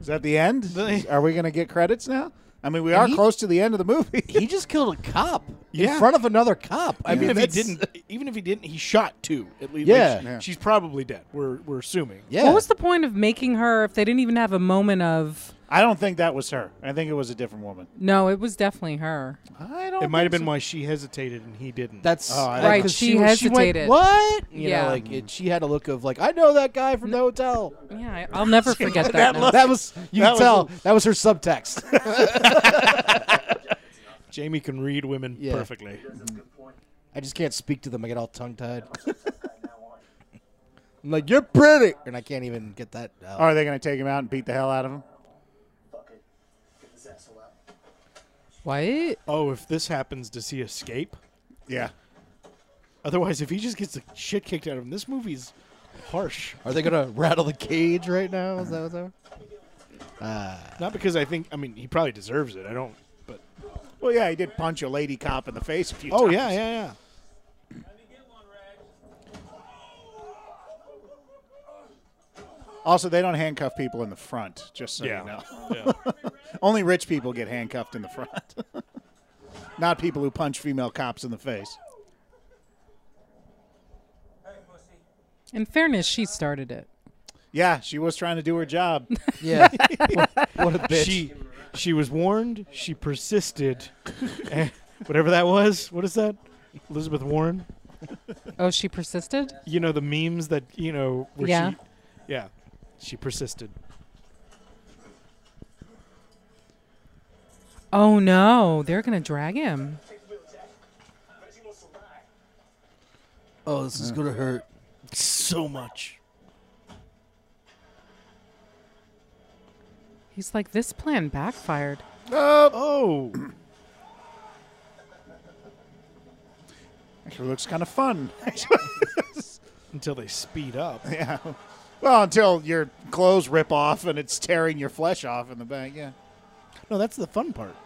[SPEAKER 1] Is that the end?
[SPEAKER 2] The-
[SPEAKER 1] Are we gonna get credits now? I mean, we
[SPEAKER 3] And
[SPEAKER 1] are
[SPEAKER 3] he-
[SPEAKER 1] close to the end of the movie.
[SPEAKER 3] he just killed a cop
[SPEAKER 2] Yeah.
[SPEAKER 3] in front of another cop. I
[SPEAKER 2] even
[SPEAKER 3] mean,
[SPEAKER 2] if he
[SPEAKER 3] that's-
[SPEAKER 2] didn't, even if he didn't, he shot two at least.
[SPEAKER 3] Yeah.
[SPEAKER 2] Like, she-
[SPEAKER 3] Yeah.
[SPEAKER 2] she's probably dead. We're we're assuming.
[SPEAKER 5] What was the point of making her if they didn't even have a moment of?
[SPEAKER 1] I don't think that was her. I think it was a different woman.
[SPEAKER 5] No, it was definitely her.
[SPEAKER 1] I don't.
[SPEAKER 2] It might have been why she hesitated and he didn't.
[SPEAKER 3] That's
[SPEAKER 2] Oh, I
[SPEAKER 3] like,
[SPEAKER 5] Right,
[SPEAKER 3] 'cause
[SPEAKER 5] she
[SPEAKER 3] was- went,
[SPEAKER 5] hesitated.
[SPEAKER 3] what? You
[SPEAKER 5] Yeah.
[SPEAKER 3] know, like it, she had a look of like I know that guy from the hotel.
[SPEAKER 5] Yeah, I- I'll never forget that.
[SPEAKER 3] that,
[SPEAKER 5] now.
[SPEAKER 3] look- that was you
[SPEAKER 5] That
[SPEAKER 3] can
[SPEAKER 5] was
[SPEAKER 3] tell that was her subtext.
[SPEAKER 2] Jamie can read women
[SPEAKER 3] Yeah.
[SPEAKER 2] perfectly.
[SPEAKER 3] I just can't speak to them. I get all tongue tied. I'm like, you're pretty, and I can't even get that out.
[SPEAKER 1] Are they going to take him out and beat the hell out of him?
[SPEAKER 6] Get this asshole out.
[SPEAKER 5] What?
[SPEAKER 2] Oh, if this happens, does he escape?
[SPEAKER 1] Yeah.
[SPEAKER 2] Otherwise, if he just gets the shit kicked out of him, this movie's harsh.
[SPEAKER 3] Are they gonna rattle the cage right now? Is that what's happening?
[SPEAKER 2] Not because I think. I mean, he probably deserves it. I don't. But
[SPEAKER 1] Well, yeah, he did punch a lady cop in the face a few
[SPEAKER 2] oh
[SPEAKER 1] times.
[SPEAKER 2] yeah, yeah, yeah.
[SPEAKER 1] Also, they don't handcuff people in the front, just so you know. Only rich people get handcuffed in the front. Not people who punch female cops in the face.
[SPEAKER 5] In fairness, she started it.
[SPEAKER 1] Yeah, she was trying to do her job.
[SPEAKER 3] Yeah. what a
[SPEAKER 2] She she was warned. She persisted. Eh, Whatever that was. What is that? Elizabeth Warren.
[SPEAKER 5] Oh, she persisted.
[SPEAKER 2] You know the memes that you know. Where
[SPEAKER 5] Yeah.
[SPEAKER 2] She, yeah. She persisted.
[SPEAKER 5] Oh no, they're gonna drag him.
[SPEAKER 3] Oh, this is gonna hurt
[SPEAKER 2] so much.
[SPEAKER 5] He's like, this plan backfired.
[SPEAKER 2] oh.
[SPEAKER 1] Actually, looks kind of fun.
[SPEAKER 2] Until they speed up.
[SPEAKER 1] yeah. Well, until your clothes rip off and it's tearing your flesh off in the back. Yeah.
[SPEAKER 2] No, that's the fun part.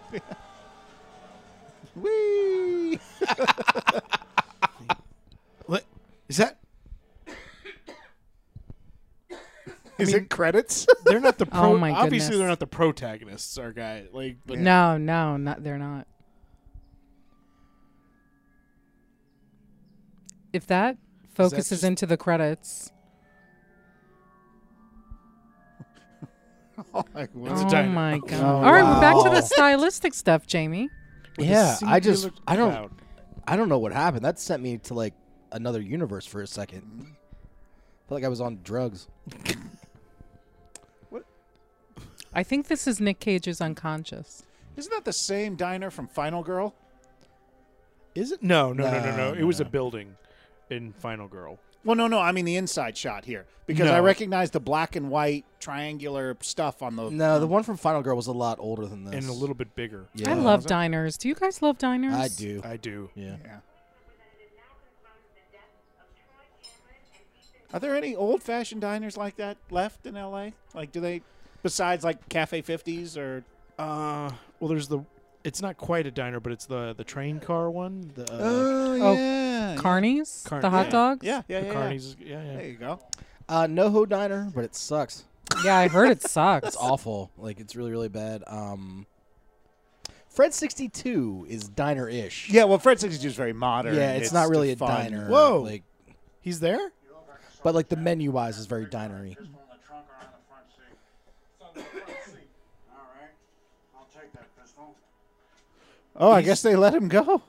[SPEAKER 1] Whee!
[SPEAKER 2] What is that?
[SPEAKER 1] Is it credits?
[SPEAKER 2] They're not the pro.
[SPEAKER 5] Oh, my
[SPEAKER 2] obviously,
[SPEAKER 5] goodness.
[SPEAKER 2] they're not the protagonists. Our guy, like, but
[SPEAKER 5] No, no, not they're not. If that focuses
[SPEAKER 2] just-
[SPEAKER 5] into the credits,
[SPEAKER 1] Like,
[SPEAKER 2] It's
[SPEAKER 1] what's
[SPEAKER 2] a
[SPEAKER 5] oh
[SPEAKER 2] diner.
[SPEAKER 5] my god!
[SPEAKER 3] Oh,
[SPEAKER 5] All right, we're back to
[SPEAKER 3] wow.
[SPEAKER 5] the stylistic stuff, Jamie.
[SPEAKER 2] with a
[SPEAKER 3] yeah, I just
[SPEAKER 2] singular
[SPEAKER 3] I don't
[SPEAKER 2] cloud.
[SPEAKER 3] I don't know what happened. That sent me to like another universe for a second. felt like I was on drugs.
[SPEAKER 5] I think this is Nick Cage's unconscious.
[SPEAKER 1] Isn't that the same diner from Final Girl?
[SPEAKER 2] Is it? No, no, no, no, no.
[SPEAKER 3] No,
[SPEAKER 2] It
[SPEAKER 3] no,
[SPEAKER 2] was a
[SPEAKER 3] no.
[SPEAKER 2] building in Final Girl.
[SPEAKER 1] Well, no, no. I mean the inside shot here because I
[SPEAKER 2] No.
[SPEAKER 1] recognize the black and white triangular stuff on the.
[SPEAKER 3] No, the one from Final Girl was a lot older than this.
[SPEAKER 2] and a little bit bigger.
[SPEAKER 3] Yeah.
[SPEAKER 5] I
[SPEAKER 1] was
[SPEAKER 5] love
[SPEAKER 1] it?
[SPEAKER 5] diners. Do you guys love diners?
[SPEAKER 3] I do.
[SPEAKER 2] I do.
[SPEAKER 3] Yeah.
[SPEAKER 1] Yeah. Are there any old-fashioned diners like that left in L.A.? Like, do they, besides like Cafe Fifties or?
[SPEAKER 2] Uh, well, there's the. It's not quite a diner, but it's the the train car one. The uh,
[SPEAKER 5] Oh,
[SPEAKER 1] yeah,
[SPEAKER 5] Carney's,
[SPEAKER 2] Carn-
[SPEAKER 5] the hot
[SPEAKER 2] yeah.
[SPEAKER 5] dogs.
[SPEAKER 1] yeah, yeah,
[SPEAKER 2] the
[SPEAKER 1] yeah, yeah.
[SPEAKER 2] Carney's. Yeah, yeah.
[SPEAKER 1] There you go.
[SPEAKER 3] Uh NoHo Diner, but it sucks.
[SPEAKER 5] Yeah, I heard it sucks.
[SPEAKER 3] It's awful. Like it's really really bad. Um Fred 62 is diner-ish.
[SPEAKER 1] Yeah, well, Fred Sixty Two is very modern.
[SPEAKER 3] Yeah, it's, not really a
[SPEAKER 1] fun.
[SPEAKER 3] diner.
[SPEAKER 2] Whoa.
[SPEAKER 3] Like
[SPEAKER 2] He's there.
[SPEAKER 3] but like the menu wise is very dinery.
[SPEAKER 4] On the trunk or on the front seat? It's on the front seat. All right. I'll take that pistol.
[SPEAKER 1] Oh, I guess they let him go.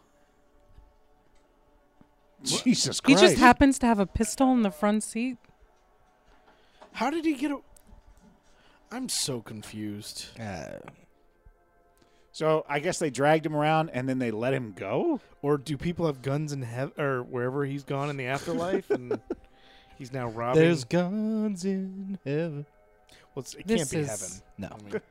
[SPEAKER 1] Jesus
[SPEAKER 5] He
[SPEAKER 1] Christ!
[SPEAKER 5] just happens to have a pistol in the front seat.
[SPEAKER 2] How did he get? A- I'm so confused.
[SPEAKER 3] Uh,
[SPEAKER 1] so I guess they dragged him around and then they let him go.
[SPEAKER 2] Or do people have guns in heaven or wherever he's gone in the afterlife, and he's now robbing?
[SPEAKER 3] there's guns in heaven.
[SPEAKER 2] well, it's- it
[SPEAKER 5] This
[SPEAKER 2] can't be
[SPEAKER 5] is-
[SPEAKER 2] heaven.
[SPEAKER 3] No.
[SPEAKER 2] I mean,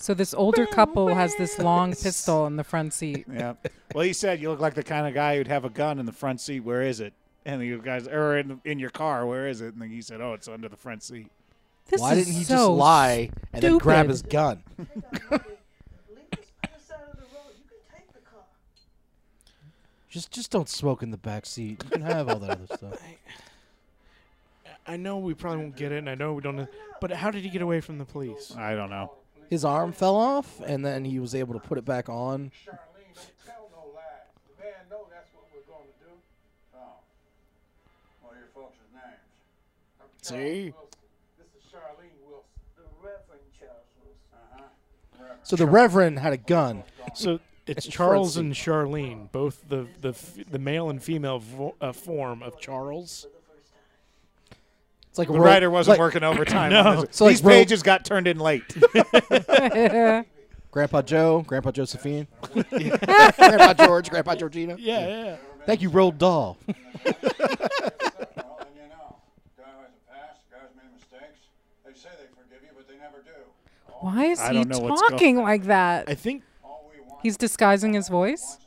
[SPEAKER 5] So this older couple has this long pistol in the front seat.
[SPEAKER 1] Yeah. Well, he said you look like the kind of guy who'd have a gun in the front seat. Where is it? And you guys, or in, in your car, where is it? And then he said, "Oh, it's under the front seat."
[SPEAKER 5] This
[SPEAKER 3] Why
[SPEAKER 5] is
[SPEAKER 3] didn't he
[SPEAKER 5] so
[SPEAKER 3] just lie and then grab
[SPEAKER 5] stupid.
[SPEAKER 3] his gun? Just just don't smoke in the back seat. You can have all that other stuff.
[SPEAKER 2] I know we probably won't get it, and I know we don't. But how did he get away from the police?
[SPEAKER 1] I don't know.
[SPEAKER 3] his arm fell off, and then he was able to put it back on.
[SPEAKER 15] Charlene, don't tell no lies. The man know that's what we're going to do.
[SPEAKER 4] Tom, Oh. what are your folks' names?
[SPEAKER 15] I'm Charles
[SPEAKER 2] See?
[SPEAKER 15] Wilson. This is Charlene Wilson. The Reverend Charles Wilson. Uh-huh.
[SPEAKER 3] So the Reverend had a gun.
[SPEAKER 2] So it's
[SPEAKER 3] In front
[SPEAKER 2] Charles
[SPEAKER 3] seat.
[SPEAKER 2] and Charlene, both the the f- the male and female vo- uh, form of Charles.
[SPEAKER 3] It's like
[SPEAKER 1] The writer wasn't working overtime. on this. These pages got turned in late.
[SPEAKER 3] Grandpa Joe, Grandpa Josephine, Grandpa George, Grandpa Georgina.
[SPEAKER 2] Yeah, yeah.
[SPEAKER 3] Thank you, Roald Dahl.
[SPEAKER 4] Well, then you know, guy has a past, guy's made mistakes. They say they forgive you, but they never do.
[SPEAKER 5] Why is
[SPEAKER 2] I
[SPEAKER 5] he
[SPEAKER 2] don't know what's go-
[SPEAKER 5] talking like that?
[SPEAKER 2] I think
[SPEAKER 5] he's disguising his voice.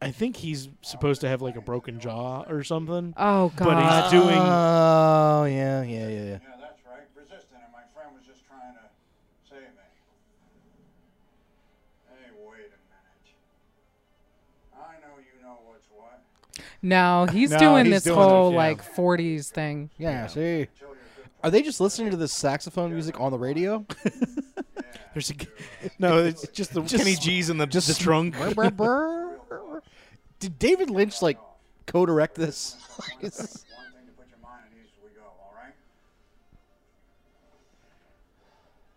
[SPEAKER 2] I think he's supposed to have like a broken jaw or something.
[SPEAKER 5] Oh,
[SPEAKER 2] But
[SPEAKER 5] God.
[SPEAKER 2] he's doing.
[SPEAKER 3] Oh yeah, yeah, yeah, yeah.
[SPEAKER 4] Yeah, that's right. Resistant, and my friend was just trying to save me. Hey, wait a minute. I know you know what's what.
[SPEAKER 5] No, he's
[SPEAKER 3] No,
[SPEAKER 5] doing
[SPEAKER 3] he's
[SPEAKER 5] this
[SPEAKER 3] doing it,
[SPEAKER 5] whole
[SPEAKER 3] yeah.
[SPEAKER 5] like '40s thing.
[SPEAKER 3] Yeah, see. Are they just listening to this saxophone music on the radio?
[SPEAKER 2] There's a, no, it's just the Kenny G's in the, the trunk.
[SPEAKER 3] Brr, brr, brr. Did David Lynch like co-direct this? It's-
[SPEAKER 4] One thing to put your mind at ease as we go, all right?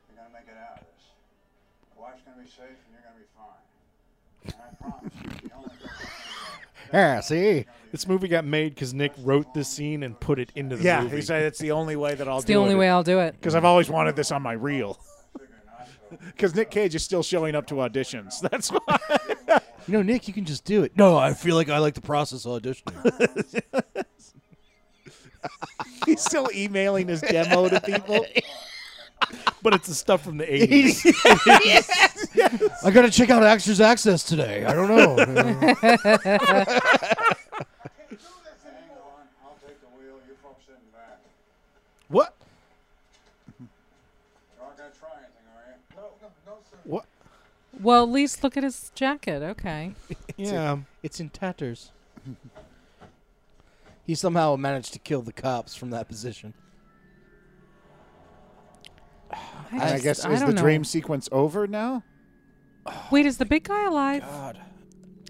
[SPEAKER 4] You're gonna make it out of this. Your wife's gonna be safe, and you're gonna be fine. And I promise you, the only
[SPEAKER 3] yeah, see.
[SPEAKER 2] This movie got made because Nick wrote this scene and put it into the
[SPEAKER 1] yeah,
[SPEAKER 2] movie.
[SPEAKER 1] he said it's the only way that I'll.
[SPEAKER 5] It's the only way I'll do it.
[SPEAKER 1] Because I've always wanted this on my reel. Because Nick Cage is still showing up to auditions. That's why.
[SPEAKER 3] You know, Nick, you can just do it. No, I feel like I like the process of auditioning.
[SPEAKER 1] He's still emailing his demo to people.
[SPEAKER 2] but it's the stuff from the 80s.
[SPEAKER 3] Yes. I got to check out Actors Access today. I don't know.
[SPEAKER 4] Hang on, I'll take the wheel. You folks sitting back.
[SPEAKER 2] what?
[SPEAKER 4] You're not gonna try anything, are you? No, no, no, sir.
[SPEAKER 2] What?
[SPEAKER 5] Well, at least look at his jacket. Okay.
[SPEAKER 2] Yeah.
[SPEAKER 3] it's in tatters. he somehow managed to kill the cops from that position.
[SPEAKER 1] And I
[SPEAKER 5] just-
[SPEAKER 1] guess
[SPEAKER 5] I
[SPEAKER 1] is the
[SPEAKER 5] don't know.
[SPEAKER 1] dream sequence over now?
[SPEAKER 5] Wait, is the big guy alive?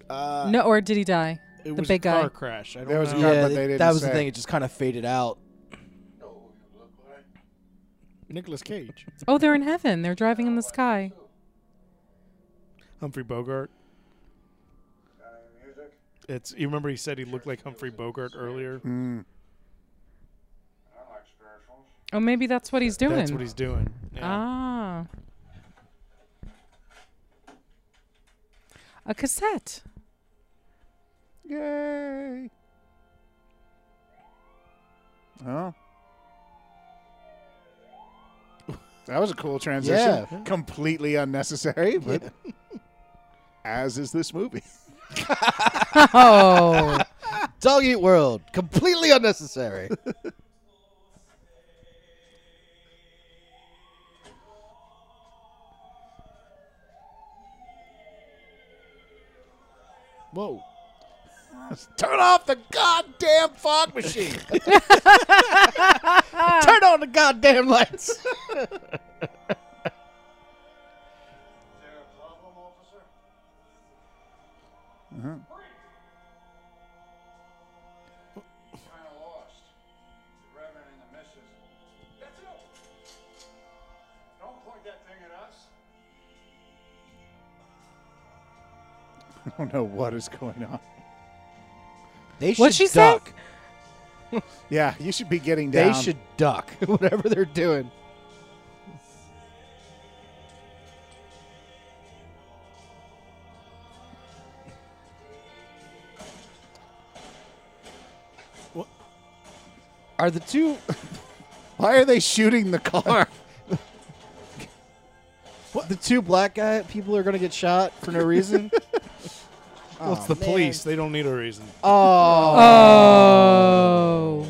[SPEAKER 1] Uh,
[SPEAKER 5] no, or did he die?
[SPEAKER 2] It
[SPEAKER 5] the
[SPEAKER 2] was
[SPEAKER 5] big
[SPEAKER 2] a car
[SPEAKER 5] guy.
[SPEAKER 2] crash. I don't
[SPEAKER 1] There was a
[SPEAKER 2] know.
[SPEAKER 1] car,
[SPEAKER 3] yeah,
[SPEAKER 1] but they didn't
[SPEAKER 3] that was the
[SPEAKER 1] say.
[SPEAKER 3] thing. It just kind of faded out.
[SPEAKER 2] Nicholas Cage,
[SPEAKER 5] Oh, they're in heaven. They're driving in the sky.
[SPEAKER 2] Humphrey Bogart.
[SPEAKER 4] Got any music?
[SPEAKER 2] It's you remember he said he looked like Humphrey Bogart earlier.
[SPEAKER 4] I like spirituals.
[SPEAKER 5] Oh, maybe that's what he's doing.
[SPEAKER 2] That's what he's doing. Yeah.
[SPEAKER 5] Ah. A cassette.
[SPEAKER 1] Yay! Oh. That was a cool transition.
[SPEAKER 3] Yeah.
[SPEAKER 1] Completely unnecessary, but as is this movie.
[SPEAKER 3] oh, Dog Eat World, completely unnecessary.
[SPEAKER 2] Whoa.
[SPEAKER 1] Turn off the goddamn fog machine.
[SPEAKER 5] Ah.
[SPEAKER 3] Turn on the goddamn lights.
[SPEAKER 4] Is there a problem, officer?
[SPEAKER 1] Uh-huh.
[SPEAKER 4] Kind of lost. The Reverend and the Missus. That's it. Don't point that thing at us.
[SPEAKER 1] I don't know what is going on.
[SPEAKER 3] They should
[SPEAKER 5] What'd she say?
[SPEAKER 3] duck.
[SPEAKER 1] Yeah, you should be getting
[SPEAKER 3] They
[SPEAKER 1] down.
[SPEAKER 3] should duck. Whatever they're doing.
[SPEAKER 2] What?
[SPEAKER 3] Are the two?
[SPEAKER 1] Why are they shooting the car?
[SPEAKER 3] The two black guy people are gonna get shot for no reason.
[SPEAKER 2] Well, it's the police. They don't need a reason.
[SPEAKER 3] Oh.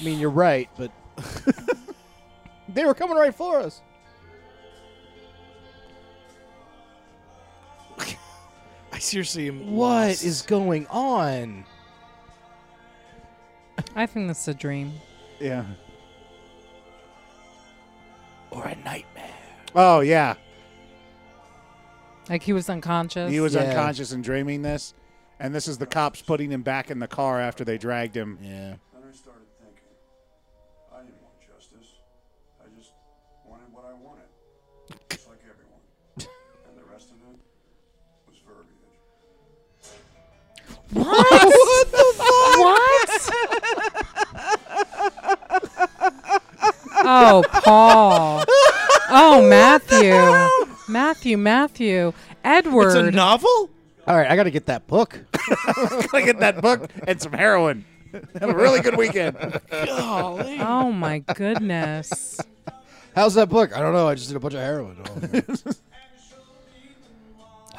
[SPEAKER 3] I mean, you're right, but they were coming right for us.
[SPEAKER 2] I seriously am.
[SPEAKER 3] What
[SPEAKER 2] lost.
[SPEAKER 3] is going on?
[SPEAKER 5] I think that's a dream.
[SPEAKER 1] yeah.
[SPEAKER 3] Or a nightmare.
[SPEAKER 1] Oh yeah.
[SPEAKER 5] Like he was unconscious.
[SPEAKER 1] He was unconscious and dreaming this, and this is the cops putting him back in the car after they dragged him.
[SPEAKER 3] Yeah.
[SPEAKER 16] Then I started thinking. I didn't want justice. I just wanted what I wanted. Just like everyone. and the rest of it was verbiage.
[SPEAKER 5] What? what the fuck? What? oh, Paul. Oh, Matthew. Matthew, Matthew. Edward.
[SPEAKER 2] novel?
[SPEAKER 3] All right, I got to get that book.
[SPEAKER 1] I get that book and some heroin. Have a really good weekend.
[SPEAKER 3] Golly.
[SPEAKER 5] Oh, my goodness.
[SPEAKER 3] How's that book? I don't know. I just did a bunch of heroin.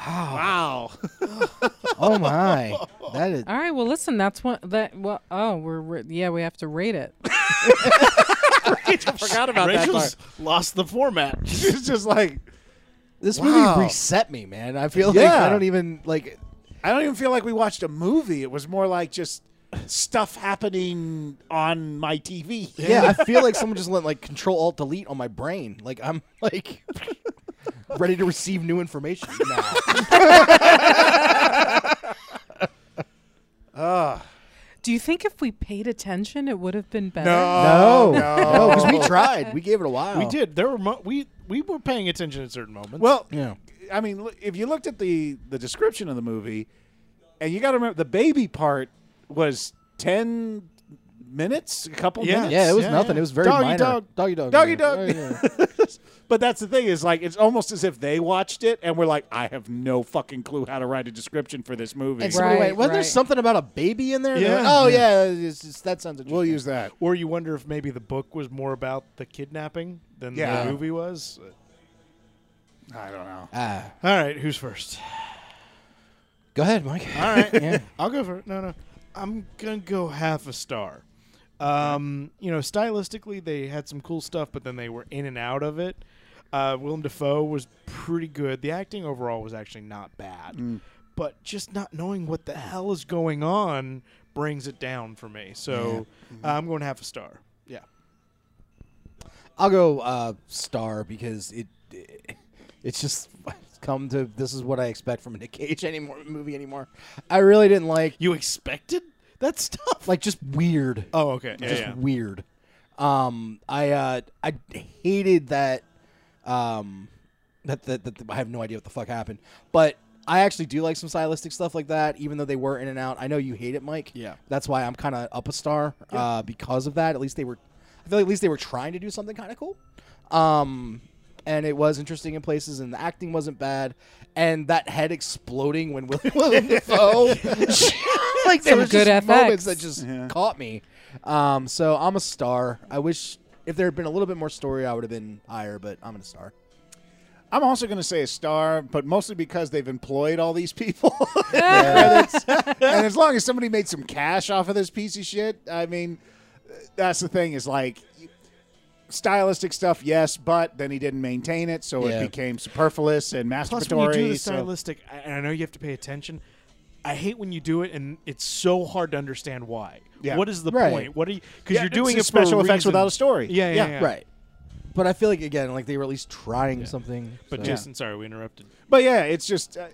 [SPEAKER 3] Oh,
[SPEAKER 1] Wow.
[SPEAKER 3] oh my. That is.
[SPEAKER 5] All right. Well, listen. That's one. That. Well. Oh, we're. we're yeah, we have to rate it.
[SPEAKER 1] I forgot about that
[SPEAKER 2] Rachel's lost the format.
[SPEAKER 1] She's just like,
[SPEAKER 3] This
[SPEAKER 1] Wow.
[SPEAKER 3] movie reset me, man. I feel like
[SPEAKER 1] Yeah.
[SPEAKER 3] I don't even like.
[SPEAKER 1] I don't even feel like we watched a movie. It was more like just stuff happening on my TV.
[SPEAKER 3] Yeah, I feel like someone just let like Control Alt Delete on my brain. Like I'm like ready to receive new information now.
[SPEAKER 5] Do you think if we paid attention, it would have been better?
[SPEAKER 1] No,
[SPEAKER 3] Oh, no, because we tried. We gave it a while.
[SPEAKER 2] We did. There were mo- we we were paying attention at certain moments.
[SPEAKER 1] Well,
[SPEAKER 3] Yeah.
[SPEAKER 1] I mean, l- if you looked at the the description of the movie, and you got to remember the baby part was ten minutes, a couple
[SPEAKER 2] Yeah.
[SPEAKER 1] minutes.
[SPEAKER 3] Yeah, it was
[SPEAKER 2] Yeah,
[SPEAKER 3] nothing.
[SPEAKER 2] yeah.
[SPEAKER 3] It was very
[SPEAKER 1] Doggy
[SPEAKER 3] minor.
[SPEAKER 1] dog.
[SPEAKER 3] Doggy dog.
[SPEAKER 1] Doggy
[SPEAKER 3] yeah.
[SPEAKER 1] dog.
[SPEAKER 3] Yeah, yeah.
[SPEAKER 1] but that's the thing is like it's almost as if they watched it and were like, I have no fucking clue how to write a description for this movie.
[SPEAKER 3] And somebody
[SPEAKER 5] Right,
[SPEAKER 3] went, wasn't there
[SPEAKER 5] right.
[SPEAKER 3] something about a baby in there? And they're
[SPEAKER 2] Yeah.
[SPEAKER 3] like, oh yeah, it's just- that sounds.
[SPEAKER 1] we'll
[SPEAKER 3] interesting."
[SPEAKER 1] use that.
[SPEAKER 2] or you wonder if maybe the book was more about the kidnapping than
[SPEAKER 1] Yeah.
[SPEAKER 2] the movie was.
[SPEAKER 1] I don't know.
[SPEAKER 3] Ah,
[SPEAKER 2] All right, who's first?
[SPEAKER 3] go ahead, Mike.
[SPEAKER 2] All right,
[SPEAKER 3] Yeah.
[SPEAKER 2] I'll go for no, no. I'm gonna go half a star. Um, you know, stylistically they had some cool stuff, but then they were in and out of it. Uh, Willem Dafoe was pretty good. The acting overall was actually not bad, but just not knowing what the hell is going on brings it down for me. So uh, I'm going half a star. Yeah.
[SPEAKER 3] I'll go uh, star because it, it it's just it's come to this is what I expect from a Nick Cage anymore movie anymore. I really didn't like
[SPEAKER 2] You expected that stuff?
[SPEAKER 3] like just weird.
[SPEAKER 2] Oh, okay. Yeah,
[SPEAKER 3] just
[SPEAKER 2] yeah.
[SPEAKER 3] weird. Um, I uh, I hated that. Um, that, that, that I have no idea what the fuck happened, but I actually do like some stylistic stuff like that, even though they were in and out. I know you hate it, Mike.
[SPEAKER 2] Yeah.
[SPEAKER 3] that's why I'm kind of up a star uh, because of that. At least they were, I feel like at least they were trying to do something kind of cool. Um, and it was interesting in places, and the acting wasn't bad, and that head exploding when William Willem Dafoe, like there
[SPEAKER 5] Some
[SPEAKER 3] were
[SPEAKER 5] good
[SPEAKER 3] just moments
[SPEAKER 5] FX.
[SPEAKER 3] that just
[SPEAKER 1] Yeah.
[SPEAKER 3] caught me. Um, so I'm a star. I wish if there had been a little bit more story, I would have been higher, but I'm a star.
[SPEAKER 1] I'm also going to say a star, but mostly because they've employed all these people. and as long as somebody made some cash off of this piece of shit, I mean, that's the thing is like stylistic stuff, yes, but then he didn't maintain it, so
[SPEAKER 3] Yeah.
[SPEAKER 1] it became superfluous and masturbatory.
[SPEAKER 2] Plus, when you do the
[SPEAKER 1] so-
[SPEAKER 2] stylistic, I- and I know you have to pay attention. I hate when you do it, and it's so hard to understand why.
[SPEAKER 1] Yeah.
[SPEAKER 2] What is the
[SPEAKER 3] Right.
[SPEAKER 2] point? What are you? Because
[SPEAKER 1] Yeah,
[SPEAKER 2] you're
[SPEAKER 1] it's
[SPEAKER 2] doing
[SPEAKER 1] just
[SPEAKER 2] it for a
[SPEAKER 1] special effects
[SPEAKER 2] reason.
[SPEAKER 1] without a story.
[SPEAKER 2] Yeah, yeah,
[SPEAKER 1] Yeah.
[SPEAKER 2] yeah.
[SPEAKER 3] Right. But I feel like again, like they were at least trying something.
[SPEAKER 2] But
[SPEAKER 3] so-
[SPEAKER 2] Jason, sorry, we interrupted.
[SPEAKER 1] But yeah, it's just uh,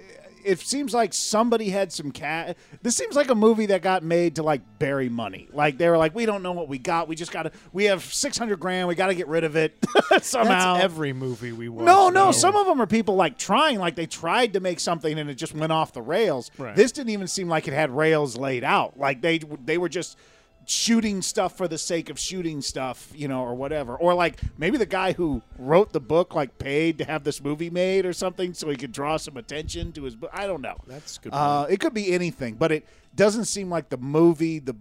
[SPEAKER 1] it seems like somebody had some cat. This seems like a movie that got made to like bury money. Like they were like, we don't know what we got. We just gotta. We have six hundred grand. We gotta get rid of it somehow.
[SPEAKER 2] That's every movie we watch.
[SPEAKER 1] no, no.
[SPEAKER 2] though.
[SPEAKER 1] Some of them are people like trying, like they tried to make something and it just went off the rails.
[SPEAKER 2] Right.
[SPEAKER 1] This didn't even seem like it had rails laid out. Like they they were just shooting stuff for the sake of shooting stuff, you know, or whatever. Or like maybe the guy who wrote the book like paid to have this movie made or something so he could draw some attention to his book. I don't know.
[SPEAKER 2] That's a good
[SPEAKER 1] Uh, it could be anything, but it doesn't seem like the movie, the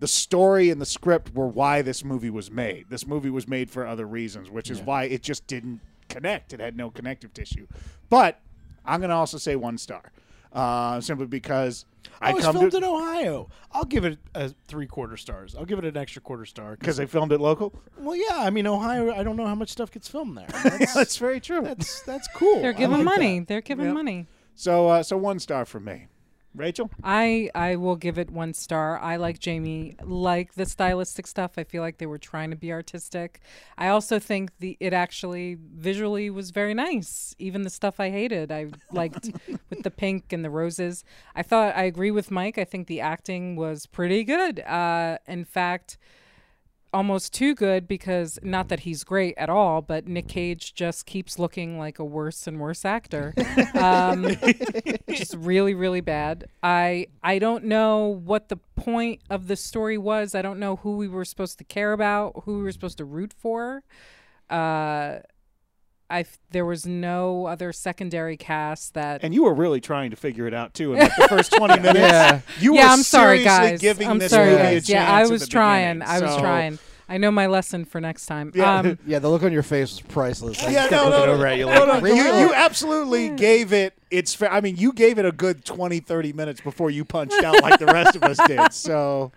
[SPEAKER 1] the story and the script were why this movie was made. This movie was made for other reasons, which is why it just didn't connect. It had no connective tissue. But I'm going to also say one star, uh, simply because
[SPEAKER 2] I,
[SPEAKER 1] I
[SPEAKER 2] was
[SPEAKER 1] come
[SPEAKER 2] filmed
[SPEAKER 1] to
[SPEAKER 2] in Ohio. I'll give it a three quarter stars. I'll give it an extra quarter star.
[SPEAKER 1] because they filmed it local.
[SPEAKER 2] well, yeah, I mean Ohio. I don't know how much stuff gets filmed there. That's
[SPEAKER 1] That's very true.
[SPEAKER 2] that's, that's cool.
[SPEAKER 5] They're
[SPEAKER 2] I
[SPEAKER 5] giving
[SPEAKER 2] like
[SPEAKER 5] money. They're giving
[SPEAKER 1] Yep.
[SPEAKER 5] money.
[SPEAKER 1] So, uh, so one star for me. Rachel?
[SPEAKER 5] I I will give it one star. I like Jamie like the stylistic stuff. I feel like they were trying to be artistic. I also think the it actually visually was very nice. Even the stuff I hated, I liked with the pink and the roses. I thought I agree with Mike. I think the acting was pretty good. Uh, in fact, almost too good because not that he's great at all, but Nick Cage just keeps looking like a worse and worse actor. um, just really, really bad. I I don't know what the point of the story was. I don't know who we were supposed to care about, who we were supposed to root for. Uh, I f- there was no other secondary cast that
[SPEAKER 1] And you were really trying to figure it out too in like the first 20 minutes.
[SPEAKER 5] Yeah.
[SPEAKER 1] You
[SPEAKER 5] yeah,
[SPEAKER 1] were
[SPEAKER 5] I'm sorry,
[SPEAKER 1] seriously
[SPEAKER 5] guys.
[SPEAKER 1] giving
[SPEAKER 5] I'm
[SPEAKER 1] this
[SPEAKER 5] sorry,
[SPEAKER 1] movie a
[SPEAKER 5] guys.
[SPEAKER 1] chance.
[SPEAKER 5] Yeah, I
[SPEAKER 1] at
[SPEAKER 5] was
[SPEAKER 1] the
[SPEAKER 5] trying.
[SPEAKER 1] beginning.
[SPEAKER 5] I was
[SPEAKER 1] So-
[SPEAKER 5] trying. I know my lesson for next time.
[SPEAKER 1] Yeah.
[SPEAKER 5] Um,
[SPEAKER 3] yeah, the look on your face was priceless. I
[SPEAKER 1] Yeah,
[SPEAKER 3] just kept
[SPEAKER 1] no, no,
[SPEAKER 3] looking
[SPEAKER 1] no,
[SPEAKER 3] over at you
[SPEAKER 1] no,
[SPEAKER 3] like,
[SPEAKER 1] no,
[SPEAKER 3] "Really?"
[SPEAKER 1] You, you absolutely gave it. It's. Fa- I mean, you gave it a good 20, 30 minutes before you punched out like the rest of us did. So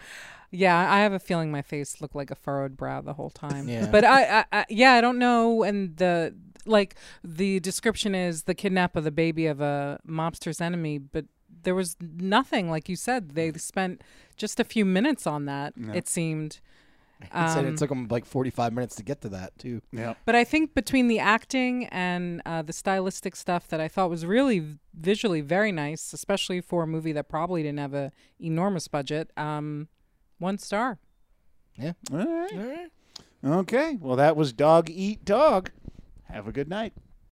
[SPEAKER 5] Yeah, I have a feeling my face looked like a furrowed brow the whole time.
[SPEAKER 1] Yeah.
[SPEAKER 5] But I, I, I, yeah, I don't know. And the like, the description is the kidnap of the baby of a mobster's enemy, but there was nothing. Like you said, they spent just a few minutes on that.
[SPEAKER 3] No.
[SPEAKER 5] It seemed.
[SPEAKER 3] It said
[SPEAKER 5] Um,
[SPEAKER 3] it took them like 45 minutes to get to that, too.
[SPEAKER 1] Yeah.
[SPEAKER 5] but I think between the acting and uh, the stylistic stuff that I thought was really v- visually very nice, especially for a movie that probably didn't have a enormous budget, um, one star.
[SPEAKER 3] Yeah.
[SPEAKER 1] All right. Okay. Well, that was Dog Eat Dog. Have a good night.